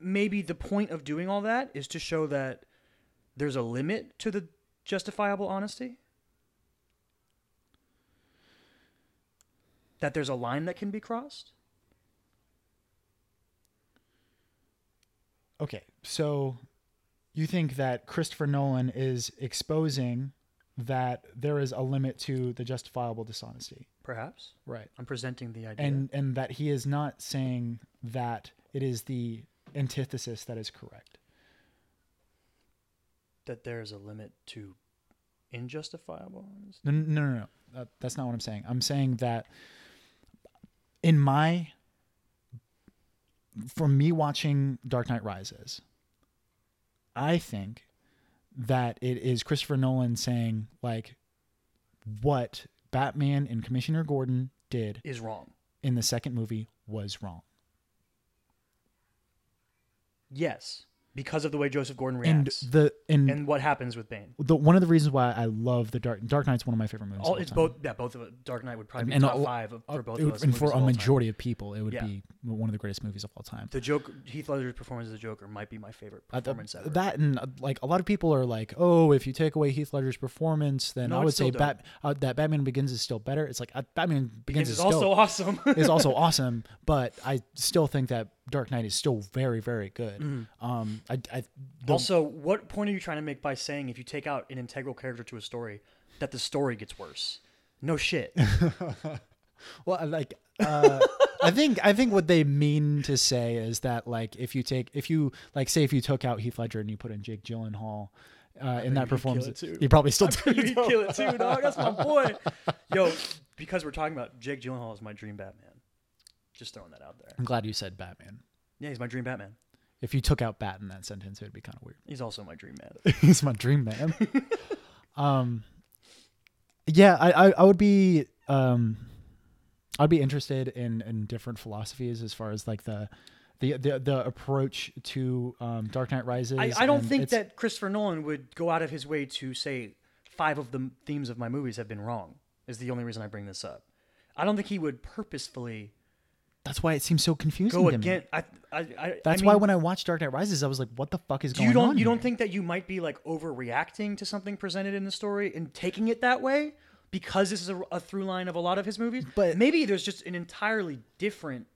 maybe the point of doing all that is to show that there's a limit to the justifiable honesty. That there's a line that can be crossed.
okay, so you think that Christopher Nolan is exposing that there is a limit to the justifiable dishonesty,
Perhaps
right?
I'm presenting the idea.
And and that he is not saying that it is the antithesis that is correct.
that there's a limit to injustifiable honesty.
No, no, no, no. That, that's not what I'm saying. I'm saying that in my, for me watching Dark Knight Rises, I think that it is Christopher Nolan saying, like, what Batman and Commissioner Gordon did
is wrong.
in the second movie was wrong.
Yes, because of the way Joseph Gordon
And
reacts and,
the, and,
what happens with Bane.
the, one of the reasons why I love the Dark, Dark Knight's one of my favorite movies.
All
of all
it's
time.
both yeah both of it- Dark Knight would probably be
And
top
all-
five of, for both
Uh, It
of
would-
us.
and for
movies of
a
all time.
majority of people, it would
Yeah.
be one of the greatest movies of all time.
the Joker Heath Ledger's performance as the Joker might be my favorite
I- th-
performance ever.
Uh, That and uh, like a lot of people are like, oh, if you take away Heath Ledger's performance, then
No,
I
it's
would say
still dope.
Bat- uh, that Batman Begins is still better. It's like uh, Batman
Begins
Begins,
is
is
also
still
awesome.
is also awesome, but I still think that Dark Knight is still very very good.
Mm-hmm.
Um, I, I the-
also, what point are you trying to make by saying if you take out an integral character to a story that the story gets worse? No shit.
well I like. Uh, I think I think what they mean to say is that like if you take if you like say if you took out Heath Ledger and you put in Jake Gyllenhaal uh, in that performance,
too.
you probably still do.
you kill it too, dog. That's my boy. Yo, because we're talking about Jake Gyllenhaal is my dream Batman. Just throwing that out there.
I'm glad you said Batman.
Yeah, he's my dream Batman.
If you took out Bat in that sentence, it would be kind of weird.
He's also my dream man.
He's my dream man. um, yeah, I, I, I would be um, I'd be interested in in different philosophies as far as like the the the, the approach to um, Dark Knight Rises.
I, I don't
and
think
it's-
that Christopher Nolan would go out of his way to say five of the m- themes of my movies have been wrong. Is the only reason I bring this up. I don't think he would purposefully
that's why it seems so confusing.
go
to me.
again. I, I, I,
That's
I
why
mean,
when I watched Dark Knight Rises, I was like, "What the fuck is going
you don't
on?"
you
here?
don't think that you might be like overreacting to something presented in the story and taking it that way because this is a, a through line of a lot of his movies
But-
maybe there's just an entirely different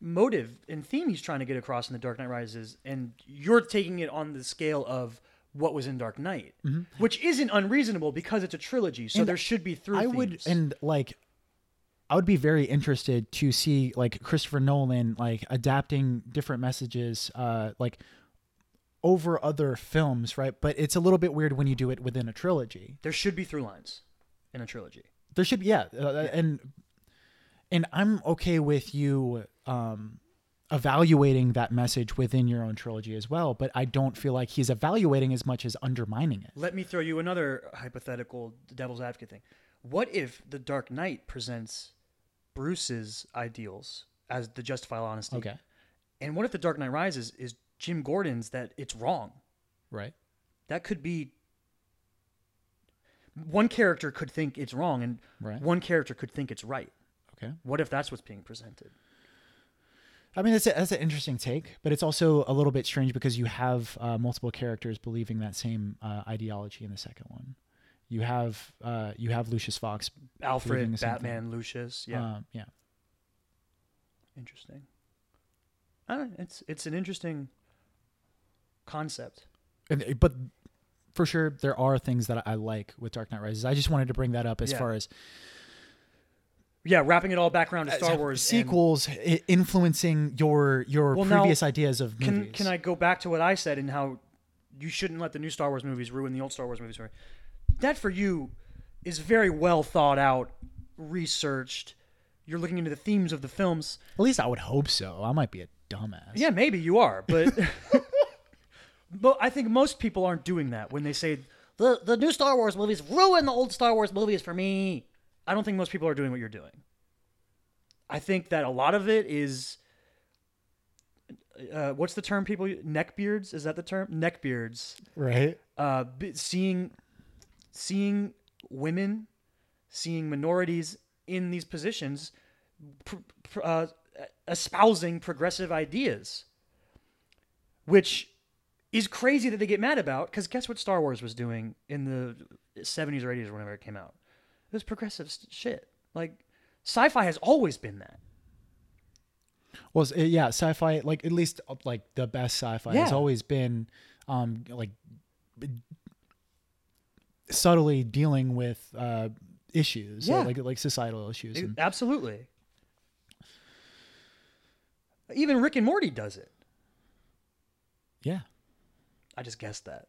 motive and theme he's trying to get across in the dark knight rises and you're taking it on the scale of what was in dark knight which isn't unreasonable because it's a trilogy so
Mm-hmm. And
there should be through
I would
themes.
and like I would be very interested to see like Christopher Nolan like adapting different messages uh like over other films, right? But it's a little bit weird when you do it within a trilogy.
there should be through lines in a trilogy
There should be yeah, uh, and and I'm okay with you um evaluating that message within your own trilogy as well, but I don't feel like he's evaluating as much as undermining it.
Let me throw you another hypothetical devil's advocate thing. What if the Dark Knight presents Bruce's ideals as the justifiable honesty?
Okay.
And what if the Dark Knight Rises is Jim Gordon's that it's wrong?
Right.
That could be one character could think it's wrong and
Right.
one character could think it's right.
Okay.
What if that's what's being presented?
I mean, that's, a, that's an interesting take, but it's also a little bit strange because you have uh, multiple characters believing that same uh, ideology in the second one. You have uh, you have Lucius Fox, Believing the
Alfred,
same
Batman, Lucius. Yeah.
um, yeah,
interesting. I don't it's it's an interesting concept.
And- uh, but for sure there are things that I like with Dark Knight Rises. I just wanted to bring that up as
Yeah.
far as
yeah, wrapping it all back around to Star Wars. and-
sequels i- influencing your your
Well, now,
previous ideas of movies.
Can can I go back to what I said and how you shouldn't let the new Star Wars movies ruin the old Star Wars movies? for- That for you is very well thought out, researched. You're looking into the themes of the films.
At least I would hope so. I might be a dumbass.
Yeah, maybe you are, but but I think most people aren't doing that when they say the the new Star Wars movies ruin the old Star Wars movies for me. I don't think most people are doing what you're doing. I think that a lot of it is uh, what's the term people u- neckbeards is that the term neckbeards
Right.
uh, b- seeing seeing women, seeing minorities in these positions, pr- pr- uh, espousing progressive ideas, which is crazy that they get mad about. Because guess what Star Wars was doing in the seventies or eighties or whenever it came out? It was progressive s- shit. Like sci-fi has always been that.
Well, s- eh, yeah, sci-fi like at least uh, like the best sci-fi has
Yeah.
always been um like b- subtly dealing with uh issues, so,
Yeah.
like like societal issues.
It-
and-
absolutely. Even Rick and Morty does it.
yeah.
I just guessed that.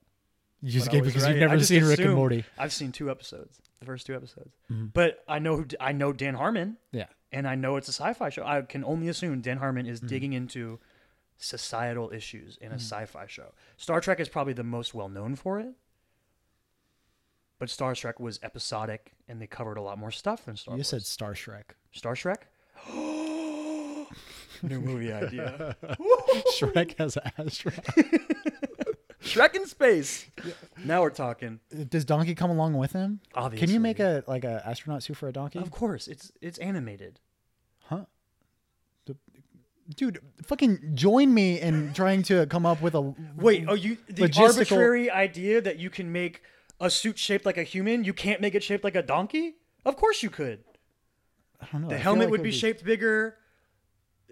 You just
but I
get
was
because
right.
you've
I
never
just
seen Rick and
assumed-
Morty. Mm-hmm.
I've seen two episodes, the first two episodes. But I know who I know Dan Harmon,
Yeah.
and I know it's a sci-fi show. I can only assume Dan Harmon
Mm-hmm.
is digging into societal issues in a sci-fi show. Star Trek is probably the most well known for it, but Star Trek was episodic, and they covered a lot more stuff than Star
You
Wars.
said Star Shrek.
Star Trek. New movie idea.
Shrek has an astronaut.
Shrek in space. Now we're talking.
Does Donkey come along with him?
Obviously.
Can you make a like a astronaut suit for a donkey?
Of course, it's it's animated.
Huh? The- Dude, fucking join me in trying to come up with a
Wait, oh you the
Logistical-
arbitrary idea that you can make a suit shaped like a human, you can't make it shaped like a donkey? Of course you could.
I don't know. I
The
feel
helmet
like
would
it
be shaped bigger.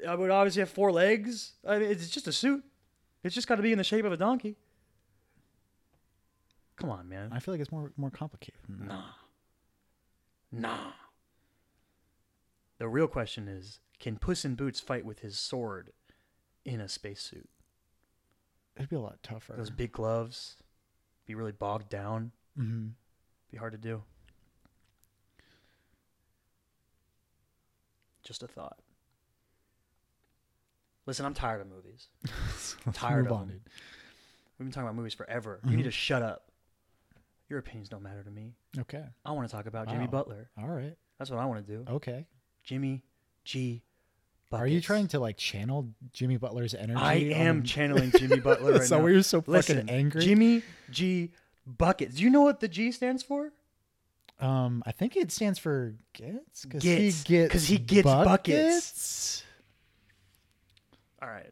I would obviously have four legs. I mean, it's just a suit. It's just got to be in the shape of a donkey. Come on, man.
I feel like it's more more complicated. than that.
Nah. The real question is, can Puss in Boots fight with his sword in a spacesuit?
It'd be a lot tougher.
Those big gloves be really bogged down.
hmm
Be hard to do. Just a thought. Listen, I'm tired of movies. tired
move
of
on,
them.
dude.
We've been talking about movies forever.
Mm-hmm.
You need to shut up. Your opinions don't matter to me.
Okay.
I want to talk about Jimmy
Wow.
Butler.
All right.
That's what I want to do.
Okay.
Jimmy G. Buckets.
Are you trying to like channel Jimmy Butler's energy?
I
on
am
the-
channeling Jimmy Butler right
Is that
now.
why you're so fucking
Listen,
angry?
Jimmy G. Buckets. Do you know what the G stands for?
um, I think it stands for gets because
Gets,
he gets
'cause he gets
buckets.
All right.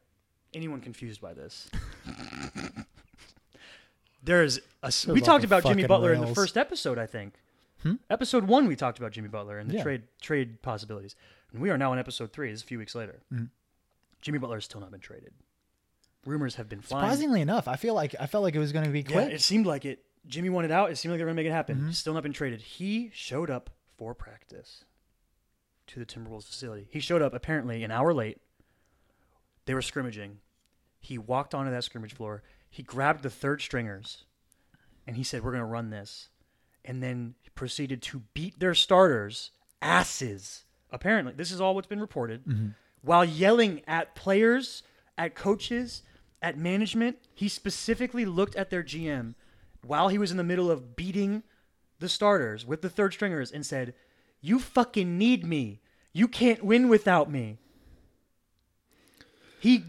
Anyone confused by this? There's a. s- We
off
talked
the
about Jimmy
fucking
Butler in the
rails.
first episode, I think. Episode one, we talked about Jimmy Butler and the
Yeah.
trade trade possibilities, and we are now on episode three. This is a few weeks later. Jimmy Butler has still not been traded. Rumors have been flying.
Surprisingly enough, I feel like I felt like it was going to be
Yeah,
quick. Mm-hmm.
it seemed like it. Jimmy wanted out. It seemed like they were gonna make it happen. He's still not been traded. He showed up for practice to the Timberwolves facility. He showed up apparently an hour late. They were scrimmaging. He walked onto that scrimmage floor. He grabbed the third stringers, and he said, "We're gonna run this," and then proceeded to beat their starters asses. Apparently, this is all what's been reported. While yelling at players, at coaches, at management, he specifically looked at their GM while he was in the middle of beating the starters with the third stringers and said, "You fucking need me. You can't win without me." He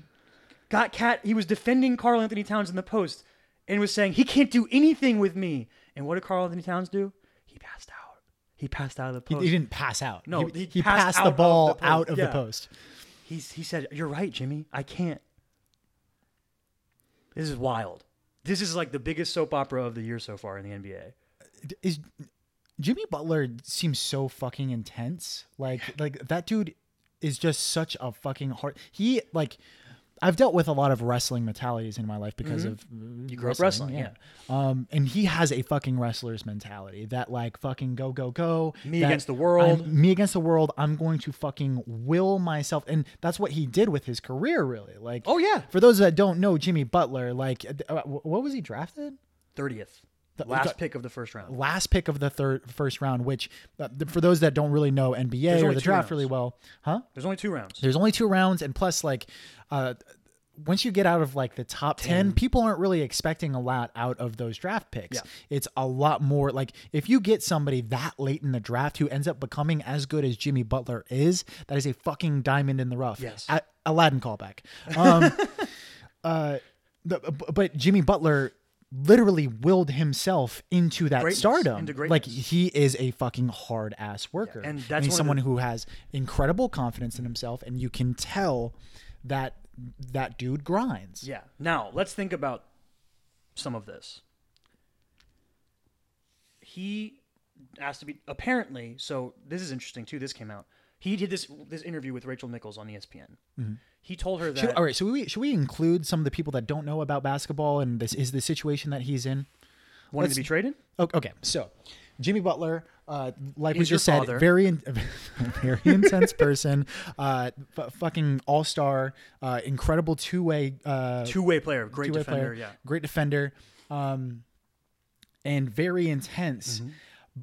got cat. He was defending Carl Anthony Towns in the post and was saying he can't do anything with me. And what did Carl Anthony Towns do? He passed out. He passed out of the
He,
post.
he didn't pass out.
No,
he,
he
he
passed
passed
out
the
of
ball
the post.
out of
Yeah.
the post.
He's, he said, You're right, Jimmy. I can't. This is wild. This is like the biggest soap opera of the year so far in the NBA.
D- Is Jimmy Butler seems so fucking intense. Like like that dude is just such a fucking hard. He like I've dealt with a lot of wrestling mentalities in my life because of
Mm-hmm. You grew up wrestling,
Um, and he has a fucking wrestler's mentality that like fucking go go go
Me
that
against the world.
I'm- me against the world. I'm going to fucking will myself, and that's what he did with his career really. Like
Oh, yeah.
for those that don't know Jimmy Butler, like uh, wh- what was he drafted?
Thirtieth,
The-
last pick of the first round.
Last pick of the third first round, which uh, th- for those that don't really know NBA or
only
the
two
draft
rounds.
really well, huh?
There's only two rounds.
There's only two rounds, and plus, like, uh, once you get out of like the top 10, people aren't really expecting a lot out of those draft picks.
Yeah.
It's a lot more like if you get somebody that late in the draft who ends up becoming as good as Jimmy Butler is, that is a fucking diamond in the rough.
Yes.
A- Aladdin callback. Um, uh, the, b- but Jimmy Butler literally willed himself into that
Greatness,
stardom.
into
like
greatness.
he is a fucking hard ass worker,
and that's
and
one of
he's
the-
someone who has incredible confidence in himself, and you can tell that that dude grinds.
Yeah. Now let's think about some of this. He asked to be apparently. So this is interesting too. This came out. He did this this interview with Rachel Nichols on E ESPN.
Mm-hmm.
He told her that
Should- all right, so we should we include some of the people that don't know about basketball and this is the situation that he's in?
wanted to
let's-
be traded.
O- Okay, so Jimmy Butler, uh, like
He's
we just
your
said,
father.
very in- very intense person, uh, f- fucking all star, uh, incredible two way uh,
Two way player, great
two-way
defender.
player,
Yeah.
great defender, um, and very intense.
Mm-hmm.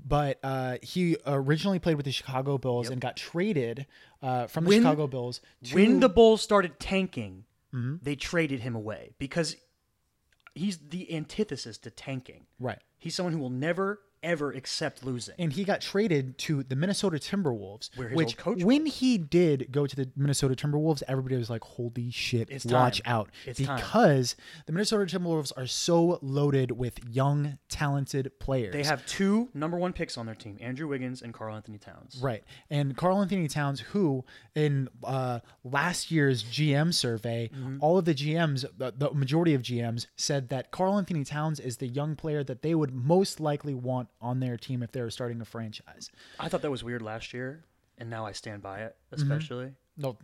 But uh, he originally played with the Chicago Bulls and got traded uh, from the
When-
Chicago Bulls to
when the Bulls started tanking,
Mm-hmm.
they traded him away because he's the antithesis to tanking.
right,
He's someone who will never ever accept losing.
and he got traded to the Minnesota Timberwolves,
Where his
which
old coach
when he did go to the Minnesota Timberwolves, everybody was like, "Holy shit,
It's
watch
time.
out!"
It's time.
because the Minnesota Timberwolves are so loaded with young, talented players.
They have two number one picks on their team, Andrew Wiggins and Carl Anthony Towns.
Right. And Carl Anthony Towns, who in uh, last year's GM survey,
Mm-hmm.
all of the GMs, the, the majority of GMs, said that Carl Anthony Towns is the young player that they would most likely want on their team if they were starting a franchise.
I thought that was weird last year, and now I stand by it,
Mm-hmm.
especially.
No,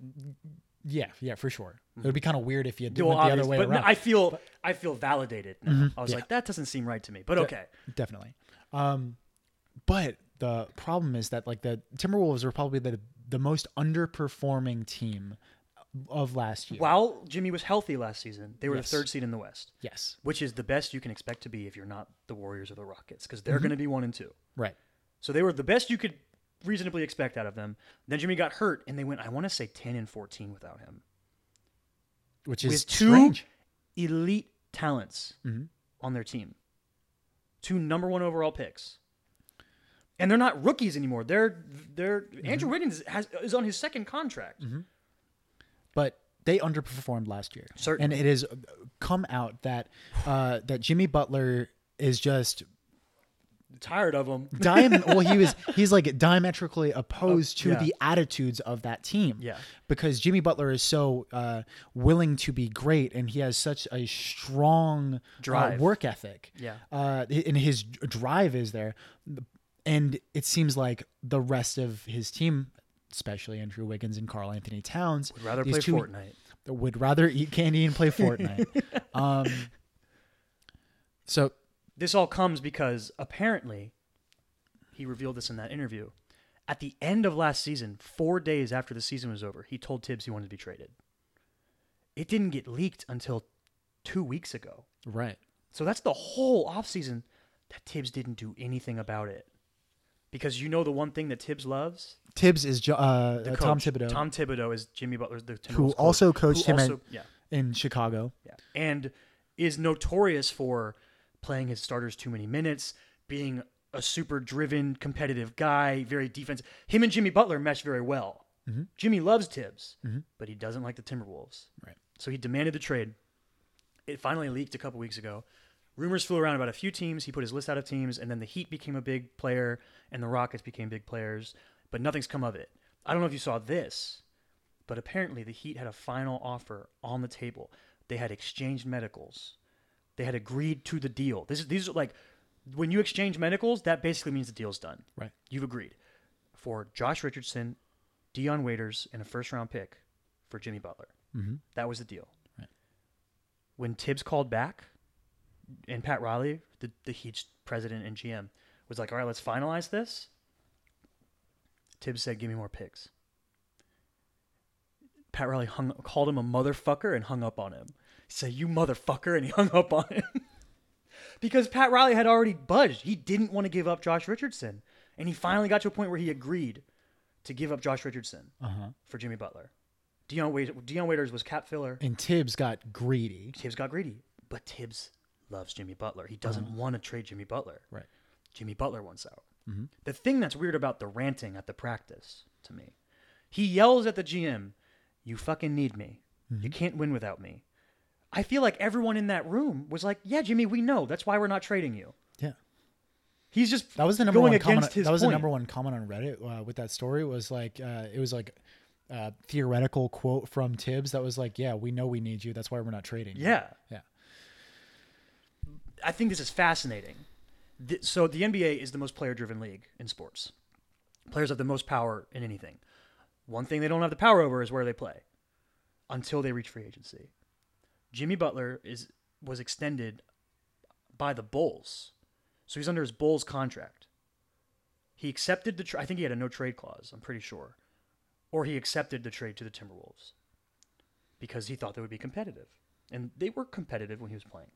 yeah, yeah, for sure. It would be kind of weird if you did
Mm-hmm. Well,
it the other
obvious-
way
but no,
around. Mm-hmm.
I feel I feel validated. Now. I was like, that doesn't seem right to me, but okay.
definitely. Um, but the problem is that like the Timberwolves were probably the the most underperforming team of last year.
While Jimmy was healthy last season, they were
Yes.
the third seed in the West,
Yes.
which is the best you can expect to be if you're not the Warriors or the Rockets, because
Mm-hmm.
they're going to be one and two.
Right.
So they were the best you could reasonably expect out of them. Then Jimmy got hurt, and they went, I want to say ten and fourteen without him.
Which is
with two
strange.
elite talents on their team. Two number one overall picks. And they're not rookies anymore. They're they're Andrew Wiggins has is on his second contract.
but they underperformed last year.
Certainly.
and it has come out that uh, that Jimmy Butler is just
Tired of him.
dime. well, he was he's like diametrically opposed to
yeah.
the attitudes of that team.
Yeah.
because Jimmy Butler is so uh, willing to be great, and he has such a strong uh,
Drive.
work ethic.
Yeah.
uh, and his drive is there, and it seems like the rest of his team. Especially Andrew Wiggins and Carl Anthony Towns.
Would rather
these
play
two
Fortnite.
would rather eat candy and play Fortnite. um, so
This all comes because apparently he revealed this in that interview. At the end of last season, four days after the season was over, he told Tibbs he wanted to be traded. It didn't get leaked until two weeks ago.
right,
So that's the whole offseason that Tibbs didn't do anything about it. Because you know the one thing that Tibbs loves?
Tibbs is jo- uh,
The
uh, Tom
coach.
Thibodeau,
Tom Thibodeau is Jimmy Butler's the Timberwolves
who
coach,
also coached
who
him
also-
at,
yeah,
in Chicago.
yeah. And is notorious for playing his starters too many minutes, being a super driven, competitive guy, very defensive. Him and Jimmy Butler mesh very well. Jimmy loves Tibbs, but he doesn't like the Timberwolves.
Right.
So he demanded the trade. It finally leaked a couple weeks ago. Rumors flew around about a few teams. He put his list out of teams, and then the Heat became a big player, and the Rockets became big players, but nothing's come of it. I don't know if you saw this, but apparently the Heat had a final offer on the table. They had exchanged medicals. They had agreed to the deal. This is these are like when you exchange medicals, that basically means the deal's done.
Right.
You've agreed for Josh Richardson, Dion Waiters, and a first round pick for Jimmy Butler. Mm-hmm. That was the deal. when Tibbs called back, and Pat Riley, the the Heat's president and GM, was like, "All right, let's finalize this." Tibbs said, "Give me more picks." Pat Riley hung called him a motherfucker and hung up on him. He said, "You motherfucker," and he hung up on him because Pat Riley had already budged. He didn't want to give up Josh Richardson, and he finally got to a point where he agreed to give up Josh Richardson for Jimmy Butler. Deion, Wait- Deion Waiters was cap filler.
And Tibbs got greedy.
Tibbs got greedy, but Tibbs loves Jimmy Butler. He doesn't want to trade Jimmy Butler.
Uh-huh. Right. Mm-hmm.
Jimmy Butler wants out. The thing that's weird about the ranting at the practice to me, he yells at the GM, "You fucking need me.
Mm-hmm.
You can't win without me." I feel like everyone in that room was like, "Yeah, Jimmy, we know. That's why we're not trading you."
Yeah.
He's just
That was the number
going
one
against
comment.
his
That was
point.
the number one comment on Reddit uh, with that story. Was like uh, it was like uh, theoretical quote from Tibbs that was like, "Yeah, we know we need you. That's why we're not trading." you."
Yeah.
Yeah.
I think this is fascinating. Th- So the NBA is the most player-driven league in sports. Players have the most power in anything. One thing they don't have the power over is where they play until they reach free agency. Jimmy Butler is was extended by the Bulls. So he's under his Bulls contract. He accepted the tra- I think he had a no trade clause, I'm pretty sure. Or he accepted the trade to the Timberwolves because he thought they would be competitive. And they were competitive when he was playing.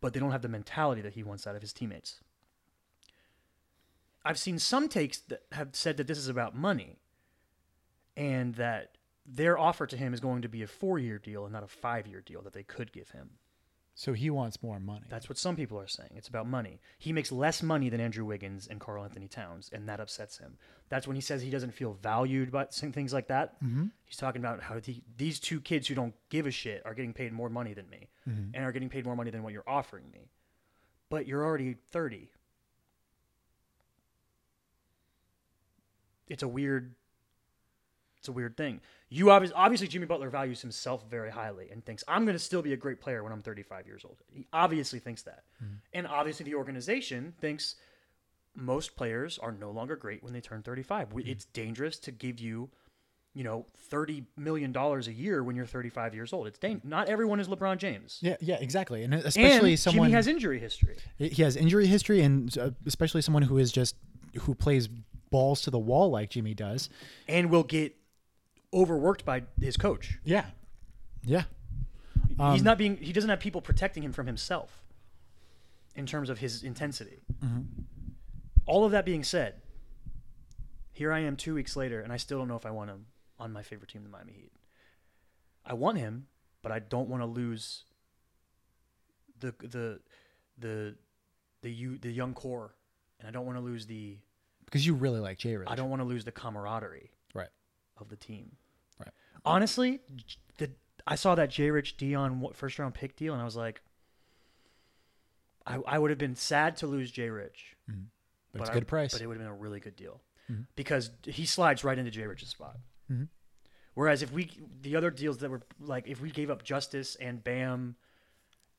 But they don't have the mentality that he wants out of his teammates. I've seen some takes that have said that this is about money and that their offer to him is going to be a four year deal and not a five year deal that they could give him.
So he wants more money.
That's what some people are saying. It's about money. He makes less money than Andrew Wiggins and Carl Anthony Towns, and that upsets him. That's when he says he doesn't feel valued by saying things like that. Mm-hmm. He's talking about how the, these two kids who don't give a shit are getting paid more money than me and are getting paid more money than what you're offering me. But you're already 30. It's a weird it's a weird thing. You obviously, obviously Jimmy Butler values himself very highly and thinks I'm going to still be a great player when I'm 35 years old. He obviously thinks that, and obviously the organization thinks most players are no longer great when they turn 35. We It's dangerous to give you, you know, 30 million dollars a year when you're 35 years old. It's dang- not everyone is LeBron James,
yeah, yeah, exactly. And especially
especially and
someone
Jimmy has injury history.
he has injury history, and uh, especially someone who is just who plays balls to the wall like Jimmy does.
and will get overworked by his coach.
Yeah, yeah.
He's not being. He doesn't have people protecting him from himself in terms of his intensity. Mm-hmm. All of that being said, here I am two weeks later, and I still don't know if I want him on my favorite team, the Miami Heat. I want him, but I don't want to lose the the the the you the young core, and I don't want to lose the
Because you really like Jay Rich.
I don't want to lose the camaraderie
Right.
of the team.
Right.
Honestly, the I saw that J. Rich Dion first round pick deal, and I was like, I, I would have been sad to lose J. Rich,
But it's a
I-
good price. Mm-hmm.
But it would have been a really good deal because he slides right into J. Rich's spot. Whereas if we the other deals that were like if we gave up Justice and Bam,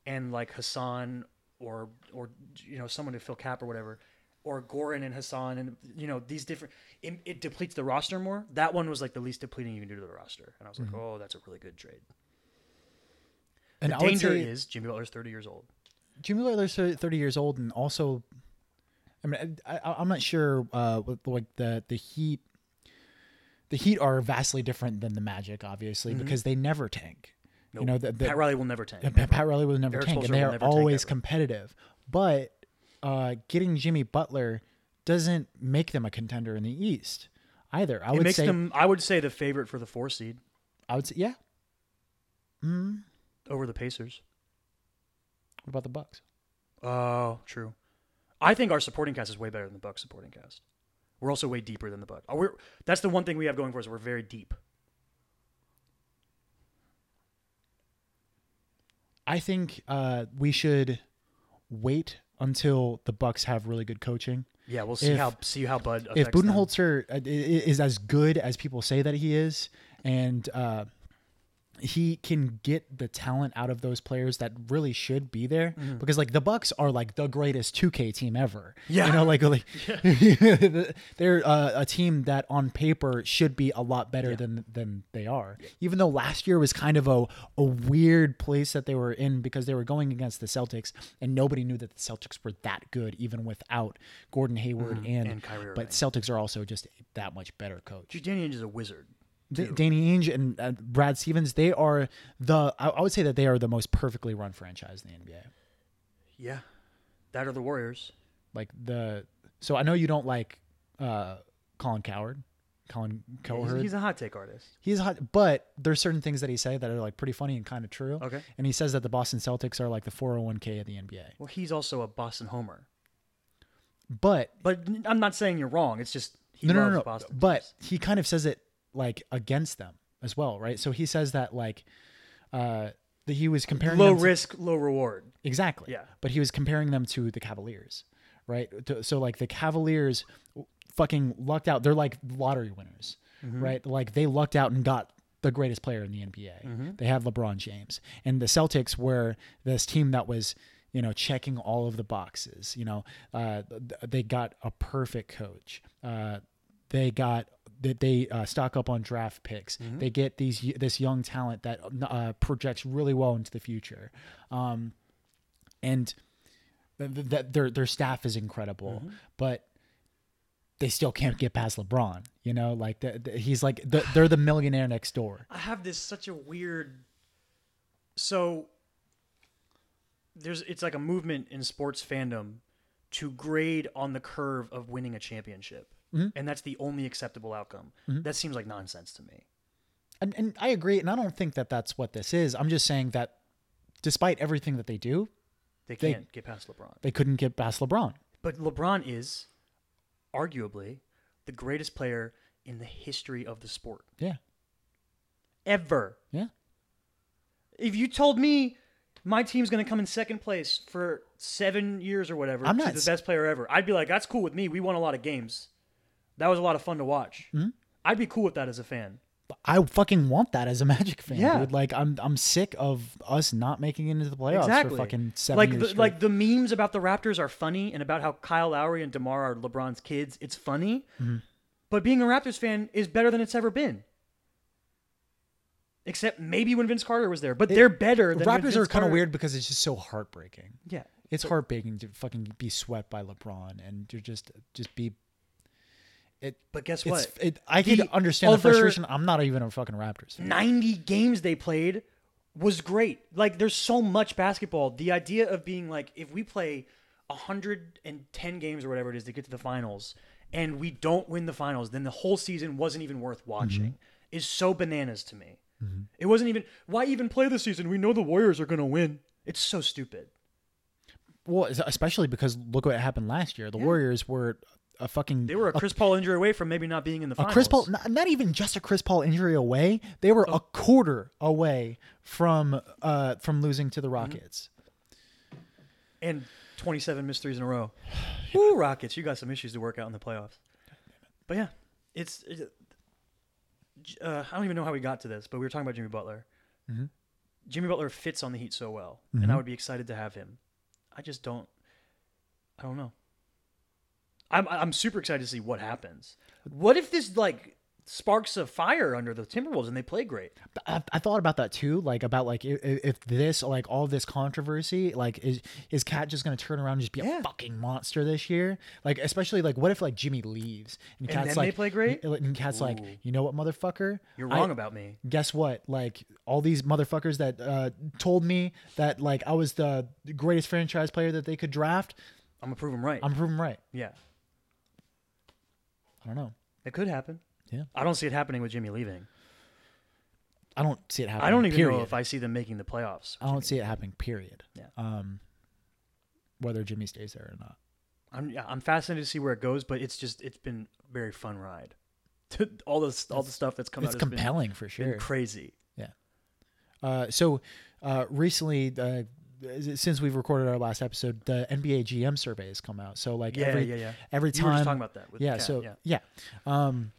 and like Hassan or or you know someone to fill cap or whatever, or Gorin and Hassan and you know these different it, it depletes the roster more. That one was like the least depleting you can do to the roster, and I was like, oh, that's a really good trade.
and
The
Mm-hmm. I would
danger
say-
is Jimmy Butler's thirty years old.
Jimmy Butler's thir- thirty years old, and also, I mean, I, I, I'm not sure. Uh, with, like the the Heat, the Heat are vastly different than the Magic, obviously, because they never tank. You
Mm-hmm. Nope.
know, the, the,
Pat Riley will never tank.
and Pat, Pat Riley was never
Eric
tank,
Spoelstra
and they
will
are
never tank
always
ever.
competitive. But uh, getting Jimmy Butler doesn't make them a contender in the East either. I
it
would
makes
say,
them. I would say the favorite for the four seed
I would say, yeah. Mm,
over the Pacers.
what about the Bucks?
Oh, true. I think our supporting cast is way better than the Bucks supporting cast. We're also way deeper than the Bucks. Oh, We're that's the one thing we have going for us. We're very deep.
I think uh, we should wait until the Bucks have really good coaching.
Yeah, we'll see
If-
how see how Bud affects
if
them.
Budenholzer uh, i- i- is as good as people say that he is, and uh, he can get the talent out of those players that really should be there
Mm-hmm.
because like the Bucks are like the greatest 2K team ever.
Yeah.
You know like like they're uh, a team that on paper should be a lot better than than they are. Even though last year was kind of a a weird place that they were in because they were going against the Celtics and nobody knew that the Celtics were that good even without Gordon Hayward and,
Mm-hmm. And Kyrie
but Celtics are also just that much better coach.
Dude, Danny Ainge is a wizard.
D- Danny Ainge and uh, Brad Stevens, they are the I, I would say that they are the most perfectly run franchise in the NBA.
Yeah, that are the Warriors.
Like the so I know you don't like uh Colin Coward, Colin
He's,
Cowherd.
he's a hot take artist.
He's hot, but there's certain things that he said that are like pretty funny and kind of true.
Okay.
And he says that the Boston Celtics are like the 401k of the NBA.
Well, he's also a Boston homer.
But
But n- I'm not saying you're wrong. It's just he
no, no,
loves
no, no.
Boston.
But
teams.
he kind of says it like against them as well, right? So he says that like uh that he was comparing
low
them to-
risk, low reward.
Exactly.
Yeah.
But he was comparing them to the Cavaliers, right? To- So like the Cavaliers fucking lucked out. They're like lottery winners, right? Like they lucked out and got the greatest player in the NBA. They have LeBron James. And the Celtics were this team that was, you know, checking all of the boxes. You know, uh, th- they got a perfect coach. Uh, they got that they uh, stock up on draft picks. They get these this young talent that uh, projects really well into the future. Um, and th- th- that their their staff is incredible,
Mm-hmm.
but they still can't get past LeBron. You know, like the, the- he's like the, they're the millionaire next door.
I have this such a weird. So there's it's like a movement in sports fandom to grade on the curve of winning a championship, and that's the only acceptable outcome. That seems like nonsense to me.
And, and I agree, and I don't think that that's what this is. I'm just saying that despite everything that they do,
They
They-
can't get past LeBron.
they couldn't get past LeBron.
But LeBron is arguably the greatest player in the history of the sport
Yeah,
ever.
yeah.
If you told me my team's going to come in second place for seven years or whatever,
I'm
to
not
the
s-
best player ever, I'd be like, that's cool with me. We won a lot of games. That was a lot of fun to watch. I'd be cool with that as a fan.
Mm-hmm. I fucking want that as a Magic fan,
Yeah.
dude. Like I'm, I'm sick of us not making it into the playoffs
exactly.
for fucking seven
like
years.
the,
straight.
like the memes about the Raptors are funny, and about how Kyle Lowry and Demar are LeBron's kids. It's funny,
Mm-hmm.
but being a Raptors fan is better than it's ever been. Except maybe when Vince Carter was there, but they're better. Than when
Raptors
Vince
are kind
Carter-
of weird because it's just so heartbreaking.
Yeah,
It's heartbreaking to fucking be swept by LeBron and to just just be. It,
but guess
it's,
what?
it, I
The
can understand the
other-
frustration. I'm not even a fucking Raptors fan.
90 games they played was great. Like there's so much basketball. The idea of being like if we play 110 games or whatever it is to get to the finals and we don't win the finals, then the whole season wasn't even worth
Mm-hmm.
watching. Is so bananas to me. It wasn't even why even play the season? We know the Warriors are going to win. It's so stupid.
Well, es- especially because look what happened last year. The Warriors were a fucking
They were a Chris Paul injury away from maybe not being in the
a
finals. Oh.
Chris Paul, not, not even just a Chris Paul injury away. They were a quarter away from uh from losing
Mm-hmm.
to the Rockets.
and 27 missed threes in a row. Woo, Rockets, you got some issues to work out in the playoffs. But yeah, it's. it- uh, I don't even know how we got to this, but we were talking about Jimmy Butler.
Mm-hmm.
Jimmy Butler fits on the Heat so well, and I would be excited to have him. I just don't. I don't know. I'm I'm super excited to see what happens. What if this like sparks a fire under the Timberwolves and they play great?
I, I thought about that too, like about like if, if this like all this controversy, like is is Cat just gonna turn around and just be
Yeah.
a fucking monster this year? Like especially like what if like Jimmy leaves and
And
Cat's
then they
like
play great?
and Cat's like
Ooh.
you know what motherfucker
You're
I-
wrong about me.
guess what? Like all these motherfuckers that uh, told me that like I was the greatest franchise player that they could draft,
I'm gonna prove him right.
I'm proven right.
yeah,
I don't know.
it could happen.
Yeah.
I don't see it happening with Jimmy leaving.
I don't see it happening.
I don't even
period.
know if I see them making the playoffs.
I don't see it happening. Period.
Yeah.
Um, whether Jimmy stays there or not.
I'm yeah, I'm fascinated to see where it goes, but it's just it's been a very fun ride. To all this all the stuff that's come out
It's
has been-
compelling for
been,
sure.
crazy.
Uh, so uh, recently, uh, since we've recorded our last episode, the NBA GM survey has come out. So like
Yeah,
every
yeah, yeah.
every
You were just
time,
talking about that with
yeah.
Kat,
so
yeah.
yeah, Um,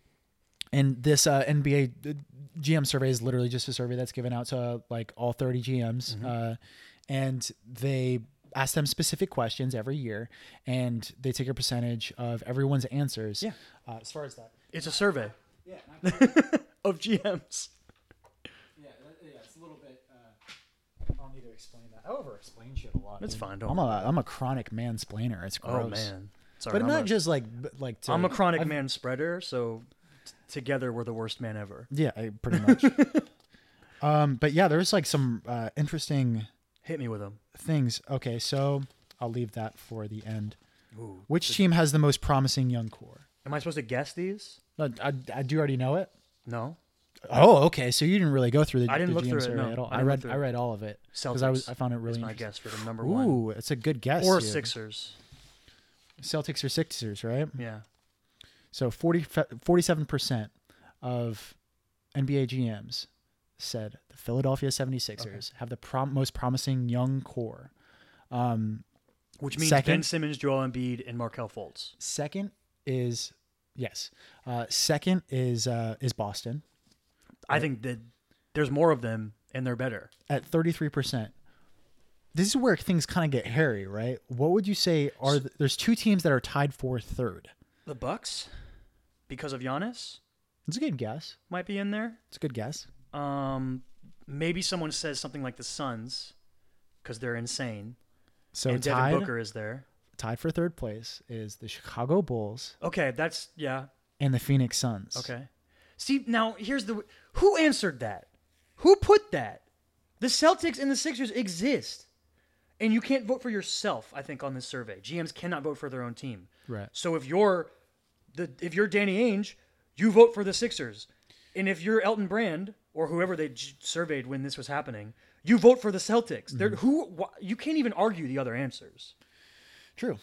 And this uh, NBA GM survey is literally just a survey that's given out to uh, like all 30 GMs,
Mm-hmm.
uh, and they ask them specific questions every year, and they take a percentage of everyone's answers.
Yeah.
Uh, as far as that.
It's a survey
Yeah,
of GMs.
yeah, it's a little bit. I'll need to explain that. I over explain shit a lot.
It's fine. Don't.
I'm a I'm a chronic mansplainer. It's
oh
gross.
man. Sorry.
But
I'm
not
a,
just like b- like to,
I'm a chronic
I've-
man spreader, so t- together we're the worst man ever.
Yeah, I, pretty much. um, but yeah, there's like some uh, interesting
Hit me with them.
things. Okay, so I'll leave that for the end.
Ooh.
Which team has the most promising young core?
Am I supposed to guess these?
No, I, I do already know it.
No.
Oh, okay. So you didn't really go through the,
I didn't
the
look
GM
through it,
survey
no.
at all.
I
I,
didn't look
read
through
I
it.
read all of it because I was
Celtics
I found it
That's
really
my
interesting.
guess for the number one.
Ooh, it's a good guess.
Or
dude.
Sixers.
Celtics or Sixers, right?
Yeah.
So 40, 47% of NBA GMs said the Philadelphia 76ers have the prom- most promising young core.
Which means
Second.
Ben Simmons, Joel Embiid, and Markel Fultz.
Second is yes. Uh, second is uh, is Boston
I think that there's more of them and they're better.
at 33%. This is where things kind of get hairy, right? What would you say are the, there's two teams that are tied for third?
The Bucks, because of Giannis,
It's a good guess.
might be in there.
It's a good guess.
Um, maybe someone says something like the Suns, because they're insane.
So
and Devin
tied
Booker is there.
tied for third place is the Chicago Bulls
Okay, that's yeah.
and the Phoenix Suns.
Okay. See, now here's the who answered that? Who put that? The Celtics and the Sixers exist. And you can't vote for yourself, I think, on this survey. GMs cannot vote for their own team.
Right.
So if you're the if you're Danny Ainge, you vote for the Sixers. And if you're Elton Brand or whoever they j- surveyed when this was happening, you vote for the Celtics. They're
Mm-hmm.
who wh- you can't even argue the other answers.
True.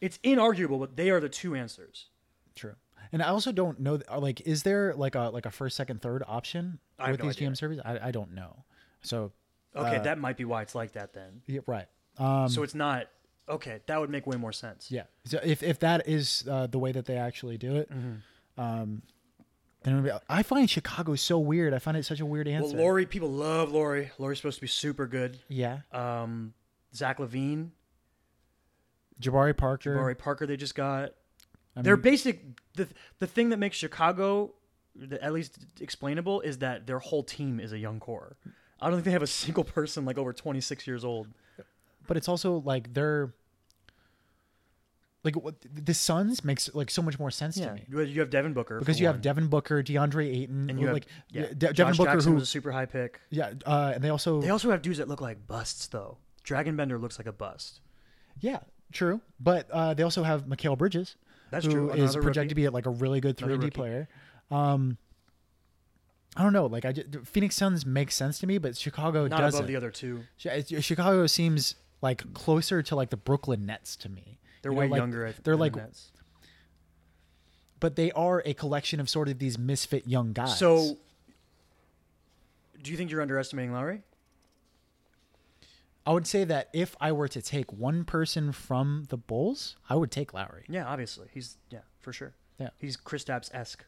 It's inarguable, but they are the two answers.
True. And I also don't know. th- Like, is there like a like a first, second, third option
I have
with
no
these
idea.
GM surveys? I, I don't know. So
Okay,
Uh,
that might be why it's like that then.
yeah, right. Um,
So it's not okay. That would make way more sense.
yeah. So if if that is uh, the way that they actually do it, um,
Mm-hmm.
then it would be, I find Chicago so weird. I find it such a weird
Well,
answer.
Lori, people love Lori. Lori's supposed to be super good.
yeah.
Um, Zach Levine,
Jabari Parker.
Lori Parker, they just got.
I
They're
mean,
basic. The the thing that makes Chicago, the, at least explainable, is that their whole team is a young core. I don't think they have a single person like over twenty six years old.
but it's also like they're like what, the Suns makes like so much more sense to me.
You you have Devin Booker
Because
for
you
one,
have Devin Booker, DeAndre Ayton,
and you have,
like
yeah,
De- Devin
Josh
Booker,
Jackson
who
was a super high pick.
yeah, uh, and they also
They also have dudes that look like busts though. Dragonbender looks like a bust.
Yeah, true. But uh, they also have Mikhail Bridges,
That's
who
true.
is
Another
projected
rookie.
to be like a really good three
Another
and D
rookie.
player. Um, I don't know. Like I, ju- Phoenix Suns makes sense to me, but Chicago
Not
doesn't.
above the other two.
Chi- it's- Chicago seems like closer to like the Brooklyn Nets to me.
They're
You know,
way
like,
younger. I-
They're
than the
like,
Nets.
but they are a collection of sort of these misfit young guys.
So, do you think you're underestimating Lowry?
I would say that if I were to take one person from the Bulls, I would take Lowry.
Yeah, obviously. He's yeah, for sure.
Yeah.
He's Kristaps esque.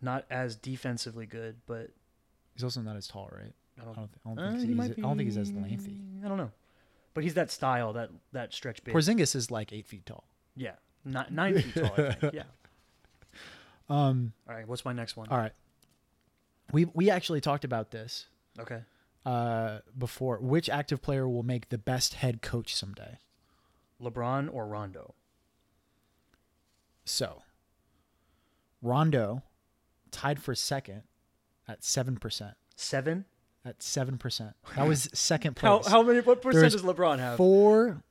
Not as defensively good, but
He's also not as tall, right? I don't, I don't,
Uh,
think,
he
he's,
might
I don't think he's as
be-
lengthy.
I don't know. But he's that style, that that stretch big.
Porzingis is like eight feet tall.
yeah, not nine feet tall. I think. Yeah. Um. All right. What's my next one?
All right. We we actually talked about this
Okay.
uh, before. Which active player will make the best head coach someday?
LeBron or Rondo?
So, Rondo tied for second at seven percent.
Seven.
At seven percent, that was second
How
place.
how many? What
There
percent
is
does LeBron have?
Four.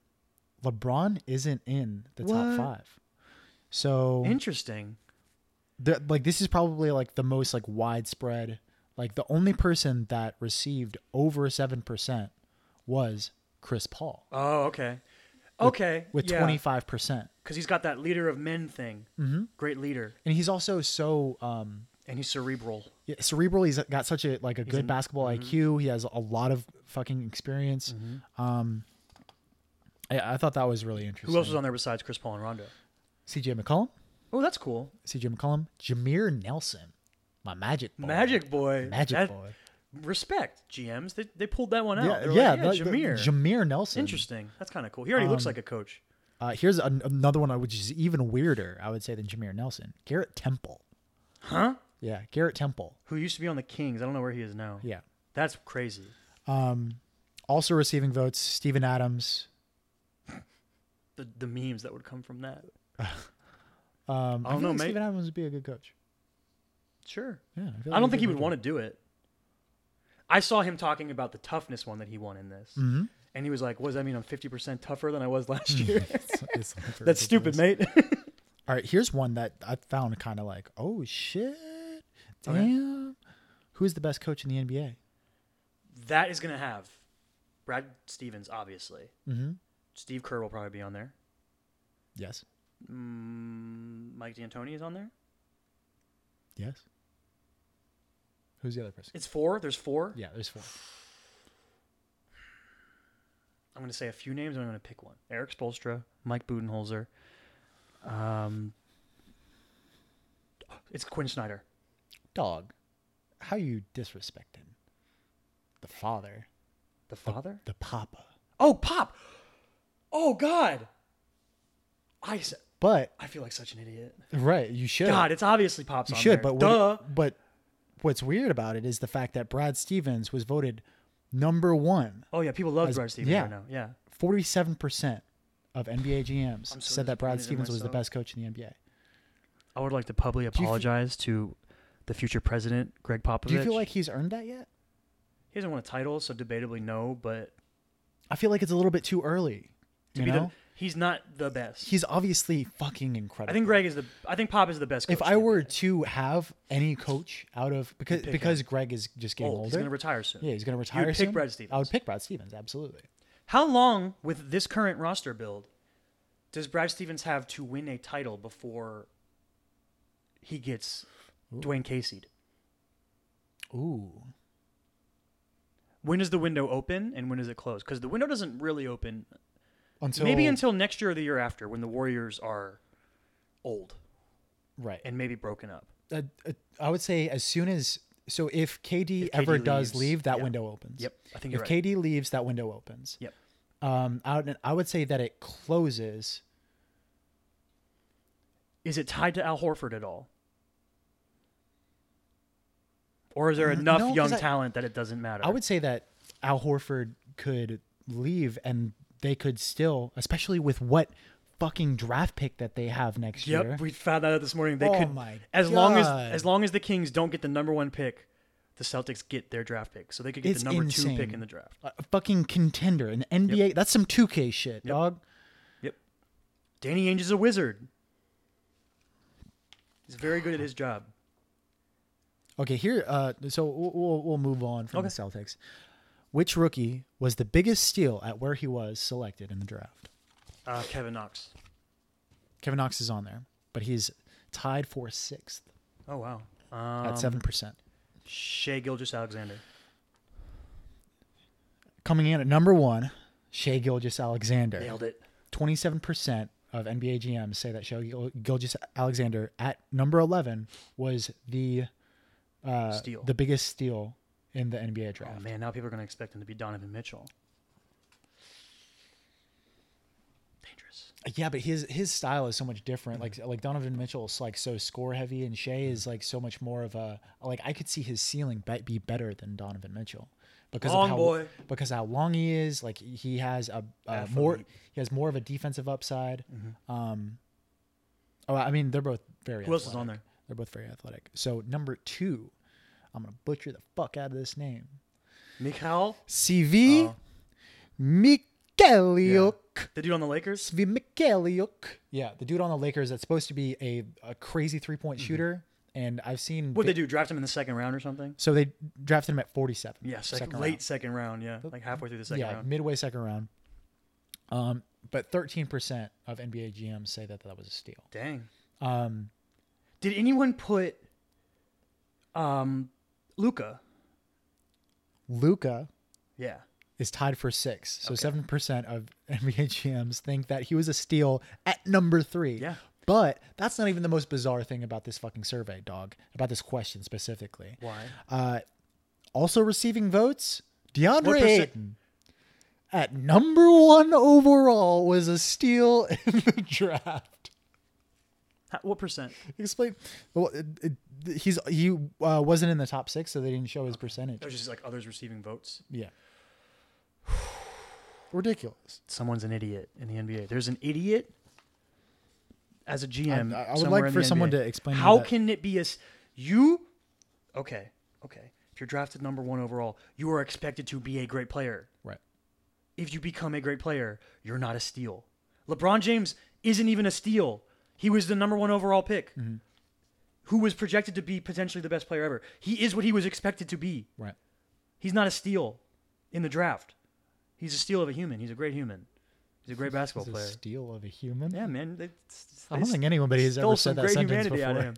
LeBron isn't in the
What?
top five. So
Interesting.
the, like this is probably like the most like widespread like the only person that received over 7% was Chris Paul
Oh, okay. Okay.
with
yeah.
25%.
because he's got that leader of men thing. Mm-hmm. Great leader,
And he's also so um
and he's cerebral.
yeah, cerebral. He's got such a like a good basketball
mm-hmm.
IQ. He has a lot of fucking experience. Um I, I thought that was really
Mm-hmm. Who
interesting.
else was on there besides Chris Paul and Rondo?
CJ McCollum?
Oh, that's cool.
CJ McCollum, Jameer Nelson, my Magic Boy.
Magic Boy.
Magic
That-
Boy.
Respect GMs. They, they pulled that one out.
Yeah,
They were
yeah,
Oh, like,
that- that-
Jameer.
Jameer Um, Nelson.
Interesting. That's kind of cool. He already looks like a coach.
Uh, here's an, another one, uh, which is even weirder, I would say, than Jameer Nelson. Garrett Temple.
Huh?
Yeah, Garrett Temple.
Who used to be on the Kings. I don't know where he is now.
Yeah. Um,
That's crazy.
Also receiving votes, Steven Adams.
The, the memes that would come from that.
Um,
I don't know,
think
mate.
Steven Adams would be a good coach.
Sure.
Yeah, feel
I
like
don't think he
a
would
good
want to do it. I saw him talking about the toughness one that he won in this.
Mm-hmm.
And he was like, what does that mean? I'm 50% tougher than I was last year.
coach. It's- it's
That's stupid,
Mm. ridiculous.
mate.
All right, here's one that I found kind of like, oh shit, damn.
Okay.
Who is the best coach in the NBA?
that is going to have Brad Stevens, obviously.
Mm-hmm.
Steve Kerr will probably be on there.
Yes,
Mm, Mike D'Antoni is on there.
yes. Who's the other person?
It's four. There's four.
Yeah, there's four.
I'm going to say a few names and I'm going to pick one. Eric Spolstra, Mike Budenholzer. Um, it's Quinn Snyder.
Dog, how you disrespecting the father,
The father?
the papa?
Oh, Pop. Oh, God. I, s-
But
I feel like such an idiot.
right, you should.
God, it's obviously Pop's
you
on
should.
there.
But what,
Duh.
but what's weird about it is the fact that Brad Stevens was voted number one.
Oh, yeah. People love
As-
Brad Stevens
yeah.
right now. Yeah.
Forty-seven percent of NBA GMs
I'm so
said that
disappointed
Brad
in
Stevens was the
myself.
best coach in the NBA.
I would like to publicly
you fe-
apologize to the future president, Greg Popovich.
Do you feel like he's earned that yet?
he hasn't won a title, so debatably no, but
I feel like it's a little bit too early.
to
you
be
know?
the, he's not the best.
he's obviously fucking incredible.
I think Greg is the. I think Pop is the best. Coach
If
in
I
the
were
NBA.
to have any coach out of because
pick
because Greg is just getting
old,
older,
Oh, he's gonna retire soon.
yeah, he's gonna
You'd
retire.
pick
soon.
Brad
I
Stevens.
would pick Brad Stevens. Absolutely.
How long with this current roster build does Brad Stevens have to win a title before he gets Dwayne Casey'd?
Ooh,
When does the window open and when does it close? Because the window doesn't really open
until
maybe until next year or the year after when the Warriors are old
right.
and maybe broken up.
Uh, uh, I would say as soon as so if KD,
If KD
ever does
leaves,
leave, that
yeah.
window opens.
Yep, I think
if
you're right.
KD leaves, that window opens.
Yep.
Um, I would, I would say that it closes.
Is it tied to Al Horford at all? Or is there enough
no, 'cause
young
I-
talent that it doesn't matter?
I would say that Al Horford could leave and they could still, especially with what fucking draft pick that they have next
Yep,
year.
we found that out this morning. They
Oh
could
my
as long as
God.
as long as the Kings don't get the number one pick, the Celtics get their draft pick, so they could get
It's
the number two
insane.
pick in the draft.
A fucking contender, an NBA. That's some 2K shit, dog.
Yep. Danny Ainge is a wizard. He's very good at his job.
Okay, here. Uh, so we'll, we'll, we'll move on from
Okay.
the Celtics. Which rookie was the biggest steal at where he was selected in the draft?
Uh, Kevin Knox.
Kevin Knox is on there, but he's tied for sixth
Oh wow. Um,
at seven percent.
Shea Gilgis Alexander.
Coming in at number one, Shea Gilgis Alexander.
Nailed it.
27% of NBA GMs say that Shea Gil- Gilgis Alexander at number 11 was the uh,
Steal.
the biggest steal in the NBA
Oh
draft.
man, now people are gonna expect him to be Donovan Mitchell. Dangerous.
yeah, but his his style is so much different. Like like Donovan Mitchell's like so score heavy, and Shea
Mm-hmm.
is like so much more of a like I could see his ceiling be, be better than Donovan Mitchell because
Long
of how
boy.
because how long he is. Like he has a, a more he has more of a defensive upside. Um, oh, I mean they're both very.
Mm-hmm. Who else is on
athletic. They're both very athletic. So number two, I'm gonna butcher the fuck out of this name.
Mikhail,
CV,
Oh.
Mikeliuk.
the dude on the Lakers.
Svi Mikeliuk. Yeah, the dude on the Lakers that's supposed to be a, a crazy three point shooter, and I've seen.
Mm-hmm. What would
vi-
they do? Draft him in the second round or something?
So they drafted him at forty seven.
Yeah, second, late second round. Yeah, like halfway through the second
yeah,
round.
midway second round. Um, but thirteen percent of NBA GMs say that that was a steal.
Dang.
Um,
Did anyone put um Luca?
Luca
Yeah.
is tied for six. So seven percent of NBA GMs think that he was a steal at number three.
Yeah.
But that's not even the most bizarre thing about this fucking survey, dog. About this question specifically.
Why?
Uh, also receiving votes, DeAndre
percent-
Ayton. At number one overall was a steal in the draft.
How, what percent?
Explain. Well, it, it, he's he uh, wasn't in the top six, so they didn't show his percentage.
It was just like others receiving votes.
Yeah. Ridiculous.
Someone's an idiot in the NBA. There's an idiot as a GM.
I- I would
somewhere
like
in
for
the
someone
NBA.
to explain to me
How
that-
can it be a s- you? Okay, okay. If you're drafted number one overall, you are expected to be a great player.
Right.
If you become a great player, you're not a steal. LeBron James isn't even a steal. He was the number one overall pick,
Mm-hmm.
who was projected to be potentially the best player ever. He is what he was expected to be.
Right.
He's not a steal in the draft. He's a steal of a human. He's a great human. He's a great basketball
He's a
player.
steal of a human.
Yeah, man. They,
I don't think anybody has ever
stole
said
some
that
great
sentence
humanity
before.
out of him.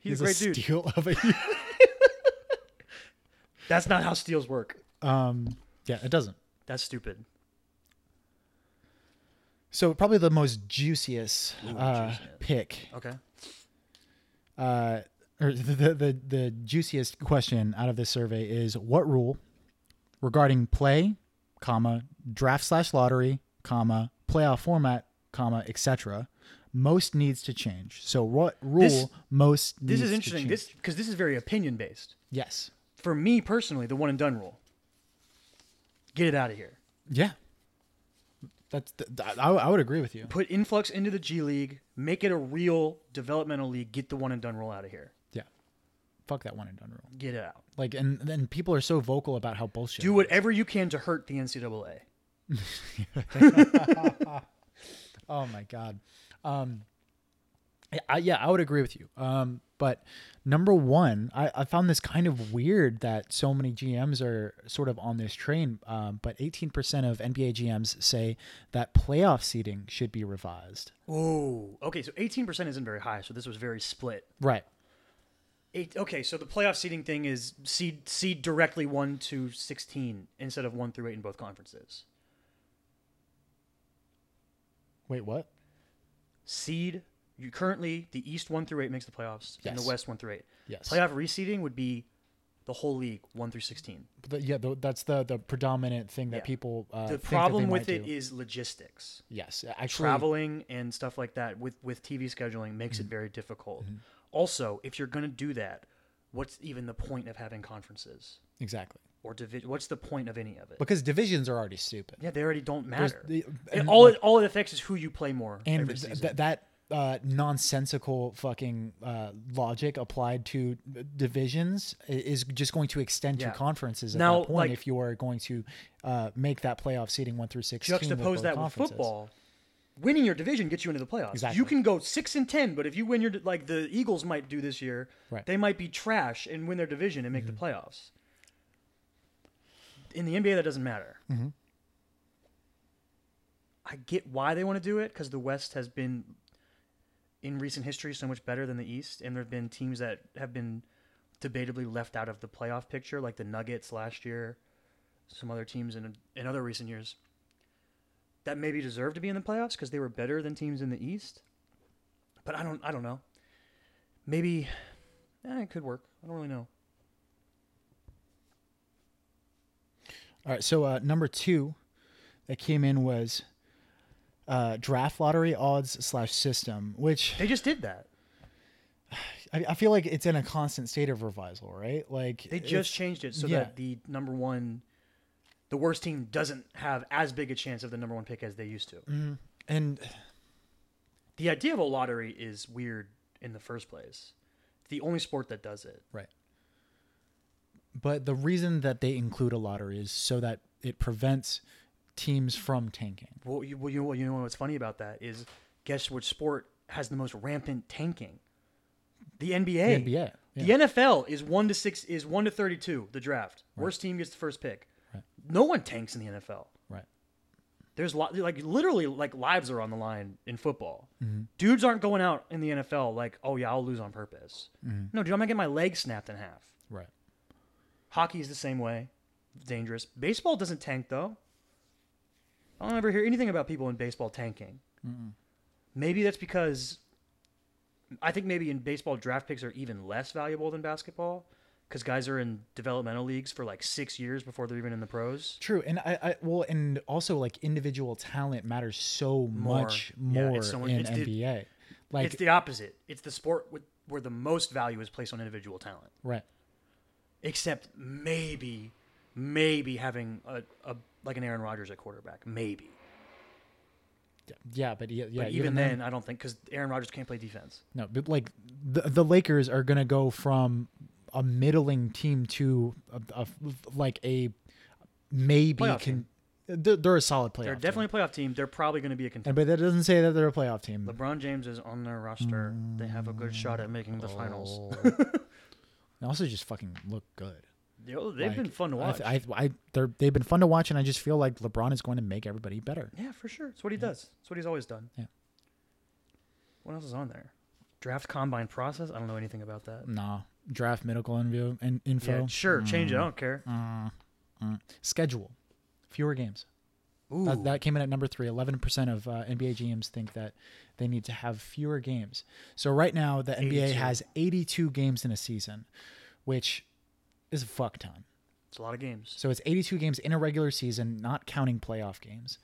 He's,
He's
a great dude.
steal of a human.
That's not how steals work.
um, yeah, it doesn't.
That's stupid.
So probably the most juiciest
Ooh,
uh,
juiciness.
pick,
Okay.
uh, or the, the the the juiciest question out of this survey is what rule regarding play, comma draft slash lottery, comma playoff format, comma etc. Most needs to change. So what rule
This-
most?
This
needs
is
to
interesting.
change?
This because this is very opinion based.
yes,
For me personally, the one and done rule. Get it out of here.
yeah. That's th- th- I, I would agree with you.
Put influx into the G League. Make it a real developmental league. Get the one and done rule out of here.
Yeah, fuck that one and done rule.
Get it out.
Like and then people are so vocal about how bullshit.
Do whatever you can to hurt the NCAA.
Oh my god. Um, I- I, yeah, I would agree with you. Um, but number one, I, I found this kind of weird that so many GMs are sort of on this train. Um, but 18% of NBA GMs say that playoff seating should be revised.
Oh, okay. So 18% isn't very high. So this was very split.
Right.
Eight, okay, so the playoff seeding thing is seed seed directly one to sixteen instead of one through eight in both conferences.
Wait, what?
Seed you currently the East one through eight makes the playoffs and the
Yes.
West one through eight.
Yes.
Playoff reseeding would be the whole league one through sixteen.
But yeah, the, that's the the predominant thing that
Yeah.
people.
The
Uh, think that they
problem with
might
it is
do.
logistics.
yes, actually,
traveling and stuff like that with with TV scheduling makes
Mm-hmm.
it very difficult. Also, if you're going to do that, what's even the point of having conferences
exactly
or divi- what's the point of any of it?
because divisions are already stupid.
Yeah, they already don't matter.
the-
It-
and,
all
like-
it all it affects is who you play more
and
every
th-
season.
th- that uh, nonsensical fucking uh, logic applied to uh, divisions i- is just going to extend
Yeah.
to conferences at
Now,
that point
like-
if you are going to uh, make that playoff seating one through sixteen. with
Juxtapose
both
that with
conferences.
football. Winning your division gets you into the playoffs.
Exactly.
You can go six and ten, but if you win your di- like the Eagles might do this year,
Right. Mm-hmm.
they might be trash and win their division and make the playoffs. In the NBA, that doesn't matter.
Mm-hmm.
I get why they want to do it because the West has been in recent history so much better than the East, and there have been teams that have been debatably left out of the playoff picture, like the Nuggets last year, some other teams in in other recent years that maybe deserve to be in the playoffs because they were better than teams in the East. But I don't I don't know. Maybe eh, it could work. I don't really know.
All right, so uh, number two that came in was uh, draft lottery odds slash system, which
They just did that.
I, I feel like it's in a constant state of revisal, right? Like
They
it's-
just changed it so
yeah.
that the number one the worst team doesn't have as big a chance of the number one pick as they used to.
Mm. and
The idea of a lottery is weird in the first place. It's the only sport that does it.
Right. But the reason that they include a lottery is so that it prevents teams from tanking.
Well, you, well, you, know, what- you know what's funny about that is guess which sport has the most rampant tanking? The NBA.
The NBA.
The
yeah.
NFL is one to six is one to thirty two. The draft worst team gets the first pick. No one tanks in the NFL.
Right.
There's lot like literally like lives are on the line in football. Dudes aren't going out in the NFL like oh yeah I'll lose on purpose. No dude I'm gonna get my leg snapped in half.
Right.
Hockey is the same way, dangerous. Baseball doesn't tank though. I don't ever hear anything about people in baseball tanking. Maybe that's because I think maybe in baseball draft picks are even less valuable than basketball because guys are in developmental leagues for like six years before they're even in the pros.
True, and I, I well, and also like individual talent matters so
More.
much
Yeah,
more
it's so much-
in
it's the-
NBA. like
it's the opposite. It's the sport with, where the most value is placed on individual talent,
right,
except maybe, maybe having a, a like an Aaron Rodgers at quarterback, maybe.
yeah, but yeah, yeah
But even then, I don't think because Aaron Rodgers can't play defense.
No, but like the the Lakers are gonna go from a middling team to a, a- like a maybe
Playoff
can. They're, they're a solid player.
They're definitely a playoff team. They're probably going to be a contender.
And but that doesn't say that they're a playoff team.
LeBron James is on their roster. They have a good shot at making the finals.
Oh. They also just fucking look good.
Yo, they've been
Like,
fun to
I
watch.
th- I, I, they're, they've been fun to watch, and I just feel like LeBron is going to make everybody better.
yeah, for sure. It's what he does. It's what he's always done.
Yeah.
What else is on there? Draft combine process. I don't know anything about that.
Nah, draft medical info and info.
Yeah, sure. Change it. I don't care.
Mm, mm. Schedule, fewer games.
Ooh,
That, that came in at number three. Eleven percent of uh, NBA GMs think that they need to have fewer games. So right now, the NBA
82.
has eighty-two games in a season, which is a fuck ton.
it's a lot of games.
So it's eighty-two games in a regular season, not counting playoff games,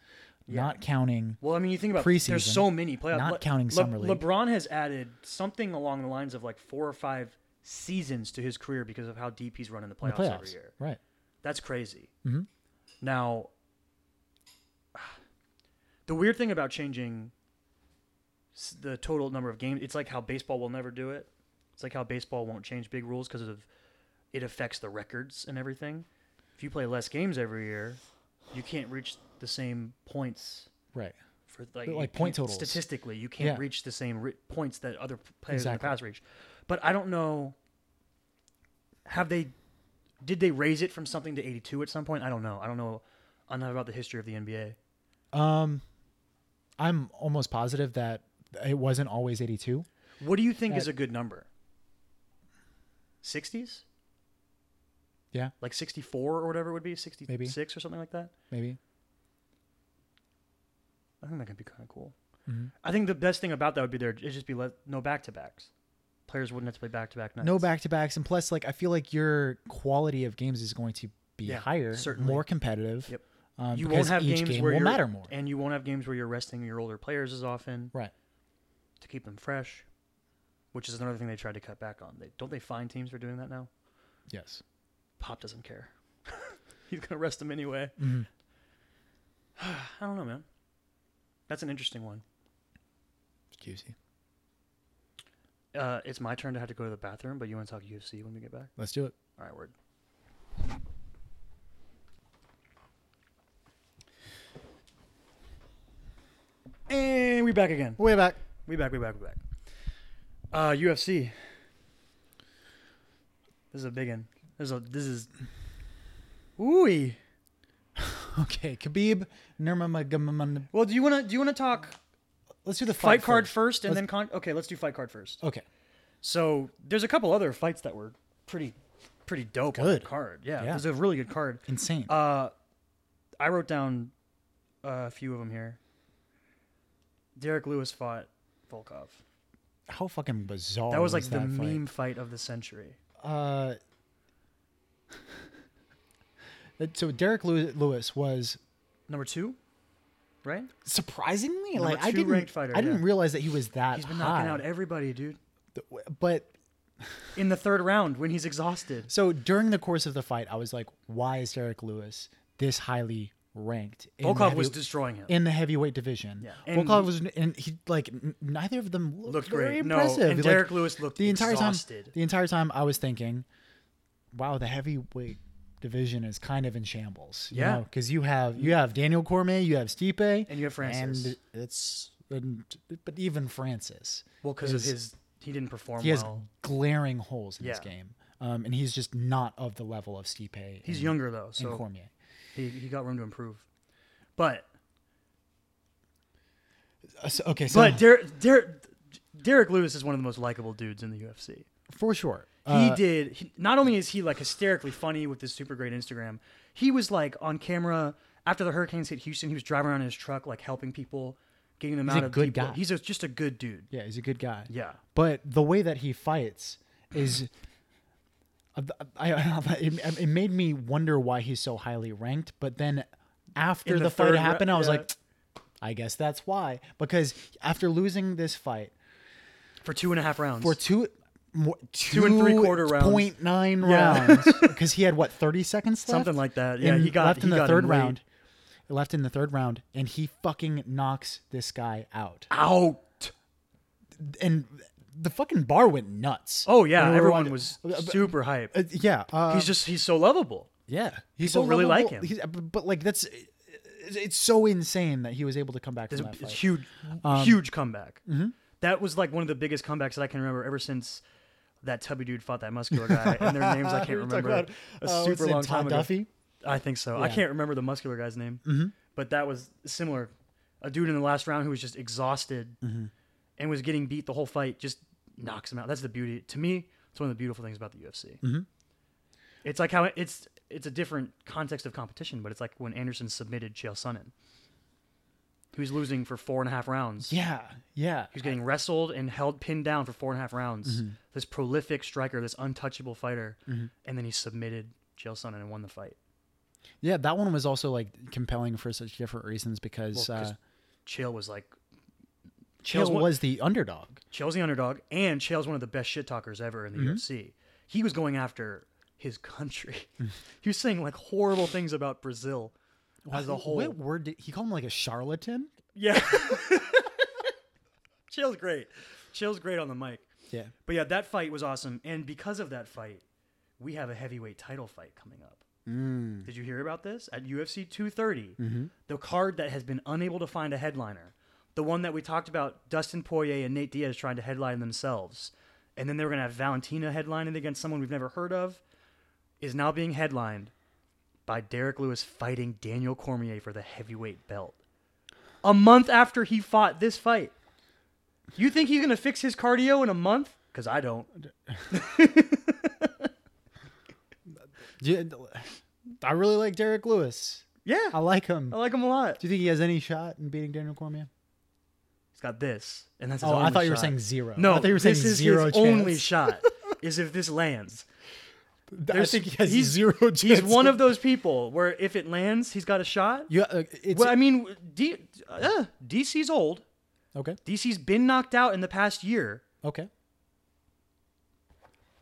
not counting
Well, I mean, you think about
Preseason,
There's so many playoff.
not counting Summer League.
LeBron has added something along the lines of like four or five seasons to his career because of how deep he's running the
the
playoffs,
playoffs.
every year.
Right.
That's crazy.
Mhm.
Now, the weird thing about changing s- the total number of games, it's like how baseball will never do it. It's like how baseball won't change big rules because of it affects the records and everything. If you play less games every year, you can't reach the same points
Right.
for like,
But,
you
like, point
can't-
totals.
Statistically, you can't
Yeah.
reach the same re- points that other p- players
Exactly.
in the past reach. But I don't know. Have they? Did they raise it from something to 82 at some point? I don't know. I don't know enough about the history of the NBA.
Um, I'm almost positive that it wasn't always 82.
What do you think is
That-
a good number? 60s?
Yeah,
Like 64 or whatever it would be? 66
Maybe.
or something like that?
maybe.
I think that could be kind of cool.
Mhm.
I think the best thing about that would be there it'd just be let, no back to backs. Players wouldn't have to play back to back nights.
No back to backs, and plus, like I feel like your quality of games is going to be
Yeah,
higher,
certainly.
more competitive.
Yep.
Um,
you won't
because
have
each
games
game
where
will
you're-
matter more.
and you won't have games where you're resting your older players as often
Right.
to keep them fresh, which is another thing they tried to cut back on. They don't they find teams for doing that now.
Yes.
Pop doesn't care; he's gonna rest them anyway.
Mhm.
I don't know, man. That's an interesting one.
Excuse me.
Uh, it's my turn to have to go to the bathroom, but you want to talk UFC when we get back?
Let's do it.
All right, word. And we back again.
Way back.
We back, we back, we back. Uh, UFC. This is a big one. This is a, this is. Ooh.
Okay, Khabib Nurmagomedov.
Well, do you wanna do you wanna talk
Let's do the fight,
fight, card 1st
first.
and
Let's-
then con? Okay, let's do fight card first.
Okay.
So there's a couple other fights that were pretty pretty dope on the
Good.
card. Yeah,
Yeah.
there's a really good card.
Insane.
Uh, I wrote down uh, a few of them here. Derek Lewis fought Volkov.
How fucking bizarre.
That was like the
that fight?
meme fight of the century.
Uh, so Derek Lew- Lewis was
Number two, right?
surprisingly
Number
like I
two
didn't
ranked fighter,
I didn't
yeah.
realize that he was that
He's been
high.
knocking out e- everybody, dude.
But
In the third round when he's exhausted.
so during the course of the fight, I was like, why is Derek Lewis this highly ranked? in the
Volkov was
heavy-
destroying him.
in the heavyweight division.
Yeah. And-
Volkov was and he like n- neither of them looked,
Looked
very
great. No,
impressive.
and
Like,
Derek Lewis looked
the entire
exhausted.
time. The entire time I was thinking, wow, the heavyweight division is kind of in shambles. you
Yeah.
know, cuz you have you have Daniel Cormier, you have Stipe,
And you have Francis.
And it's and, but even Francis.
well, because of
is-
his, he didn't perform
he has
well.
glaring holes in his
Yeah.
game. Um, and he's just not of the level of Stipe.
He's
and,
younger though,
and
so
Cormier.
he, he got room to improve. But
Uh, so- okay, so
but Derek Derek Derek Lewis is one of the most likable dudes in the UFC.
for sure, uh,
He did. He, not only is he like hysterically funny with his super great Instagram, he was like on camera after the hurricanes hit Houston. He was driving around in his truck, like helping people, getting them
He's a
out of
good
deep-
guy.
He's a, just a good dude.
Yeah, he's a good guy.
Yeah.
But
the way that he fights is uh, I, I- it, it made me wonder why he's so highly ranked but then after
In
the,
the
fight
third
happened
rou-
i was
yeah.
like i guess that's why because after losing this fight
For two and a half rounds.
for two more, two,
and three-quarter rounds.
point nine
Yeah.
rounds because he had what thirty seconds left?
Something like that. Yeah,
in-
he got-
left
he
in the
got
third
him late.
round. Left in the third round, and he fucking knocks this guy out.
out.
And the fucking bar went nuts.
Oh yeah,
When we were
everyone
watching-
was
Uh, but-
super hype.
uh, yeah, uh,
He's just he's so lovable.
Yeah, he's
People really like him.
He's, but, but, like that's, it's, it's so insane that he was able to come back from
It's a
that fight.
huge,
Um,
huge comeback.
mm-hmm.
That was like one of the biggest comebacks that I can remember ever since that tubby dude fought that muscular guy, and their names I can't
We were talking
remember.
about,
a
uh, what's
super
his name,
long
Todd
time ago.
Duffy.
I think so. I
Yeah. Mm-hmm.
can't remember the muscular guy's name, but that was similar. A dude in the last round who was just exhausted
Mm-hmm.
and was getting beat the whole fight just knocks him out. That's the beauty to me. It's one of the beautiful things about the UFC.
Mm-hmm.
It's like how it- it's it's a different context of competition, but it's like when Anderson submitted Chael Sonnen, who's losing for four and a half rounds.
Yeah, yeah.
He's getting wrestled and held pinned down for four and a half rounds.
Mm-hmm.
This prolific striker, this untouchable fighter, and then he submitted Chael Sonnen and won the fight.
Yeah, that one was also like compelling for such different reasons because
Well, 'cause
uh,
Chael was like
Chael
Chael's one-
was the underdog.
Chael's the underdog, and Chael's one of the best shit talkers ever in the UFC. He was going after his country. he was saying like horrible things about Brazil as a whole.
What word did he called him like a charlatan?
Yeah. Chael's great. Chael's great on the mic.
Yeah.
But yeah, that fight was awesome, and because of that fight, we have a heavyweight title fight coming up. Did you hear about this? At UFC 230, the card that has been unable to find a headliner, the one that we talked about Dustin Poirier and Nate Diaz trying to headline themselves, and then they were going to have Valentina headlining against someone we've never heard of, is now being headlined by Derek Lewis fighting Daniel Cormier for the heavyweight belt. A month after he fought this fight. You think he's going to fix his cardio in a month? Because I don't.
Yeah, I really like Derek Lewis.
Yeah.
I like him.
I like him a lot.
Do you think he has any shot in beating Daniel Cormier?
He's got this, and that's his
Oh,
only
I thought you were
shot.
saying zero.
No,
I thought you were saying
this is
zero
his
chance.
only shot. Is if this lands.
I
There's-
think he has
he's-
zero chance.
He's one of those people where if it lands, he's got a shot.
you. Uh, it's
Well, I mean, D, uh, DC's old.
okay.
DC's been knocked out in the past year.
Okay.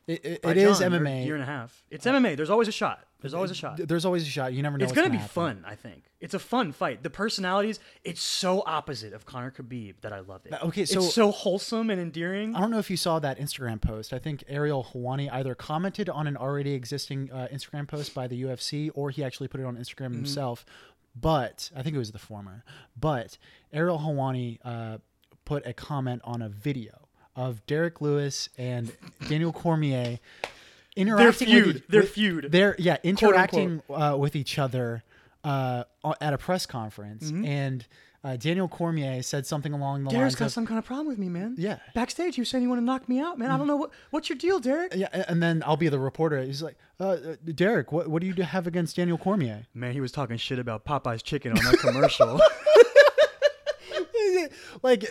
It, it,
by
it is
John, or
MMA.
Year and a half. It's MMA. There's always a shot. There's always a shot.
There's always a shot. You never know.
It's
what's
gonna be
happen.
fun, I think. It's a fun fight. The personalities, it's so opposite of Conor Khabib that I love it.
Okay, so-
it's so wholesome and endearing.
I don't know if you saw that Instagram post. I think Ariel Hawani either commented on an already existing uh, Instagram post by the UFC or he actually put it on Instagram
Mm-hmm.
himself. But I think it was the former. But Ariel Hawani uh, put a comment on a video of Derek Lewis and Daniel Cormier interacting
feud.
with
Their
with-
feud.
They're yeah interacting uh, with each other uh, o- at a press conference and. Uh, Daniel Cormier said something along the
Mm-hmm. Derek's
lines
got
of,
some kind of problem with me, man.
Yeah.
Backstage, you saying you want to knock me out, man. I don't know what what's your deal, Derek.
Yeah, a- and then I'll be the reporter. He's like, uh, uh, Derek, what, what do you do- have against Daniel Cormier?
Man, he was talking shit about Popeye's chicken on that commercial.
Like,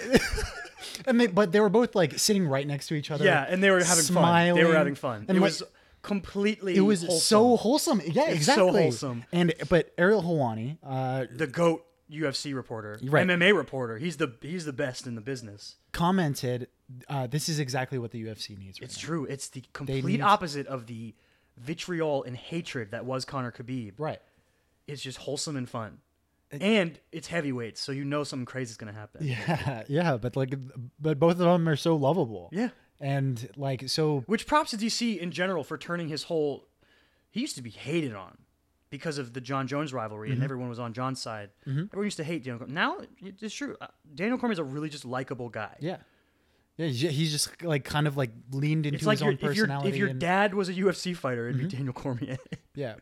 and they, but they were both like sitting right next to each other.
yeah, and they were having fun. They were
smiling,
having fun.
And
it
like,
was completely.
it was so
wholesome.
wholesome. Yeah,
It's so
exactly.
wholesome.
And but Ariel Hawani, uh,
the goat UFC reporter,
Right.
MMA reporter. He's the he's the best in the business.
commented, uh, "This is exactly what the UFC needs." Right
It's true. It's the complete
need-
opposite of the vitriol and hatred that was Conor Khabib.
now. right.
It's just wholesome and fun. and it's heavyweights, so you know something crazy is going to happen.
Yeah, yeah. But like, but both of them are so lovable.
Yeah.
and like so.
Which props to DC in general for turning his whole. He used to be hated on because of the John Jones rivalry,
Mm-hmm.
and everyone was on John's side. Everyone used to hate Daniel. Cormier. Now it's true. Uh, Daniel Cormier is a really just likable guy.
Yeah. Yeah, he's ju- he's just like kind of like leaned into
It's like
his
your,
own
if your
personality.
if your
and- Mm-hmm.
dad was a UFC fighter, it'd be Daniel Cormier,
Yeah.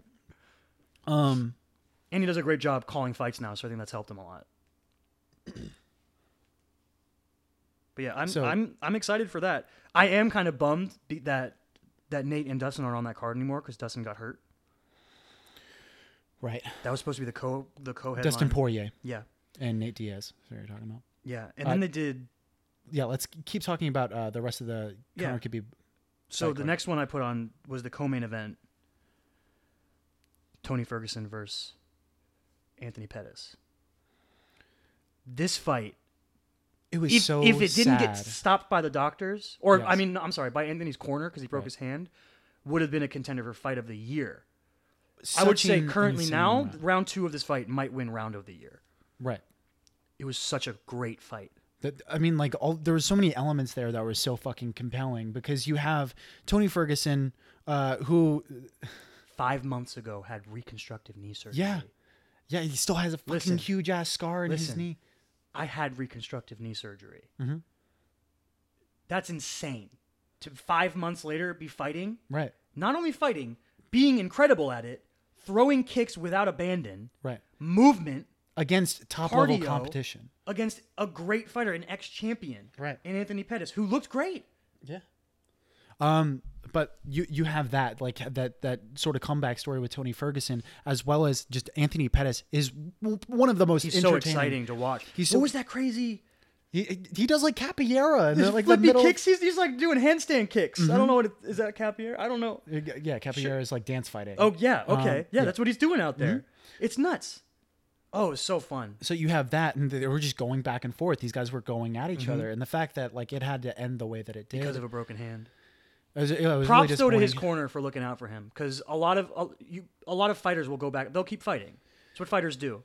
Um.
and he does a great job calling fights now. So I think that's helped him a lot. But yeah, I'm
So-
I'm I'm excited for that. I am kind of bummed be- that that Nate and Dustin aren't on that card anymore because Dustin got hurt.
Right.
That was supposed to be the co the co headline.
Dustin Poirier
Yeah,
and Nate Diaz. That's what you're talking about.
Yeah, and then they did.
Yeah, let's keep talking about uh, the rest of the
Yeah.
Conor Khabib.
So the
Cycling.
next one I put on was the co-main event: Tony Ferguson versus Anthony Pettis. This fight,
It was
if,
so
if it didn't get
sad.
stopped by the doctors, or I
Yes.
mean, I'm sorry, by Anthony's corner because he broke
Right.
his hand, would have been a contender for fight of the year. I
Such
would say
an
currently
insane
now,
amount.
round two of this fight might win round of the year.
right?
It was such a great fight.
That, I mean, like all there were so many elements there that were so fucking compelling because you have Tony Ferguson, uh, who
Five months ago, had reconstructive knee surgery.
Yeah. yeah, he still has a fucking
Listen.
huge ass scar in his
Listen.
knee.
I had reconstructive knee surgery.
Mhm.
That's insane. To five months later, be fighting,
Right,
not only fighting, being incredible at it, throwing kicks without abandon,
right.
movement
Against top level
Cardio.
competition.
against a great fighter, an ex champion,
Right.
and Anthony Pettis, who looked great.
Yeah. Um, but you you have that like that that sort of comeback story with Tony Ferguson as well as just Anthony Pettis is w- one of the most
He's so
entertaining-
exciting to watch.
He's
what
so-
was that crazy?
He, he does like capoeira and
His
like the
flippy
middle. Mm-hmm.
kicks. He's, he's like doing handstand kicks. I don't know what it, is that capier. I don't know.
Yeah, capoeira is like dance fighting.
Oh yeah, okay,
Um, Mm-hmm.
yeah, that's what he's doing out there. It's nuts. Oh, it's so fun.
so you have that, and they were just going back and forth. These guys were going at each other, and the fact that like it had to end the way that it did
Mm-hmm. because of a broken hand.
it was, it was really
Props though to his
disappointing.
corner for looking out for him, because a lot of a, you, a lot of fighters will go back. They'll keep fighting. It's what fighters do.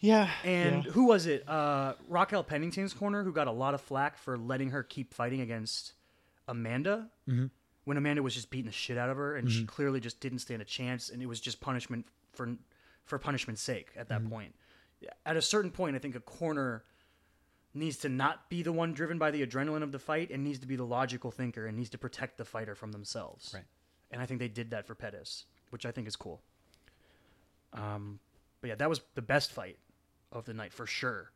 Yeah,
And
yeah.
who was it? Uh, Raquel Pennington's corner, who got a lot of flack for letting her keep fighting against Amanda
Mm-hmm.
when Amanda was just beating the shit out of her, and she clearly just didn't stand a chance, and it was just punishment for for punishment's sake at
Mm-hmm.
that point. At a certain point, I think a corner needs to not be the one driven by the adrenaline of the fight and needs to be the logical thinker and needs to protect the fighter from themselves.
Right.
And I think they did that for Pettis, which I think is cool. Um, but yeah, that was the best fight of the night for sure,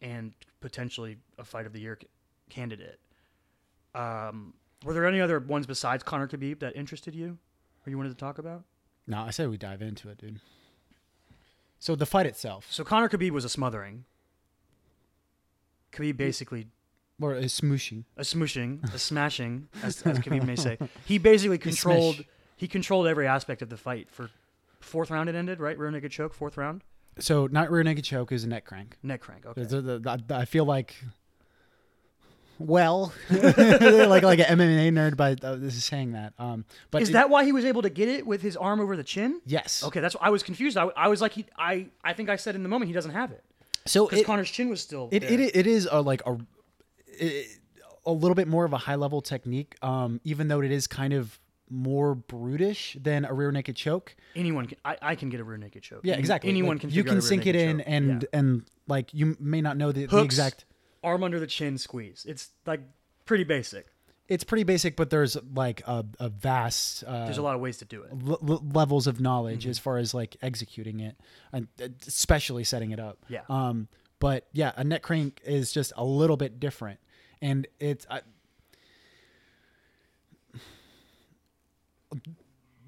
and potentially a fight of the year c- candidate. Um, were there any other ones besides Conor Khabib that interested you, or you wanted to talk about?
no, I said we dive into it, dude. So the fight itself,
So Conor Khabib was a smothering. Khabib basically
or a smooshing,
a smooshing, a smashing, as, as Khabib may say. He basically controlled.
smash.
He controlled every aspect of the fight for fourth round. It ended right rear naked choke. Fourth round
so not rear naked choke is a neck crank.
neck crank. Okay.
The- the- the- the- I feel like, well, like like an MMA nerd, but uh, this is saying that. Um, but
Is
it-
that why he was able to get it with his arm over the chin?
yes?
Okay, that's I was confused. I, I was like, he, I I think I said in the moment he doesn't have it
So
because
it,
Connor's chin was still.
it,
there.
it it is a like a it- a little bit more of a high level technique. Um, even though it is kind of more brutish than a rear naked choke.
Anyone, can, I I can get a rear naked choke.
Yeah, exactly.
Anyone
Like,
can.
You
figure out
can
a rear
sink it
naked
in
choke.
and
Yeah.
and like you may not know the, the
Hooks,
exact.
arm under the chin squeeze. It's like pretty basic.
It's pretty basic, but there's like a a vast. Uh,
There's a lot of ways to do it.
l- l- levels of knowledge
Mm-hmm.
as far as like executing it and uh, especially setting it up.
Yeah.
Um, but yeah, a neck crank is just a little bit different, and it's I,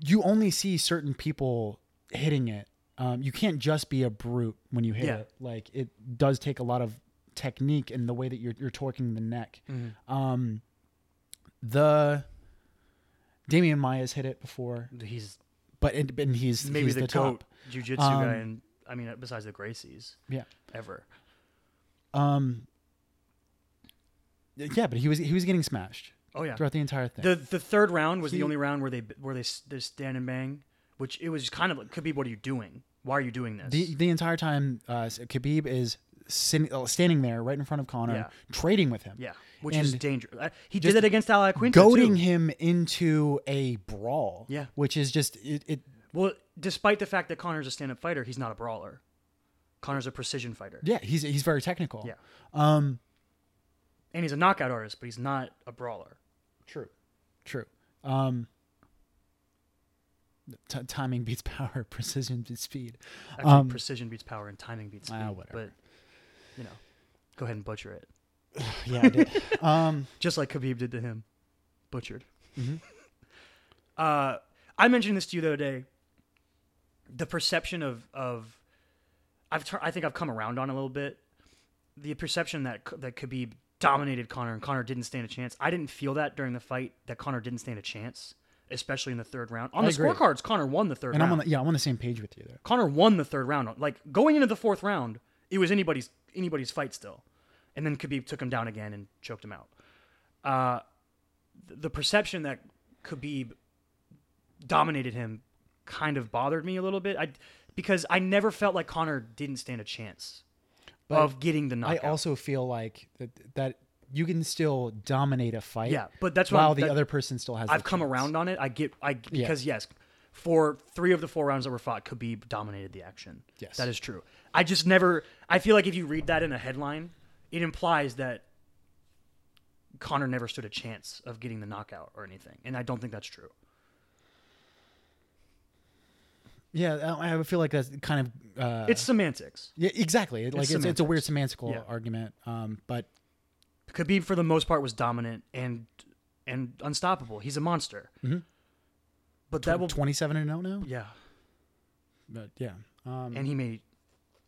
you only see certain people hitting it. Um, you can't just be a brute when you hit
Yeah.
it. Like it does take a lot of technique and the way that you're you're torquing the neck.
Mm-hmm.
Um, the Damian Maya's hit it before
He's
but and, and he's
maybe
he's
the,
the,
goat
top.
jujitsu
Um,
guy, and I mean besides the Gracies
Yeah.
ever.
Um. Yeah, but he was he was getting smashed
Oh yeah.
throughout the entire thing.
The the third round was
He-
the only round where they where they s- they stand and bang, which it was kind of like, could be what are you doing? Why are you doing this?
the the entire time, uh, Khabib is sin- uh, standing there right in front of Connor,
Yeah.
trading with him.
yeah, which is
And
dangerous. Uh, He
just
did that against Ally Quinto
goading
too.
him into a brawl.
Yeah.
which is just it. it
Well, despite the fact that Connor's a stand-up fighter, he's not a brawler. Connor's a precision fighter.
yeah, he's he's very technical.
Yeah.
Um.
And he's a knockout artist, but he's not a brawler.
True. True. Um. T- timing beats power. Precision beats speed.
Actually,
Um,
precision beats power and timing beats speed.
Ah, whatever.
But you know, go ahead and butcher it,
Yeah. I did. um.
just like Khabib did to him, butchered.
Mm-hmm.
uh, I mentioned this to you the other day. The perception of of I've tur- I think I've come around on a little bit the perception that that Khabib dominated Connor and Connor didn't stand a chance. I didn't feel that during the fight that Connor didn't stand a chance, especially in the third round. On
I
the
agree.
scorecards, Connor won the third
And I'm
round.
on the, yeah, I'm on the same page with you there.
Connor won the third round. Like going into the fourth round, it was anybody's anybody's fight still. And then Khabib took him down again and choked him out. Uh, th- the perception that Khabib dominated him kind of bothered me a little bit. I because I never felt like Connor didn't stand a chance
But
of getting the knockout.
I also feel like that that you can still dominate a fight.
yeah, but that's why
While the other person still has.
I've
the
come
chance.
around on it. I get I because yes, for three of the four rounds that were fought, Khabib dominated the action.
Yes.
that is true. I just never. I feel like if you read that in a headline, it implies that Connor never stood a chance of getting the knockout or anything, and I don't think that's true.
Yeah, I I feel like that's kind of. Uh,
it's semantics.
yeah, exactly. It- Like it's, it's, a weird semantical
Yeah.
argument. Um, but
Khabib, for the most part, was dominant and and unstoppable. He's a monster. But that will,
27 and 0 now.
yeah,
But yeah, um,
and he may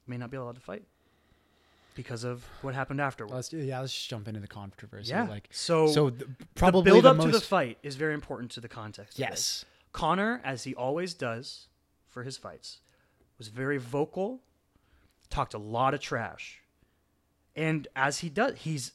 may not be allowed to fight because of what happened afterwards.
let's yeah, let's just jump into the controversy.
Yeah.
Like
So
so th- probably
the build up
most,
to the fight is very important to the context. of this.
Yes.
Connor, as he always does for his fights, was very vocal, talked a lot of trash, and as he does, he's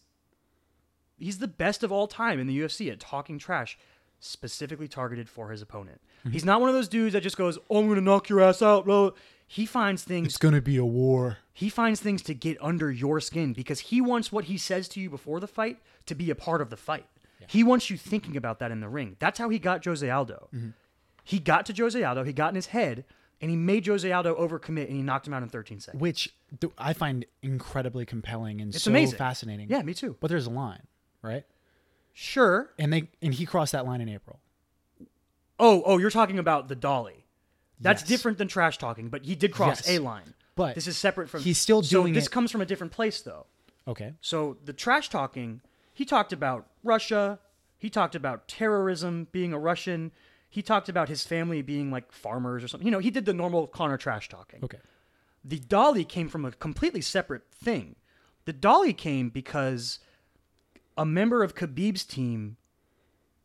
he's the best of all time in the UFC at talking trash, specifically targeted for his opponent.
Mm-hmm.
He's not one of those dudes that just goes, "Oh, I'm going to knock your ass out." Bro, he finds things
gonna be a war.
he finds things to get under your skin because he wants what he says to you before the fight to be a part of the fight. He wants you thinking about that in the ring. That's how he got Jose Aldo. He got to Jose Aldo, he got in his head, and he made Jose Aldo overcommit and he knocked him out in 13 seconds.
which th- I find incredibly compelling and
It's
so
amazing.
fascinating.
Yeah, me too.
but there's a line, right?
Sure.
And they and he crossed that line in April.
Oh, oh, you're talking about the dolly. That's
Yes.
different than trash talking, but he did cross a
Yes.
line.
But
this is separate from
he's still
so
doing
This
it-
comes from a different place though.
Okay,
So the trash talking, he talked about Russia. He talked about terrorism, being a Russian. He talked about his family being like farmers or something. You know, he did the normal Connor trash talking.
okay,
The dolly came from a completely separate thing. The dolly came because a member of Khabib's team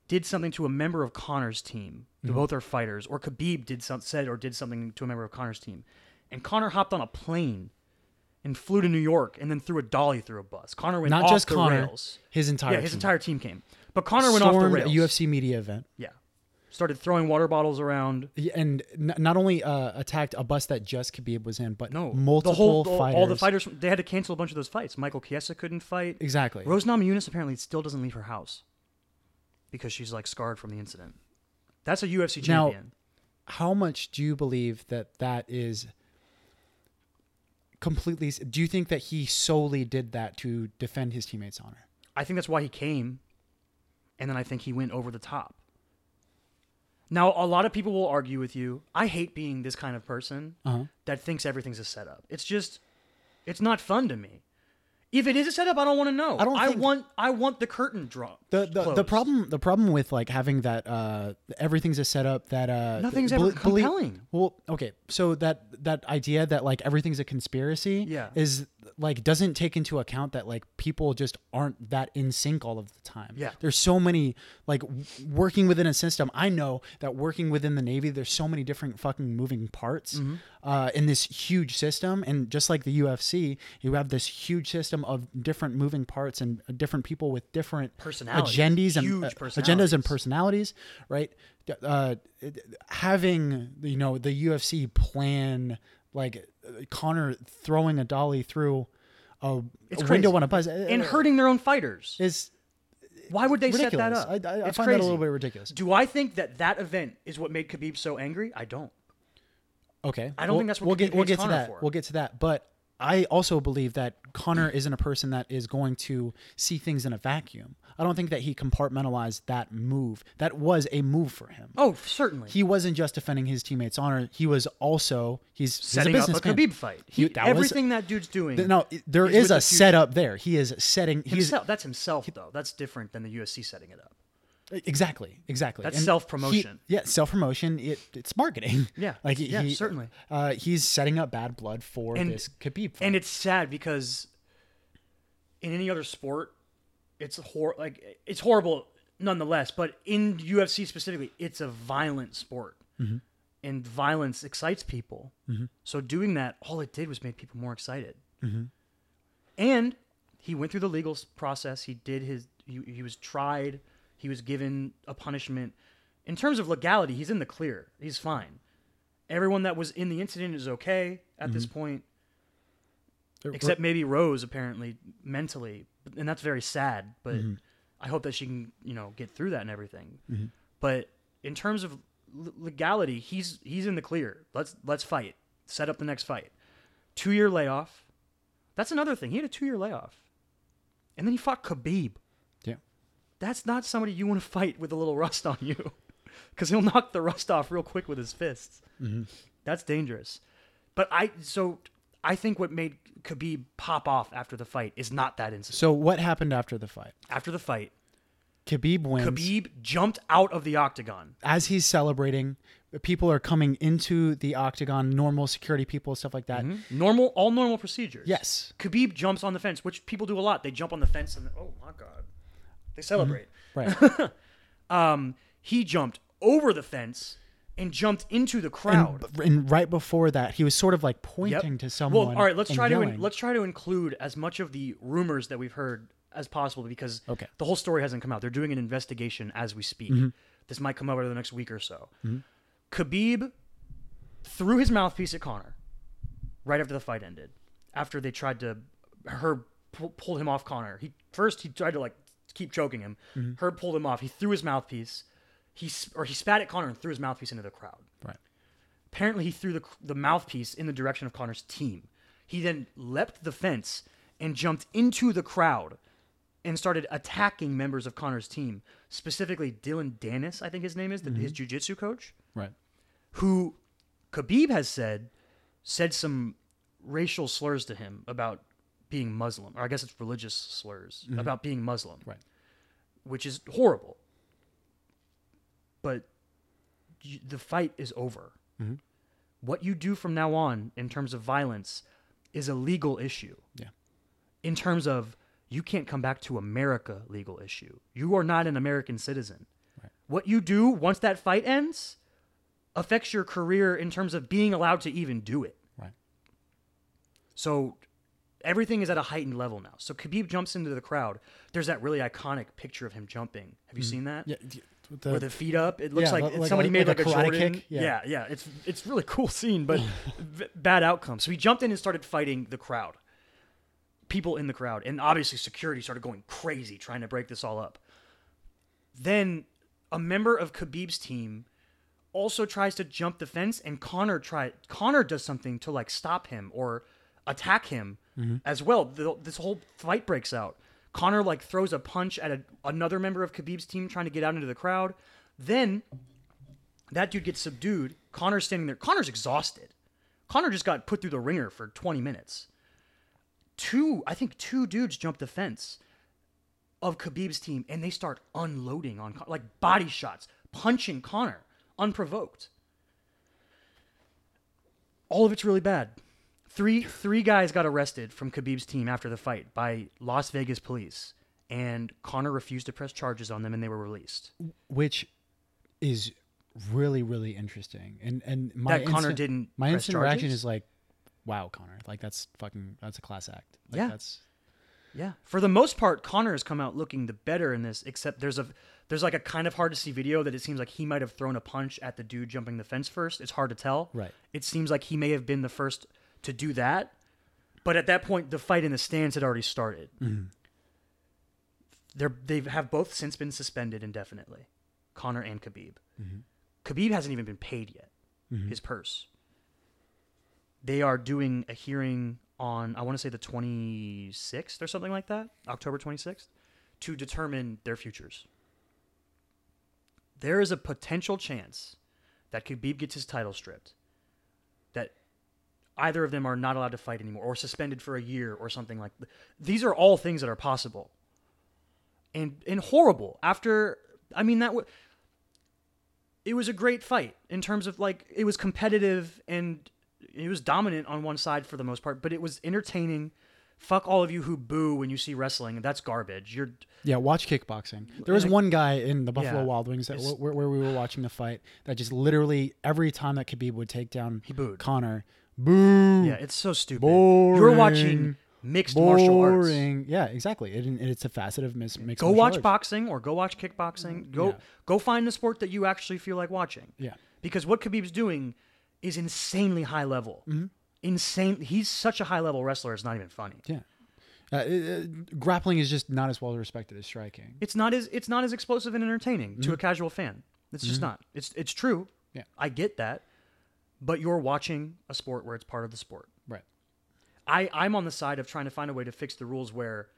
did something to a member of Connor's team. They
Mm-hmm.
Both are fighters, or Khabib did some, said or did something to a member of Connor's team, and Connor hopped on a plane and flew to New York, and then threw a dolly through a bus. Connor went
not
off
just
the
Connor,
rails.
his entire
yeah, his
team.
entire team came, but Connor went off the
Stormed
rails.
a UFC media event.
yeah, started throwing water bottles around.
Yeah, and n- not only uh, attacked a bus that just Khabib was in, but
No,
multiple
the whole, the-
fighters. E
all the fighters they had to cancel a bunch of those fights. Michael Chiesa couldn't fight.
Exactly.
Rose Namajunas apparently still doesn't leave her house because she's like scarred from the incident. That's a UFC
Now-
champion.
How much do you believe that that is completely? Do you think that he solely did that to defend his teammates' honor?
I think that's why he came, and then I think he went over the top. Now, a lot of people will argue with you. I hate being this kind of person
Uh-huh.
that thinks everything's a setup. It's just, it's not fun to me. If it is a setup, I don't want to know.
I don't
I
think-
want. I want the curtain drawn.
The, the, the
closed.
problem the problem with like having that uh everything's a setup that uh
Nothing's
bel-
ever
belie-
compelling.
well okay so that that idea that like everything's a conspiracy
Yeah.
is like doesn't take into account that like people just aren't that in sync all of the time
Yeah.
there's so many like w- working within a system I know that working within the Navy there's so many different fucking moving parts
Mm-hmm.
uh in this huge system and just like the UFC you have this huge system of different moving parts and different people with different
Personalities.
agendas and
Huge
uh, agendas and
personalities.
personalities, right? Uh, having you know the UFC plan like uh, Connor throwing a dolly through a,
It's
a window
crazy.
on a bus
and hurting their own fighters.
is
Why would they set that
ridiculous.
up?
I, I, I
It's
find that a
crazy.
little bit ridiculous.
Do I think that that event is what made Khabib so angry? I don't.
Okay,
I don't
We'll-
think that's what
we'll get.
Khabib
We'll
hates
get to
Connor
that.
for.
We'll get to that, but. I also believe that Connor isn't a person that is going to see things in a vacuum. I don't think that he compartmentalized that move. That was a move for him.
Oh, certainly.
he wasn't just defending his teammates' honor. He was also he's
setting
he's a
up a
businessman.
Khabib fight.
He-
He,
that was-
everything that dude's doing.
Th- No, i- there
He's
is
with
a
the future.
setup there. He is setting. He's
himself. That's himself though. That's different than the UFC setting it up.
exactly, exactly.
That's
And
self-promotion.
he- Yeah, self promotion. It, it's marketing.
Yeah,
like
yeah,
he-
certainly.
Uh, he's setting up bad blood for
And-
this Khabib. fight.
And it's sad because in any other sport, it's hor- like it's horrible nonetheless. But in UFC specifically, it's a violent sport, and violence excites people. So doing that, all it did was make people more excited. And he went through the legal s- process. He did his. He, he was tried. He was given a punishment. In terms of legality, he's in the clear. He's fine. Everyone that was in the incident is okay at this point except maybe Rose apparently mentally, But- and that's very sad. But I hope that she can you know get through that and everything. But in terms of l- legality, he's he's in the clear. Let's let's fight. Set up the next fight. Two year layoff. That's another thing. He had a two year layoff, and then he fought Khabib.
Yeah.
That's not somebody you want to fight with a little rust on you, because he'll knock the rust off real quick with his fists.
Mm-hmm.
That's dangerous. But I so I think what made Khabib pop off after the fight is not that incident.
So what happened after the fight?
After the fight,
Khabib wins.
Khabib jumped out of the octagon.
as he's celebrating, people are coming into the octagon, normal security people, stuff like that.
Normal, all normal procedures.
Mm-hmm. Yes.
Khabib jumps on the fence, which people do a lot. They jump on the fence and oh my god, they celebrate.
Right.
Um, he jumped over the fence and jumped into the crowd.
and, and right before that, he was sort of like pointing to someone.
Well, all right, let's
and
try to
yelling.
in, let's try to include as much of the rumors that we've heard as possible because
Okay. Mm-hmm.
the whole story hasn't come out. They're doing an investigation as we speak. This might come out over the next week or so. Khabib threw his mouthpiece at Connor right after the fight ended. After they tried to, Herb pull, pulled him off Connor. He first he tried to like keep choking him.
Mm-hmm.
Herb pulled him off. He threw his mouthpiece. He s- or he spat at Connor and threw his mouthpiece into the crowd
Right.
apparently he threw the, the mouthpiece in the direction of Connor's team. He then leapt the fence and jumped into the crowd and started attacking members of Connor's team, specifically Dylan Dennis, I think his name is, the, his jiu-jitsu coach,
Right.
who Khabib has said said some racial slurs to him about being Muslim, or I guess it's religious slurs about being Muslim,
Mm-hmm. Right.
which is horrible. But y the fight is over.
Mm-hmm.
What you do from now on in terms of violence is a legal issue.
Yeah.
In terms of you can't come back to America legal issue. You are not an American citizen. What you do once that fight ends affects your career in terms of being allowed to even do it.
Right.
So everything is at a heightened level now. So Khabib jumps into the crowd. There's that really iconic picture of him jumping. Have you seen that?
Yeah. d- the-
With the feet up, it looks
Yeah,
like,
like-
somebody made
like-
like,
like a
a,
karate
Jordan.
kick?
Yeah.
Yeah.
yeah, It's it's really cool scene, but v- bad outcome. So he jumped in and started fighting the crowd, people in the crowd, and obviously security started going crazy trying to break this all up. Then a member of Khabib's team also tries to jump the fence and Connor try Connor does something to like stop him or attack him
Mm-hmm.
as well. The, this whole fight breaks out. Connor like throws a punch at a, another member of Khabib's team trying to get out into the crowd. Then that dude gets subdued. Connor's standing there. Connor's exhausted. Connor just got put through the ringer for 20 minutes. Two, I think two dudes jumped the fence of Khabib's team and they start unloading on Con- like body shots, punching Connor unprovoked. All of it's really bad. Three three guys got arrested from Khabib's team after the fight by Las Vegas police and Connor refused to press charges on them and they were released.
which is really really interesting and and my
That Connor
instant-
didn't
my
press
instant reaction
charges?
is like wow connor like that's fucking that's a class act like
Yeah.
that's
Yeah. For the most part, Connor has come out looking the better in this, except there's a there's like a kind of hard to see video that it seems like he might have thrown a punch at the dude jumping the fence first. It's hard to tell.
Right.
It seems like he may have been the first to do that. But at that point, the fight in the stands had already started. They're, they have both since been suspended indefinitely, Connor and Khabib. Khabib hasn't even been paid yet, his purse. They are doing a hearing on, I want to say the 26th or something like that, October 26th, to determine their futures. There is a potential chance that Khabib gets his title stripped, that either of them are not allowed to fight anymore or suspended for a year or something like th- these are all things that are possible and and horrible after i mean that w- it was a great fight in terms of like it was competitive and it was dominant on one side for the most part but it was entertaining fuck all of you who boo when you see wrestling. That's garbage. You're
Yeah, watch kickboxing. There was
Like-
one guy in the Buffalo
Yeah.
Wild Wings that
It's-
where, where we were watching the fight that just literally every time that Khabib would take down
he booed.
Connor, boo,
Yeah, it's so stupid. You're watching
Boring.
mixed martial arts.
boring. Yeah, exactly. It, it's a facet of mis- mixed
Go
martial
watch
arts. Mm,
boxing or go watch kickboxing. Go
Yeah.
go find the sport that you actually feel like watching.
Yeah.
Because what Khabib's doing is insanely high level.
Mm-hmm.
Insane. He's such a high level wrestler. It's not even funny.
Yeah. Uh, it- it- grappling is just not as well respected as striking.
It's not as it's not as explosive and entertaining to a casual fan. It's just not. It's it's true.
Mm-hmm. Yeah.
I get that. But you're watching a sport where it's part of the sport.
Right.
I, I'm on the side of trying to find a way to fix the rules where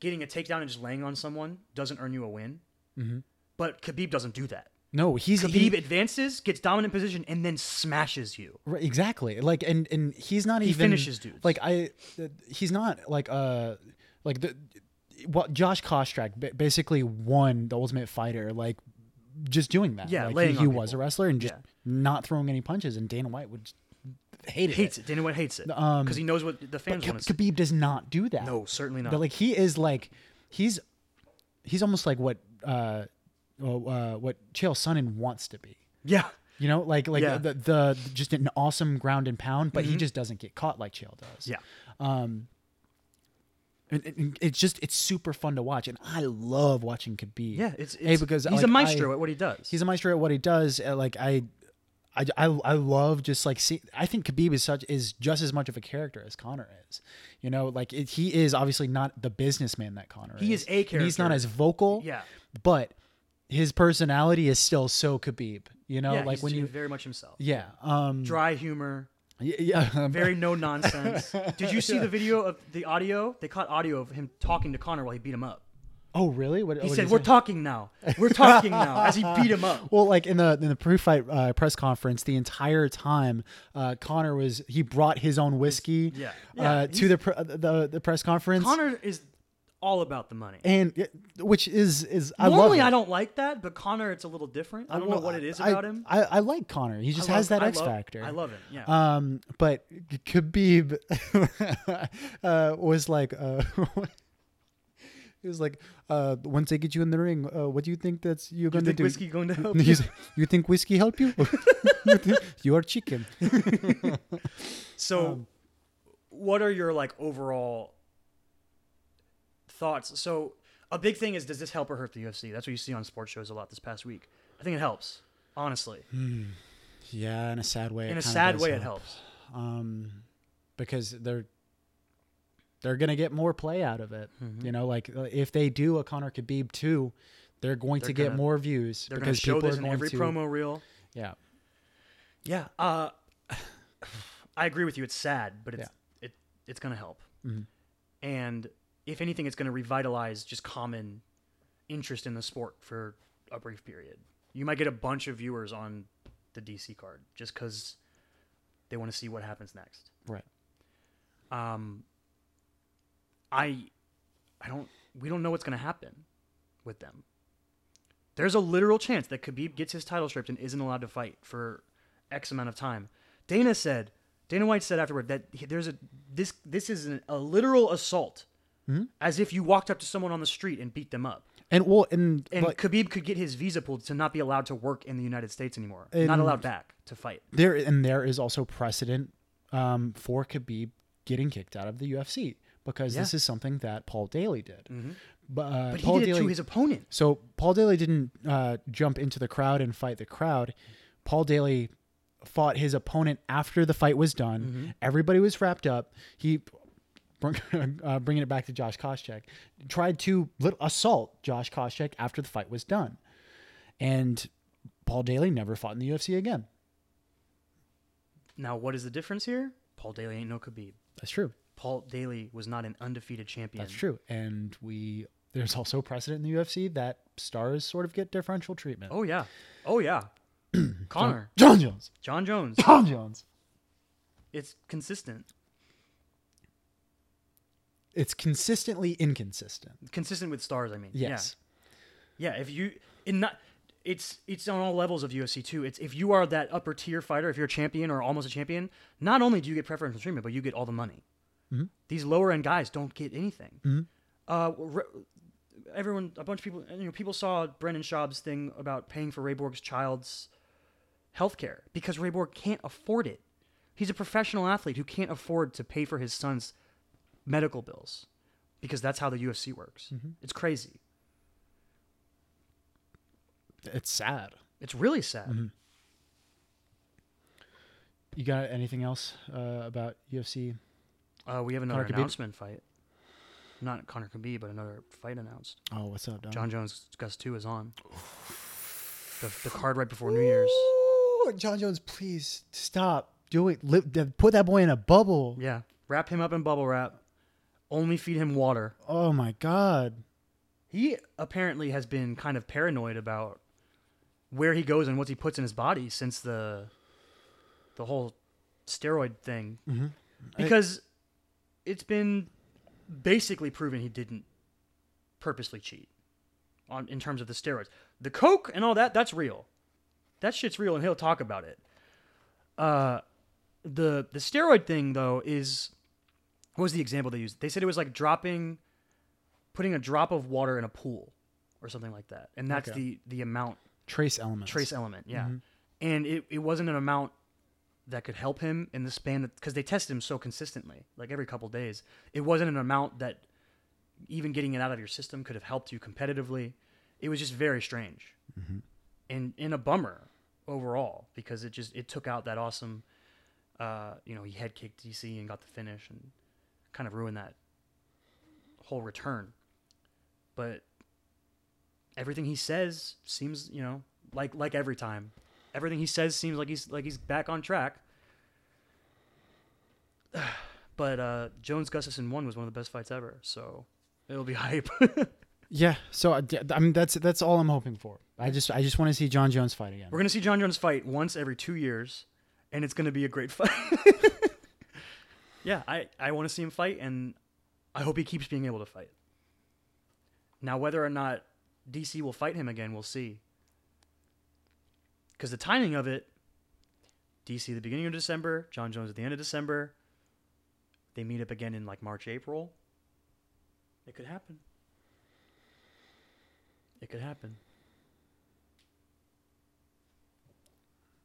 getting a takedown and just laying on someone doesn't earn you a win.
Mm-hmm.
But Khabib doesn't do that.
No, he's
Khabib advances, gets dominant position, and then smashes you.
Right, exactly. Like, and and he's not
He
even
finishes dudes.
Like I, th- he's not like uh like the what Josh Kostrack ba- basically won the Ultimate Fighter like just doing that.
Yeah,
like,
laying
he, he
on
was a
people.
wresler and just
Yeah.
not throwing any punches, and Dana White would just hate it.
Hates it. Dana White hates it because
Um,
he knows what the
But
fans want to
K-
see.
Khabib does not do that.
No, certainly not.
But like he is like he's he's almost like what uh, well, uh what Chael Sonnen wants to be.
yeah,
You know, like like
Yeah. Mm-hmm.
the, the just an awesome ground and pound, but he just doesn't get caught like Chael does.
yeah.
Um. and- and it's just it's super fun to watch, and I love watching Khabib.
Yeah, it's,
A,
it's
because,
he's
like,
a maestro
I-
at what he does.
he's a maestro at what he does. uh, Like I, I, I, I love just like see. I think Khabib is such is just as much of a character as Connor is. You know, like it, he is obviously not the businessman that Connor is.
He is a
And He's not
character.
as vocal.
Yeah.
but his personality is still so Khabib. You know,
yeah,
uh, like
he's
when
j-
you.
very much himself.
Yeah. Um.
Dry humor,
y- Yeah. um,
very no nonsense. Did you see the video of the audio? They caught audio of him talking to Connor while he beat him up.
oh, really? What,
He
what
said,
did
"We're talking now. We're talking now." As he beat him up.
Well, like in the in the pre-fight uh, press conference, the entire time uh, Connor was he brought his own whiskey
Yeah.
uh,
Yeah,
to the, pre- the the press conference,
Connor is all about the money.
and which is is I love
Normally,
it.
I don't like that, but Connor, it's a little different. I don't know
Well,
what it is
I-
about him.
I, I, like Connor. He just
I
has
love-
that
I
X
love-
factor.
I love him. Yeah.
Um, but Khabib uh, was like, uh, he was like, uh, once they get you in the ring, uh, what do you think that's you're
you
gonna
think
do?
whiskey going to help?
And he's- you think whiskey help you? you, think, you are chicken.
So, what are your like overall thoughts? So, a big thing is does this help or hurt the UFC? That's what you see on sports shows a lot this past week. I think it helps, honestly.
Yeah, in a sad way. it
In a
kinda
sad
does
way,
help.
it helps.
um, because they're they're gonna get more play out of it.
Mm-hmm.
You know, like uh, if they do a Conor Khabib two, they're going to
They're
get
gonna-
more views
They're going to
because
show
people
this
are
in
going
every
to.
promo reel.
Yeah,
Yeah, uh, I agree with you. It's sad, but it's it it's going to help.
Mm-hmm.
And if anything, it's going to revitalize just common interest in the sport for a brief period. You might get a bunch of viewers on the DC card just because they want to see what happens next.
right.
Um, I, I don't. We don't know what's going to happen with them. There's a literal chance that Khabib gets his title stripped and isn't allowed to fight for X amount of time. Dana said, Dana White said afterward that he- there's a this this is an, a literal assault,
Mm-hmm.
as if you walked up to someone on the street and beat them up.
And well, and,
And
like,
Khabib could get his visa pulled to not be allowed to work in the United States anymore, not
And-
allowed back to fight.
there and there is also precedent um, for Khabib getting kicked out of the UFC because this
Yeah. Mm-hmm.
is something that Paul Daly did. But, uh,
But he
Paul
did it
Daly,
to his opponent.
So Paul Daly didn't uh, jump into the crowd and fight the crowd. Paul Daly fought his opponent after the fight was done. Everybody was wrapped up. He br- uh, bringing it back to Josh Koscheck tried to lit- assault Josh Koscheck after the fight was done, and Paul Daly never fought in the UFC again.
Now, what is the difference here? Paul Daly ain't no Khabib.
That's true.
Paul Daly was not an undefeated champion.
That's true. And we there's also precedent in the UFC that stars sort of get differential treatment.
Oh yeah, oh yeah. Connor,
John Jones.
John Jones.
John Jones.
It's consistent,
It's consistently inconsistent.
consistent with stars. I mean,
Yes.
yeah, yeah. If you in not, it's it's on all levels of UFC too. It's if you are that upper tier fighter, if you're a champion or almost a champion, not only do you get preferential treatment, but you get all the money. These lower end guys don't get anything. Uh, re- everyone, a bunch of people, you know, people saw Brendan Schaub's thing about paying for Ray Borg's child's health care because Ray Borg can't afford it. He's a professional athlete who can't afford to pay for his son's medical bills because that's how the UFC works. It's crazy.
It's sad.
It's really sad.
You got anything else uh, about UFC?
Uh, we have another
Khabib?
announcement fight. Not Conor Khabib, but another fight announced.
Oh, what's up, Don?
John Jones Gus Two is on. The, the card right before New Year's.
Ooh, John Jones, please stop doing. Li- put that boy in a bubble.
Yeah. Wrap him up in bubble wrap. Only feed him water.
Oh my God.
He apparently has been kind of paranoid about where he goes and what he puts in his body since the the whole steroid thing. Because it's been basically proven he didn't purposely cheat on in terms of the steroids. The coke and all that that's real. That shit's real and he'll talk about it. Uh the the steroid thing though is what was the example they used? They said it was like dropping putting a drop of water in a pool or something like that. And that's the the amount
Trace elements.
trace element, yeah. And it, it wasn't an amount that could help him in the span because they tested him so consistently, like every couple days. It wasn't an amount that even getting it out of your system could have helped you competitively. It was just very strange and and a bummer overall because it just it took out that awesome. Uh, you know, he head kicked DC and got the finish and kind of ruined that whole return. But everything he says seems, you know, like like every time. Everything he says seems like he's like he's back on track. But uh, Jones Gustafson one was one of the best fights ever, so it'll be hype. We're
Yeah. So I, I mean, that's that's all I'm hoping for. I just I just want to see John Jones fight again.
gonna see John Jones fight once every two years, and it's gonna be a great fight. yeah, I I want to see him fight, and I hope he keeps being able to fight. Now, whether or not DC will fight him again, we'll see. Because the timing of it, DC the beginning of December, John Jones at the end of December. They meet up again in like March, April. It could happen. It could happen.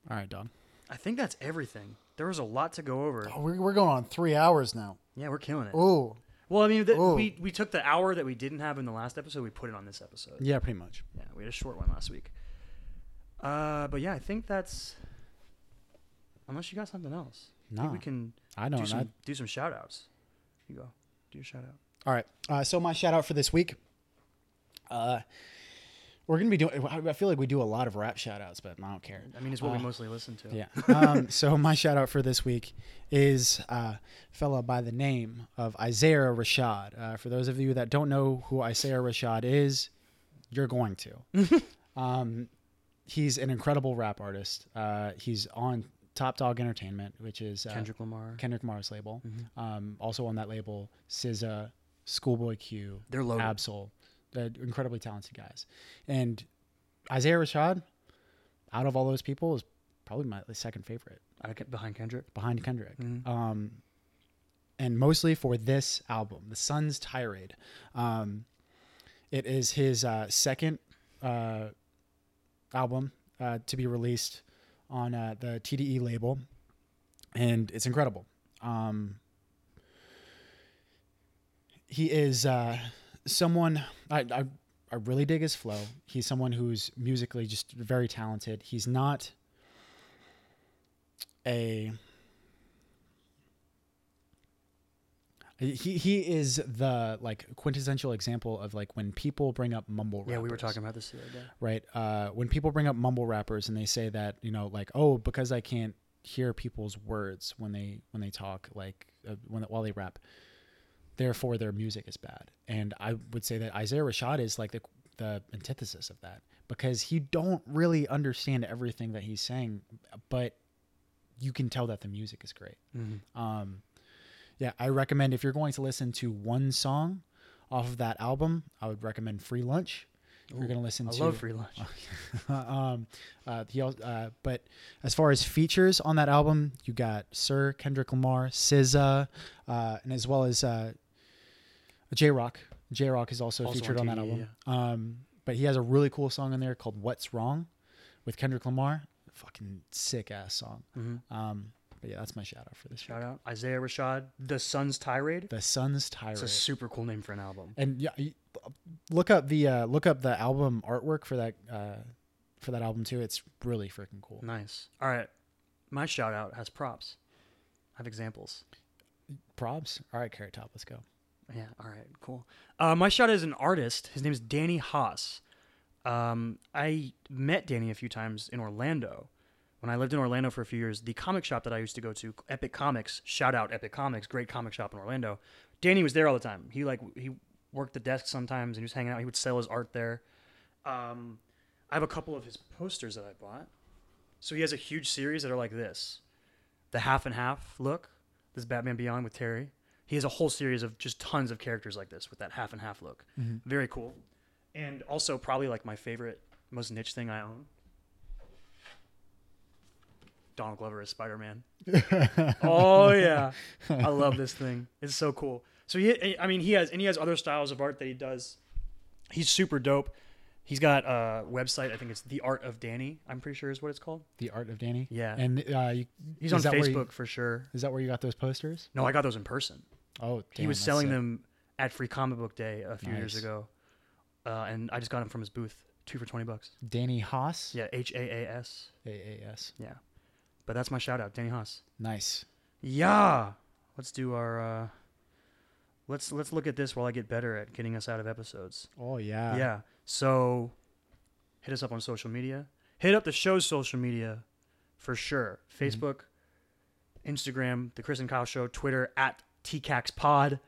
All right, Don.
I think that's everything. There was a lot to go over.
Oh, we're, we're going on three hours now.
Yeah, we're killing it.
Oh.
Ooh.
Well, I mean, th-
Ooh.
we we took the hour that we didn't have in the last episode. We put it on this episode.
Yeah, pretty much.
Yeah, we had a short one last week. Uh, but yeah, I think that's. Unless you got something else, I think
Nah.
we can
I know.
do some
I,
do some shout outs. You go, do your shout out.
All right. Uh, so my shout out for this week. Uh, we're gonna be doing. I I feel like we do a lot of rap shout outs, but I don't care.
I mean, it's what we mostly listen to.
Oh. yeah.
um, so my shout out for this week is uh, a fella by the name of Isaiah Rashad. Uh, for those of you that don't know who Isaiah Rashad is, you're going to. um, he's an incredible rap artist. Uh, he's on Top Dog Entertainment, which is uh,
Kendrick Lamar.
Kendrick Lamar's label. Um, also on that label, SZA, Schoolboy Q,
They're loaded.
Absol, they're incredibly talented guys. And Isaiah Rashad, out of all those people, is probably my second favorite
I kept behind Kendrick. Mm-hmm.
behind Kendrick. Um, and mostly for this album, The Sun's Tirade. Um, it is his uh, second uh, album uh, to be released on uh, the TDE label, and it's incredible. Um, he is uh, someone I, I I really dig his flow. He's someone who's musically just very talented. He's not a he he is the like quintessential example of like when people bring up mumble
Oh,
Yeah, we were
rappers
talking about this the other day.
right? Uh, when people bring up mumble rappers and they say that, you know, like, oh, because I can't hear people's words when they when they talk, like uh, when while they rap, therefore their music is bad. And I would say that Isaiah Rashad is like the the antithesis of that because he don't really understand everything that he's saying, but you can tell that the music is great.
Mm-hmm.
Um, yeah, I recommend if you're going to listen to one song off of that album, I would recommend Free Lunch. If you're going to listen
I
to
love free lunch.
um, uh, he al- uh, but as far as features on that album, you got Sir Kendrick Lamar, SZA, uh, and as well as uh, J Rock. J Rock is also,
Also
featured on,
on
that
TDE,
album. Um, but he has a really cool song in there called "What's Wrong" with Kendrick Lamar. Fucking sick ass song. Um, but yeah, that's my shout out for this show.
Mm-hmm. Shout out Isaiah Rashad, The Sun's Tirade.
The Sun's Tirade.
It's a super cool name for an album.
and yeah, you- look up the uh, look up the album artwork for that uh, for that album too. It's really freaking cool.
Nice. All right. My shout out has props. I have examples.
Probs. All right, Carrot Top, let's go.
Yeah. All right. Cool. Uh, my shot is an artist. His name is Danny Haas. Um, I met Danny a few times in Orlando. When I lived in Orlando for a few years, the comic shop that I used to go to, Epic Comics, shout out Epic Comics, great comic shop in Orlando. Danny was there all the time. He like he worked the desk sometimes and he was hanging out. He would sell his art there. Um, I have a couple of his posters that I bought. So he has a huge series that are like this the half and half look. This Batman Beyond with Terry. He has a whole series of just tons of characters like this with that half and half look.
Mm-hmm.
Very cool. And also probably like my favorite, most niche thing I own. Donald Glover as Spider Man. oh yeah, I love this thing. It's so cool. So he, I mean, he has and he has other styles of art that he does. He's super dope. He's got a website. I think it's The Art of Danny. I'm pretty sure is what it's called.
The Art of Danny.
Yeah.
And uh, you,
He's
is
on
that where you-
Facebook for sure.
is that where you got those posters?
No, I got those in person.
Oh,
he
damn,
was
that's
selling
sick.
them at Free Comic Book Day a few years
Nice.
ago, uh, and I just got them from his booth, two for twenty bucks.
Danny Haas.
Yeah, H A A S.
A A S.
Yeah, but that's my shout out, Danny Haas.
Nice.
Yeah, let's do our. Uh, let's let's look at this while I get better at getting us out of episodes.
Oh yeah.
yeah. So, hit us up on social media. Hit up the show's social media, for sure. Facebook, Instagram, the Chris and Kyle Show, Twitter at TCAX Pod.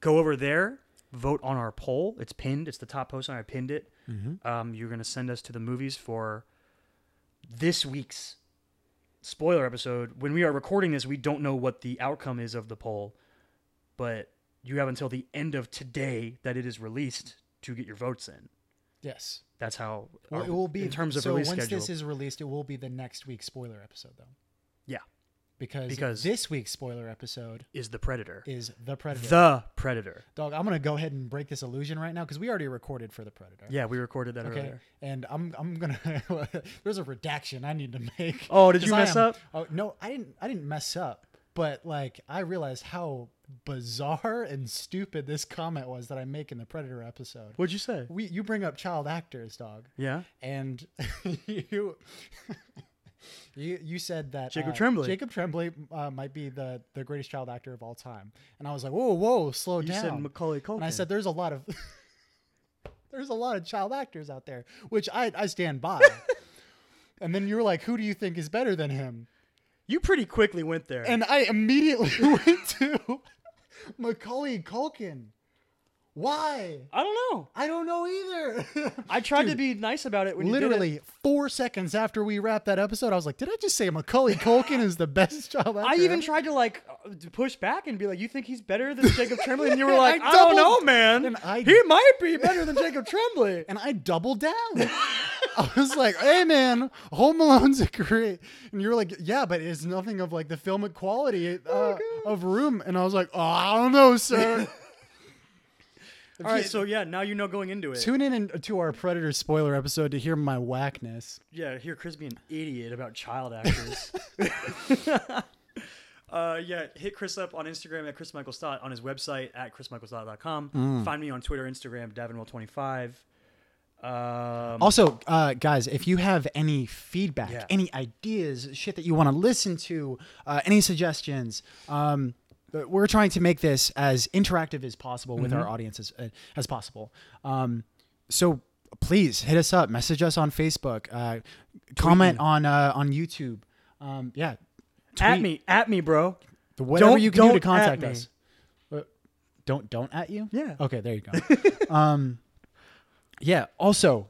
Go over there, vote on our poll. It's pinned. It's the top post, and I pinned it. Um, you're gonna send us to the movies for this week's spoiler episode. When we are recording this, we don't know what the outcome is of the poll, but you have until the end of today that it is released to get your votes in.
Yes.
That's how
Well,
our-
it will be
in terms of
so
release
once
schedule.
this is released, it will be the next week's spoiler episode though,
yeah,
because,
Because-
this week's spoiler episode
is the Predator.
is the Predator.
The Predator.
Dog, I'm gonna go ahead and break this illusion right now because we already recorded for the Predator.
Yeah, we recorded that
Okay.
earlier.
And I'm I'm gonna there's a redaction I need to make.
Oh, did you
'Cause I
mess
am-
up?
Oh no, I didn't I didn't mess up. But like I realized how bizarre and stupid this comment was that I make in the Predator episode.
What'd you say?
We you bring up child actors, dog.
Yeah.
And you You, you said that
Jacob
uh,
Tremblay.
Jacob Tremblay uh, might be the, the greatest child actor of all time, and I was like, whoa, whoa, slow
You
down.
said Macaulay Culkin.
And I said, "There's a lot of there's a lot of child actors out there," which I I stand by. and then you were like, "Who do you think is better than him?"
you pretty quickly went there.
And I immediately went to Macaulay Culkin. Why?
I don't know.
I don't know either.
I tried to be nice about it when you did it.
Literally four seconds after we wrapped that episode, I was like, "Did I just say Macaulay Culkin is the best child actor?"
I even
ever?"
tried to like uh, to push back and be like, "You think he's better than Jacob Tremblay?" And you were
I
like, "I, don't know,
doubled-
man.
and I-
he might be better than Jacob Tremblay."
and I doubled down. I was like, "Hey, man, Home Alone's a great," and you were like, "Yeah, but it's nothing of like the filmic quality uh,
Oh
of Room." And I was like, "Oh, I don't know, sir."
All right, so yeah, now you know going into it.
Tune in and- to our Predator spoiler episode to hear my whackness.
Yeah, hear Chris be an idiot about child actors. uh, yeah, hit Chris up on Instagram at Chris Michael Stott, on his website at chrismichaelstott.com. Find me on Twitter, Instagram, Davinwell25. Um,
Also, uh, guys, if you have any feedback,
Yeah.
any ideas, shit that you want to listen to, uh, any suggestions, um, but we're trying to make this as interactive as possible with
Mm-hmm.
our audiences as, uh, as possible. Um, so please hit us up, message us on Facebook, uh, comment on uh, on YouTube. Um, yeah,
at
tweet.
me, at me, bro.
whatever
Don't-
you can do
don't
to
at
contact
me.
us. Uh, Don't don't at you.
Yeah.
Okay, there you go. um, yeah. Also,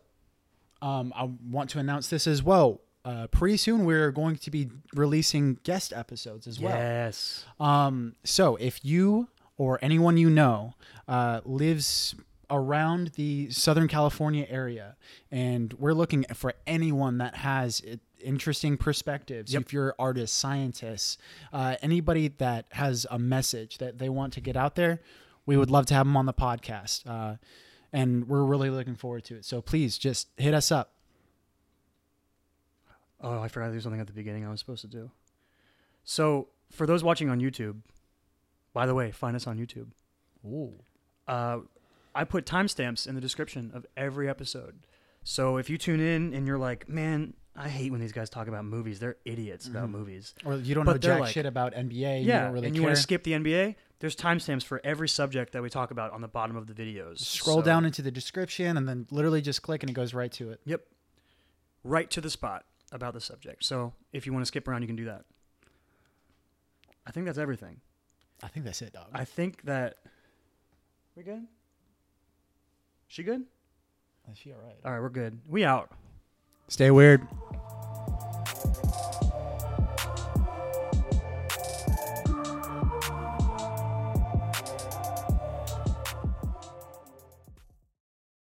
um, I want to announce this as well. Uh, pretty soon, we're going to be releasing guest episodes as well.
Yes.
Um, so if you or anyone you know uh, lives around the Southern California area, and we're looking for anyone that has it, interesting perspectives. If you're artists, scientists, uh, anybody that has a message that they want to get out there, we would love to have them on the podcast. Uh, and we're really looking forward to it. So please just hit us up.
Oh, I forgot to do something at the beginning I was supposed to do. So, for those watching on YouTube, by the way, find us on YouTube.
Ooh.
Uh, I put timestamps in the description of every episode. So if you tune in and you're like, man, I hate when these guys talk about movies. They're idiots about movies.
Or you don't
But
know
they're
jack
like-
shit about NBA. Mm-hmm. you
yeah,
don't really
and you want
care.
to skip the NBA? There's timestamps for every subject that we talk about on the bottom of the videos.
scroll
So-
down into the description and then literally just click and it goes right to it.
Yep. Right to the spot about the subject. So if you want to skip around, you can do that. I think that's everything.
I think that's it, dog.
I think that. We good? She good?
Is she all right?
All right, we're good. We out.
Stay weird.